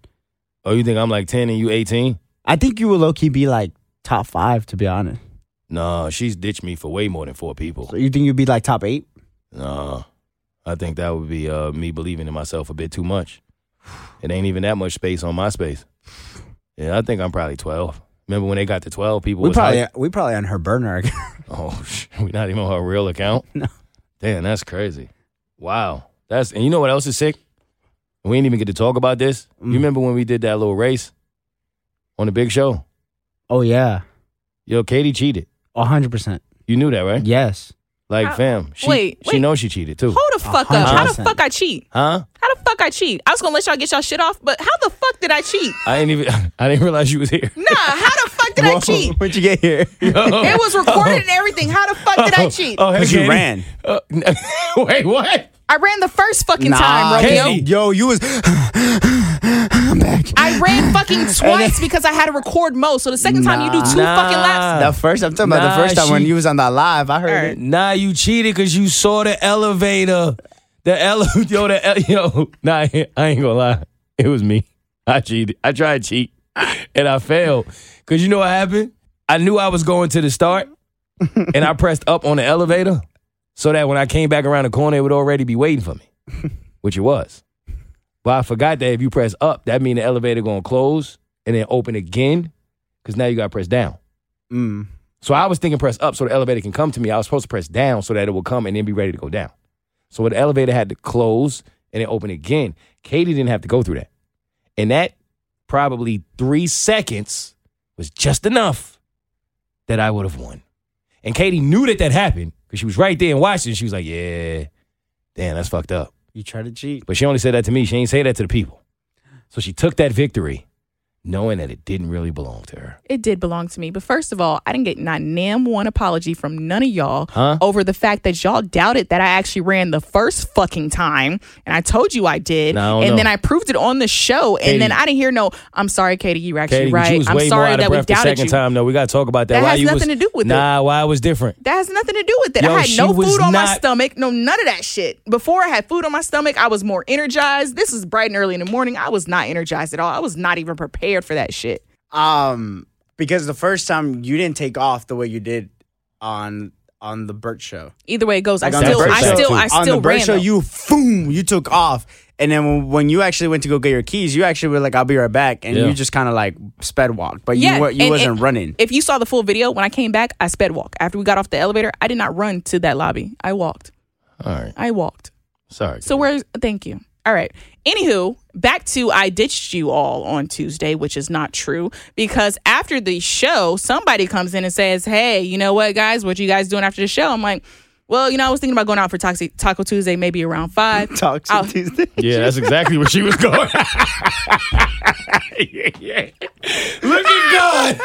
Speaker 1: Oh, you think I'm like 10 and you 18?
Speaker 2: I think you would low key be like top five to be honest.
Speaker 1: No, she's ditched me for way more than four people.
Speaker 2: So you think you'd be like top eight?
Speaker 1: No, I think that would be uh, me believing in myself a bit too much. It ain't even that much space on my space. Yeah, I think I'm probably 12. Remember when they got to 12 people?
Speaker 2: We
Speaker 1: was
Speaker 2: probably
Speaker 1: hyped?
Speaker 2: we probably on her burner.
Speaker 1: Oh, sh- we not even on her real account?
Speaker 2: No.
Speaker 1: Damn, that's crazy. Wow. That's And you know what else is sick? We didn't even get to talk about this.
Speaker 3: Mm.
Speaker 1: You remember when we did that little race on the big show?
Speaker 2: oh yeah.
Speaker 1: Yo, Katie cheated.
Speaker 2: hundred percent.
Speaker 1: You knew that, right?
Speaker 2: Yes.
Speaker 1: Like,
Speaker 3: I-
Speaker 1: fam, she,
Speaker 3: Uh, wait,
Speaker 1: she
Speaker 3: wait.
Speaker 1: knows she cheated too.
Speaker 3: Hold the fuck up. How the
Speaker 2: 100%.
Speaker 3: fuck I cheat?
Speaker 1: Huh?
Speaker 3: How the fuck I cheat? I was gonna let y'all get y'all shit off, but how the fuck did I cheat?
Speaker 1: I didn't even. I didn't realize you was here.
Speaker 3: Nah, how the fuck did I cheat?
Speaker 2: When'd you get here?
Speaker 3: It was recorded and everything. How the fuck did I cheat?
Speaker 1: Oh. hey,
Speaker 2: Because you
Speaker 1: Katie.
Speaker 2: ran.
Speaker 1: Uh, wait, what?
Speaker 3: I ran the first fucking time, Romeo.
Speaker 1: Katie.
Speaker 2: Yo, you was I'm back.
Speaker 3: I ran fucking twice because I had to record most. So the second time you do two
Speaker 1: Nah.
Speaker 3: fucking laps.
Speaker 2: the first I'm talking about
Speaker 1: Nah,
Speaker 2: the first time when
Speaker 1: she-
Speaker 2: you was on that live, I heard it.
Speaker 1: Nah, you cheated because you saw the elevator. The ele- yo, the ele- yo. Nah, I ain't- I ain't gonna lie. It was me. I cheated. I tried to cheat, and I failed. Cause you know what happened? I knew I was going to the start, and I pressed up on the elevator so that when I came back around the corner, it would already be waiting for me, which it was. But I forgot that if you press up, that means the elevator gonna close and then open again, cause now you gotta press down.
Speaker 2: Mm.
Speaker 1: So I was thinking press up so the elevator can come to me. I was supposed to press down so that it would come and then be ready to go down. So the elevator had to close and then open again. Katie didn't have to go through that. And that probably three seconds was just enough that I would have won. And Katie knew that that happened because she was right there and watching. She was like, yeah, damn, that's fucked up.
Speaker 2: You tried to cheat.
Speaker 1: But she only said that to me. She ain't say that to the people. So she took that victory knowing that it didn't really belong to her.
Speaker 3: It did belong to me. But first of all, I didn't get not nam one apology from none of y'all
Speaker 1: Huh?
Speaker 3: over the fact that y'all doubted that I actually ran the first fucking time. And I told you I did.
Speaker 1: No, I don't
Speaker 3: and
Speaker 1: know.
Speaker 3: then I proved it on the show.
Speaker 1: Katie.
Speaker 3: and then I didn't hear no, I'm sorry, Katie, you're actually
Speaker 1: Katie, but
Speaker 3: right.
Speaker 1: you was
Speaker 3: I'm
Speaker 1: way more
Speaker 3: sorry
Speaker 1: out of
Speaker 3: that we
Speaker 1: breath the
Speaker 3: doubted
Speaker 1: second
Speaker 3: you.
Speaker 1: time. though. we gotta talk about that.
Speaker 3: That
Speaker 1: why
Speaker 3: has
Speaker 1: you
Speaker 3: nothing
Speaker 1: was,
Speaker 3: to do with it.
Speaker 1: nah, why it was different.
Speaker 3: That has nothing to do with it.
Speaker 1: Yo,
Speaker 3: I had
Speaker 1: she
Speaker 3: no
Speaker 1: was
Speaker 3: food on my
Speaker 1: not-
Speaker 3: stomach, no none of that shit. Before I had food on my stomach, I was more energized. This is bright and early in the morning. I was not energized at all. I was not even prepared for that shit.
Speaker 2: Um, because the first time you didn't take off the way you did on on the Burt show.
Speaker 3: Either way it goes, I
Speaker 2: Like, on the
Speaker 3: still,
Speaker 2: Burt
Speaker 3: I
Speaker 2: show,
Speaker 3: still, I
Speaker 2: on the
Speaker 3: still
Speaker 2: Burt
Speaker 3: ran.
Speaker 2: show,
Speaker 3: though.
Speaker 2: you boom, you took off, and then when- when you actually went to go get your keys, you actually were like, "I'll be right back," and
Speaker 1: Yeah.
Speaker 2: you just kind of like sped walked, but you were, you
Speaker 3: and-
Speaker 2: wasn't
Speaker 3: and
Speaker 2: running.
Speaker 3: If you saw the full video, when I came back, I sped walk. After we got off the elevator, I did not run to that lobby. I walked.
Speaker 1: All right,
Speaker 3: I walked.
Speaker 1: sorry.
Speaker 3: So where's thank you. All right. Anywho, back to I ditched you all on Tuesday, which is not true because after the show, somebody comes in and says, "Hey, you know what, guys? What you guys doing after the show?" I'm like, "Well, you know, I was thinking about going out for Toxic Taco Tuesday, maybe around five.
Speaker 2: Talk to
Speaker 3: I'll-
Speaker 2: Tuesday.
Speaker 1: yeah, that's exactly where she was going. yeah, yeah. Look at God.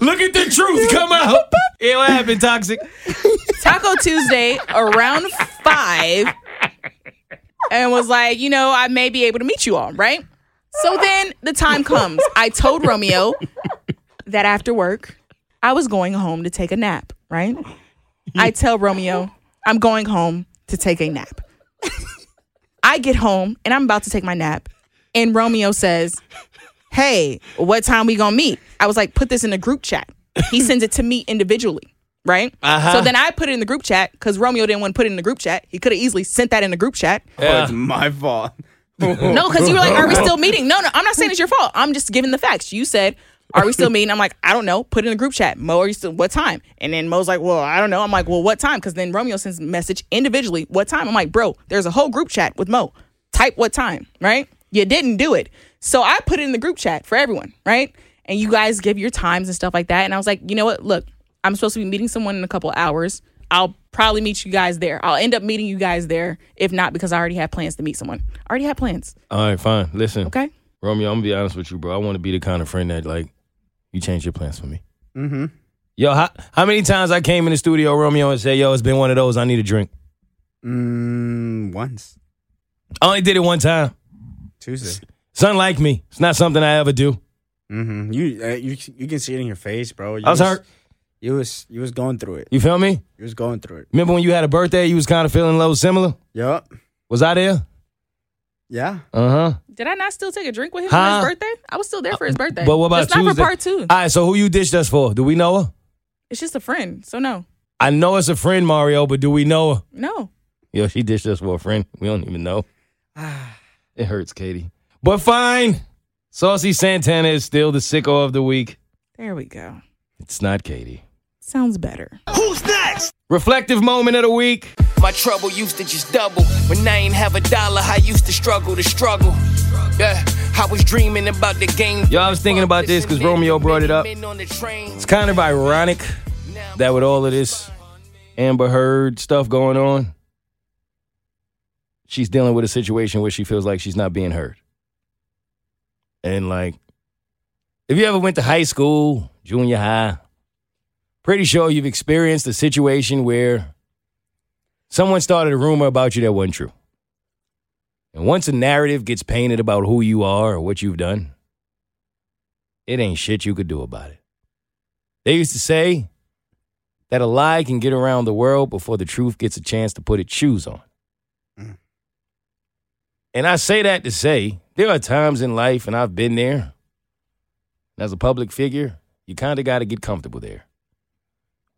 Speaker 1: Look at the truth come out. It what happened, Toxic?
Speaker 3: Taco Tuesday around five and was like, you know, I may be able to meet you all, right? So then the time comes. I told Romeo that after work, I was going home to take a nap, right? I tell Romeo, I'm going home to take a nap. I get home and I'm about to take my nap. And Romeo says, Hey, what time we gonna meet? I was like, put this in a group chat. He sends it to me individually, right? So then I put it in the group chat because Romeo didn't want to put it in the group chat. He could have easily sent that in the group chat.
Speaker 2: Oh, it's my fault.
Speaker 3: No, because you were like, are we still meeting? No, no, I'm not saying it's your fault. I'm just giving the facts. You said, are we still meeting? I'm like, I don't know. Put it in the group chat. Mo, are you still, what time? And then Mo's like, well, I don't know. I'm like, well, what time? Because then Romeo sends a message individually, what time? I'm like, bro, there's a whole group chat with Mo. Type what time, right? You didn't do it. So I put it in the group chat for everyone, right? And you guys give your times and stuff like that. And I was like, you know what? Look, I'm supposed to be meeting someone in a couple hours. I'll probably meet you guys there. I'll end up meeting you guys there, if not because I already had plans to meet someone. I already had plans.
Speaker 1: All right, fine. Listen,
Speaker 3: Okay.
Speaker 1: Romeo, I'm gonna be honest with you, bro. I want to be the kind of friend that like you change your plans for me. Mm-hmm. Yo, how, how many times I came in the studio, Romeo, and said, "Yo, it's been one of those. I need a drink."
Speaker 2: Mm, once
Speaker 1: I only did it one time.
Speaker 2: Tuesday.
Speaker 1: It's unlike me. It's not something I ever do.
Speaker 2: Mm-hmm. You uh, you you can see it in your face, bro. You
Speaker 1: I was hurt.
Speaker 2: You was you was going through it.
Speaker 1: You feel me?
Speaker 2: You was going through it.
Speaker 1: Remember when you had a birthday? You was kind of feeling low, similar.
Speaker 2: Yup.
Speaker 1: Was I there?
Speaker 2: Yeah.
Speaker 1: Uh huh.
Speaker 3: Did I not still take a drink with him
Speaker 1: Huh?
Speaker 3: for his birthday? I was still there for his birthday.
Speaker 1: But what about
Speaker 3: That's not
Speaker 1: Tuesday?
Speaker 3: for part two.
Speaker 1: All right. So who you ditched us for? Do we know her?
Speaker 3: it's just a friend. So no,
Speaker 1: I know it's a friend, Mario, but do we know her?
Speaker 3: no.
Speaker 1: Yo, she ditched us for a friend. We don't even know. it hurts, Katie. But fine. Saucy Santana is still the sicko of the week.
Speaker 3: There we go.
Speaker 1: It's not Katie.
Speaker 3: Sounds better.
Speaker 1: Reflective moment of the week.
Speaker 7: My trouble used to just double. When I ain't have a dollar, I used to struggle to struggle. Yeah, I was dreaming about the game.
Speaker 1: Yo, I was thinking about this because Romeo brought it up.
Speaker 7: Men on the train.
Speaker 1: It's kind of ironic that with all of this Amber Heard stuff going on, she's dealing with a situation where she feels like she's not being heard. And like, if you ever went to high school, junior high, pretty sure you've experienced a situation where someone started a rumor about you that wasn't true. And once a narrative gets painted about who you are or what you've done, it ain't shit you could do about it. They used to say that a lie can get around the world before the truth gets a chance to put its shoes on. And I say that to say there are times in life, and I've been there, and as a public figure, you kind of got to get comfortable there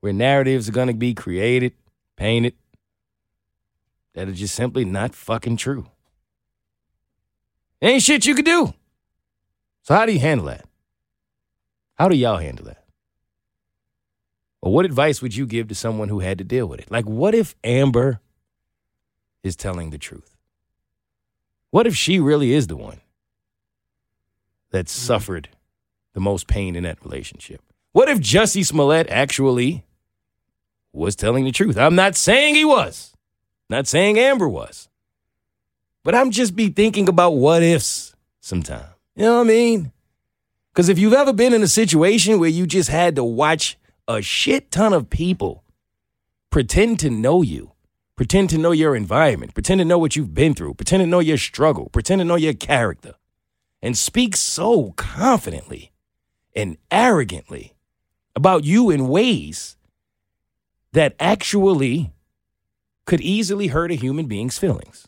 Speaker 1: where narratives are going to be created, painted, that are just simply not fucking true. Ain't shit you could do. So, how do you handle that? How do y'all handle that? Or what advice would you give to someone who had to deal with it? Like, what if Amber is telling the truth? What if she really is the one that suffered the most pain in that relationship? What if Jussie Smollett actually was telling the truth? I'm not saying he was, not saying Amber was, but I'm just be thinking about what ifs sometime. You know what I mean? Because if you've ever been in a situation where you just had to watch a shit ton of people pretend to know you, pretend to know your environment, pretend to know what you've been through, pretend to know your struggle, pretend to know your character, and speak so confidently and arrogantly about you in ways that actually could easily hurt a human being's feelings.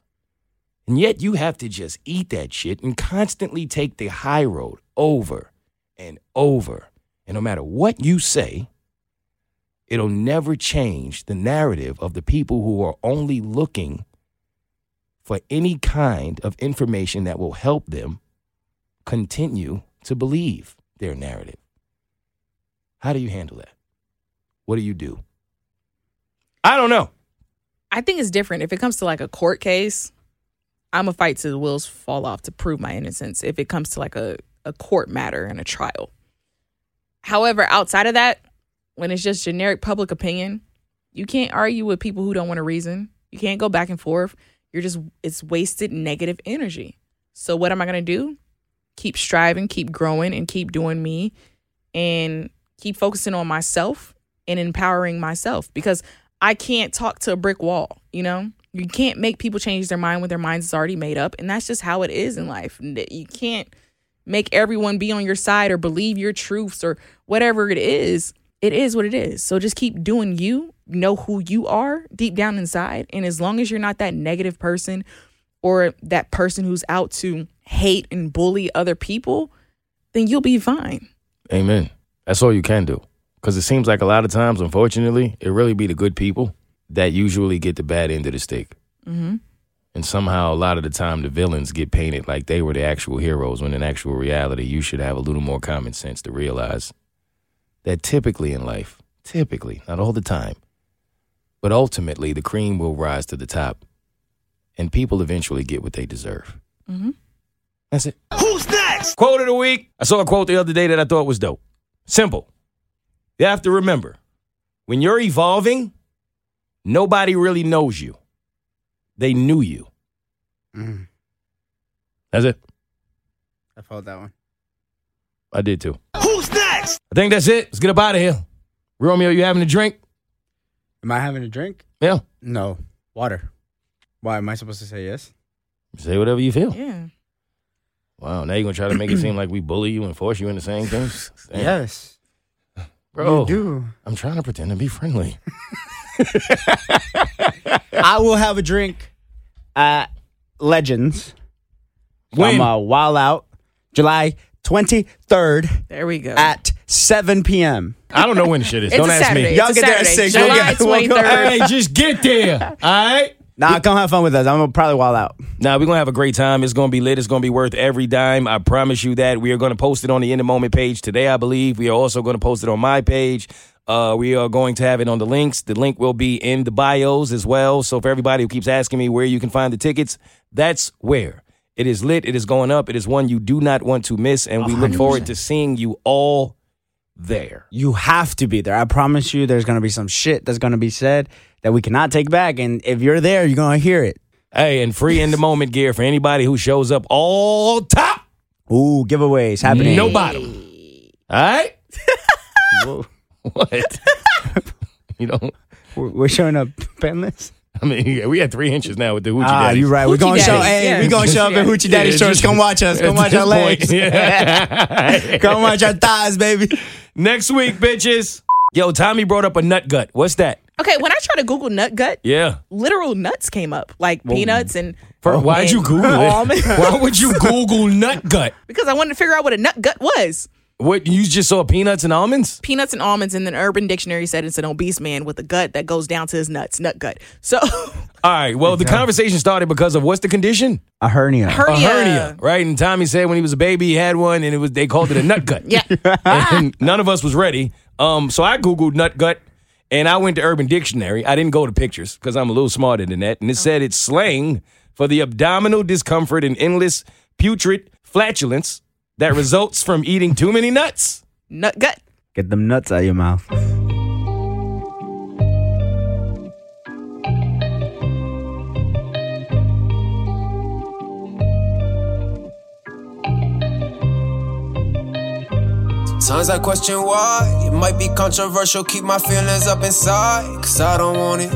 Speaker 1: And yet you have to just eat that shit and constantly take the high road over and over. And no matter what you say, it'll never change the narrative of the people who are only looking for any kind of information that will help them continue to believe their narrative. How do you handle that? What do you do? I don't know.
Speaker 3: I think it's different. If it comes to like a court case, I'm a fight to the wheels fall off to prove my innocence. If it comes to like a, a court matter and a trial. However, outside of that, when it's just generic public opinion, you can't argue with people who don't want to reason. You can't go back and forth. You're just, it's wasted negative energy. So, what am I going to do? Keep striving, keep growing, and keep doing me and keep focusing on myself and empowering myself because I can't talk to a brick wall, you know? You can't make people change their mind when their minds is already made up. And that's just how it is in life. And that You can't make everyone be on your side or believe your truths or whatever it is. It is what it is. So just keep doing you, know who you are deep down inside. And as long as you're not that negative person or that person who's out to hate and bully other people, then you'll be fine.
Speaker 1: Amen. That's all you can do. Because it seems like a lot of times, unfortunately, it really be the good people that usually get the bad end of the stick.
Speaker 3: Mm-hmm.
Speaker 1: And somehow, a lot of the time, the villains get painted like they were the actual heroes, when in actual reality, you should have a little more common sense to realize that typically in life, typically, not all the time, but ultimately, the cream will rise to the top and people eventually get what they deserve. That's it.
Speaker 5: Who's next?
Speaker 1: Quote of the week. I saw a quote the other day that I thought was dope. Simple. You have to remember when you're evolving, nobody really knows you. They knew you. That's it.
Speaker 2: Mm-hmm. I felt that one.
Speaker 1: I did too.
Speaker 5: Who's next?
Speaker 1: I think that's it. Let's get up out of here. Romeo, you having a drink?
Speaker 2: Am I having a drink?
Speaker 1: Yeah.
Speaker 2: No. Water. Why am I supposed to say yes?
Speaker 1: Say whatever you feel.
Speaker 3: Yeah.
Speaker 1: Wow. Now you're going to try to make it seem like we bully you and force you into saying things? Damn.
Speaker 2: Yes.
Speaker 1: Bro,
Speaker 2: You do.
Speaker 1: I'm trying to pretend to be friendly.
Speaker 2: I will have a drink at Legends.
Speaker 1: When?
Speaker 2: I'm uh, wild out. July 23rd
Speaker 1: Uh.
Speaker 3: There we go.
Speaker 2: at 7 p.m.
Speaker 1: I don't know when the shit is.
Speaker 3: it's
Speaker 1: don't
Speaker 3: a
Speaker 1: ask
Speaker 3: Saturday.
Speaker 1: me.
Speaker 2: Y'all
Speaker 3: It's a
Speaker 2: get there at
Speaker 3: Saturday,
Speaker 2: six. We'll
Speaker 3: July
Speaker 2: get- we'll go-
Speaker 3: 23rd.
Speaker 1: Hey, just get there. All right?
Speaker 2: Nah, come have fun with us. I'm gonna probably wild out.
Speaker 1: Now we're gonna have a great time. It's gonna be lit. It's gonna be worth every dime. I promise you that. We are gonna post it on the In the Moment page today, I believe. We are also gonna post it on my page. Uh, we are going to have it on the links. The link will be in the bios as well. So for everybody who keeps asking me where you can find the tickets, that's where. It is lit. It is going up. It is one you do not want to miss, and we look forward to seeing you all there.
Speaker 2: You have to be there. I promise you, there's gonna be some shit that's gonna be said that we cannot take back. And if you're there, you're gonna hear it.
Speaker 1: Hey, and free in the moment gear for anybody who shows up all top,
Speaker 2: Ooh, giveaways happening.
Speaker 1: no bottom. All right.
Speaker 2: Whoa.
Speaker 1: What? you know,
Speaker 2: We're we're showing up penless.
Speaker 1: I mean, yeah, we had three inches now with the hoochie
Speaker 2: Ah,
Speaker 1: daddies.
Speaker 2: you're right. We're
Speaker 3: Hoochie
Speaker 2: gonna show.
Speaker 3: daddies,
Speaker 2: Hey,
Speaker 3: yeah.
Speaker 2: we're gonna show up in
Speaker 3: Yeah.
Speaker 2: Hoochie Daddy
Speaker 1: Yeah,
Speaker 2: shorts.
Speaker 1: just-
Speaker 2: Come watch us.
Speaker 1: At
Speaker 2: Come watch
Speaker 1: this
Speaker 2: our
Speaker 1: point,
Speaker 2: legs.
Speaker 1: yeah.
Speaker 2: Come watch our thighs, baby.
Speaker 1: Next week, bitches. Yo, Tommy brought up a nut gut. What's that?
Speaker 3: Okay, when I tried to Google nut gut,
Speaker 1: Yeah.
Speaker 3: literal nuts came up, like peanuts and.
Speaker 1: For, why'd
Speaker 3: and
Speaker 1: you Google it?
Speaker 3: almonds.
Speaker 1: Why would you Google nut gut?
Speaker 3: because I wanted to figure out what a nut gut was.
Speaker 1: What, you just saw peanuts and almonds?
Speaker 3: Peanuts and almonds, and then Urban Dictionary said it's an obese man with a gut that goes down to his nuts, nut gut. So
Speaker 1: All right. Well, the conversation started because of what's the condition?
Speaker 2: A hernia.
Speaker 1: A
Speaker 3: hernia.
Speaker 1: hernia, right? And Tommy said when he was a baby, he had one, and it was they called it a nut gut.
Speaker 3: Yeah.
Speaker 1: and none of us was ready. Um, so I googled nut gut, and I went to Urban Dictionary. I didn't go to pictures because I'm a little smarter than that. And it said it's slang for the abdominal discomfort and endless putrid flatulence that results from eating too many nuts.
Speaker 3: Nut gut.
Speaker 2: Get them nuts out of your mouth.
Speaker 4: Times I question why. It might be controversial, keep my feelings up inside. Cause I don't want it.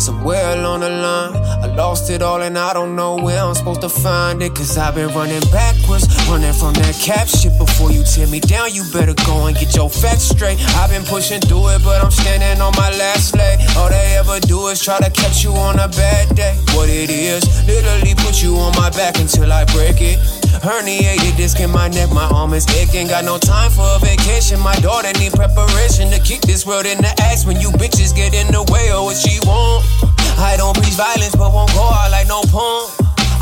Speaker 4: Somewhere along the line, I lost it all and I don't know where I'm supposed to find it. Cause I've been running backwards, running from that cap shit. Before you tear me down, you better go and get your facts straight. I've been pushing through it, but I'm standing on my last leg. All they ever do is try to catch you on a bad day. What it is, literally put you on my back until I break it. Herniated disc in my neck, my arm is aching. Got no time for a vacation. My daughter need preparation to kick this world in the ass when you bitches get in the way of what she want. I don't preach violence, but won't go out like no punk.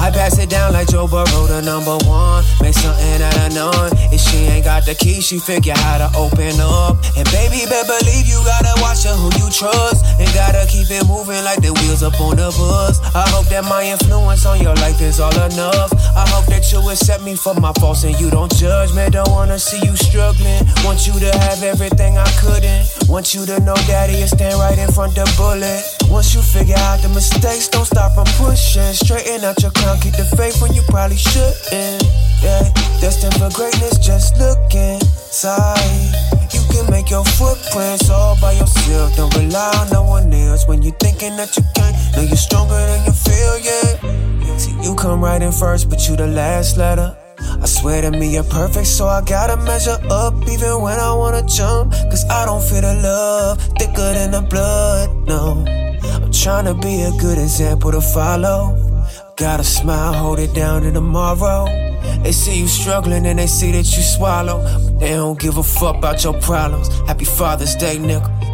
Speaker 4: I pass it down like Joe Burrow, the number one. Make something out of none. If she ain't got the key, she figure how to open up. And baby, better believe you gotta watch her who you trust. And gotta keep it moving like the wheels up on the bus. I hope that my influence on your life is all enough. I hope that you accept me for my faults and you don't judge me. Don't wanna see you struggling. Want you to have everything I couldn't. Want you to know daddy is stand right in front the bullet. Once you figure out the mistakes, don't stop from pushing. Straighten out your crown, keep the faith when you probably shouldn't. Yeah, destined for greatness, just look inside. You can make your footprints all by yourself. Don't rely on no one else when you're thinking that you can't. Know you're stronger than you feel, yeah. See, you come right in first, but you the last letter. I swear to me, you're perfect, so I gotta measure up even when I wanna jump. Cause I don't feel the love thicker than the blood, no. I'm trying to be a good example to follow. Gotta smile, hold it down to tomorrow. They see you struggling and they see that you swallow. But they don't give a fuck about your problems. Happy Father's Day, nigga.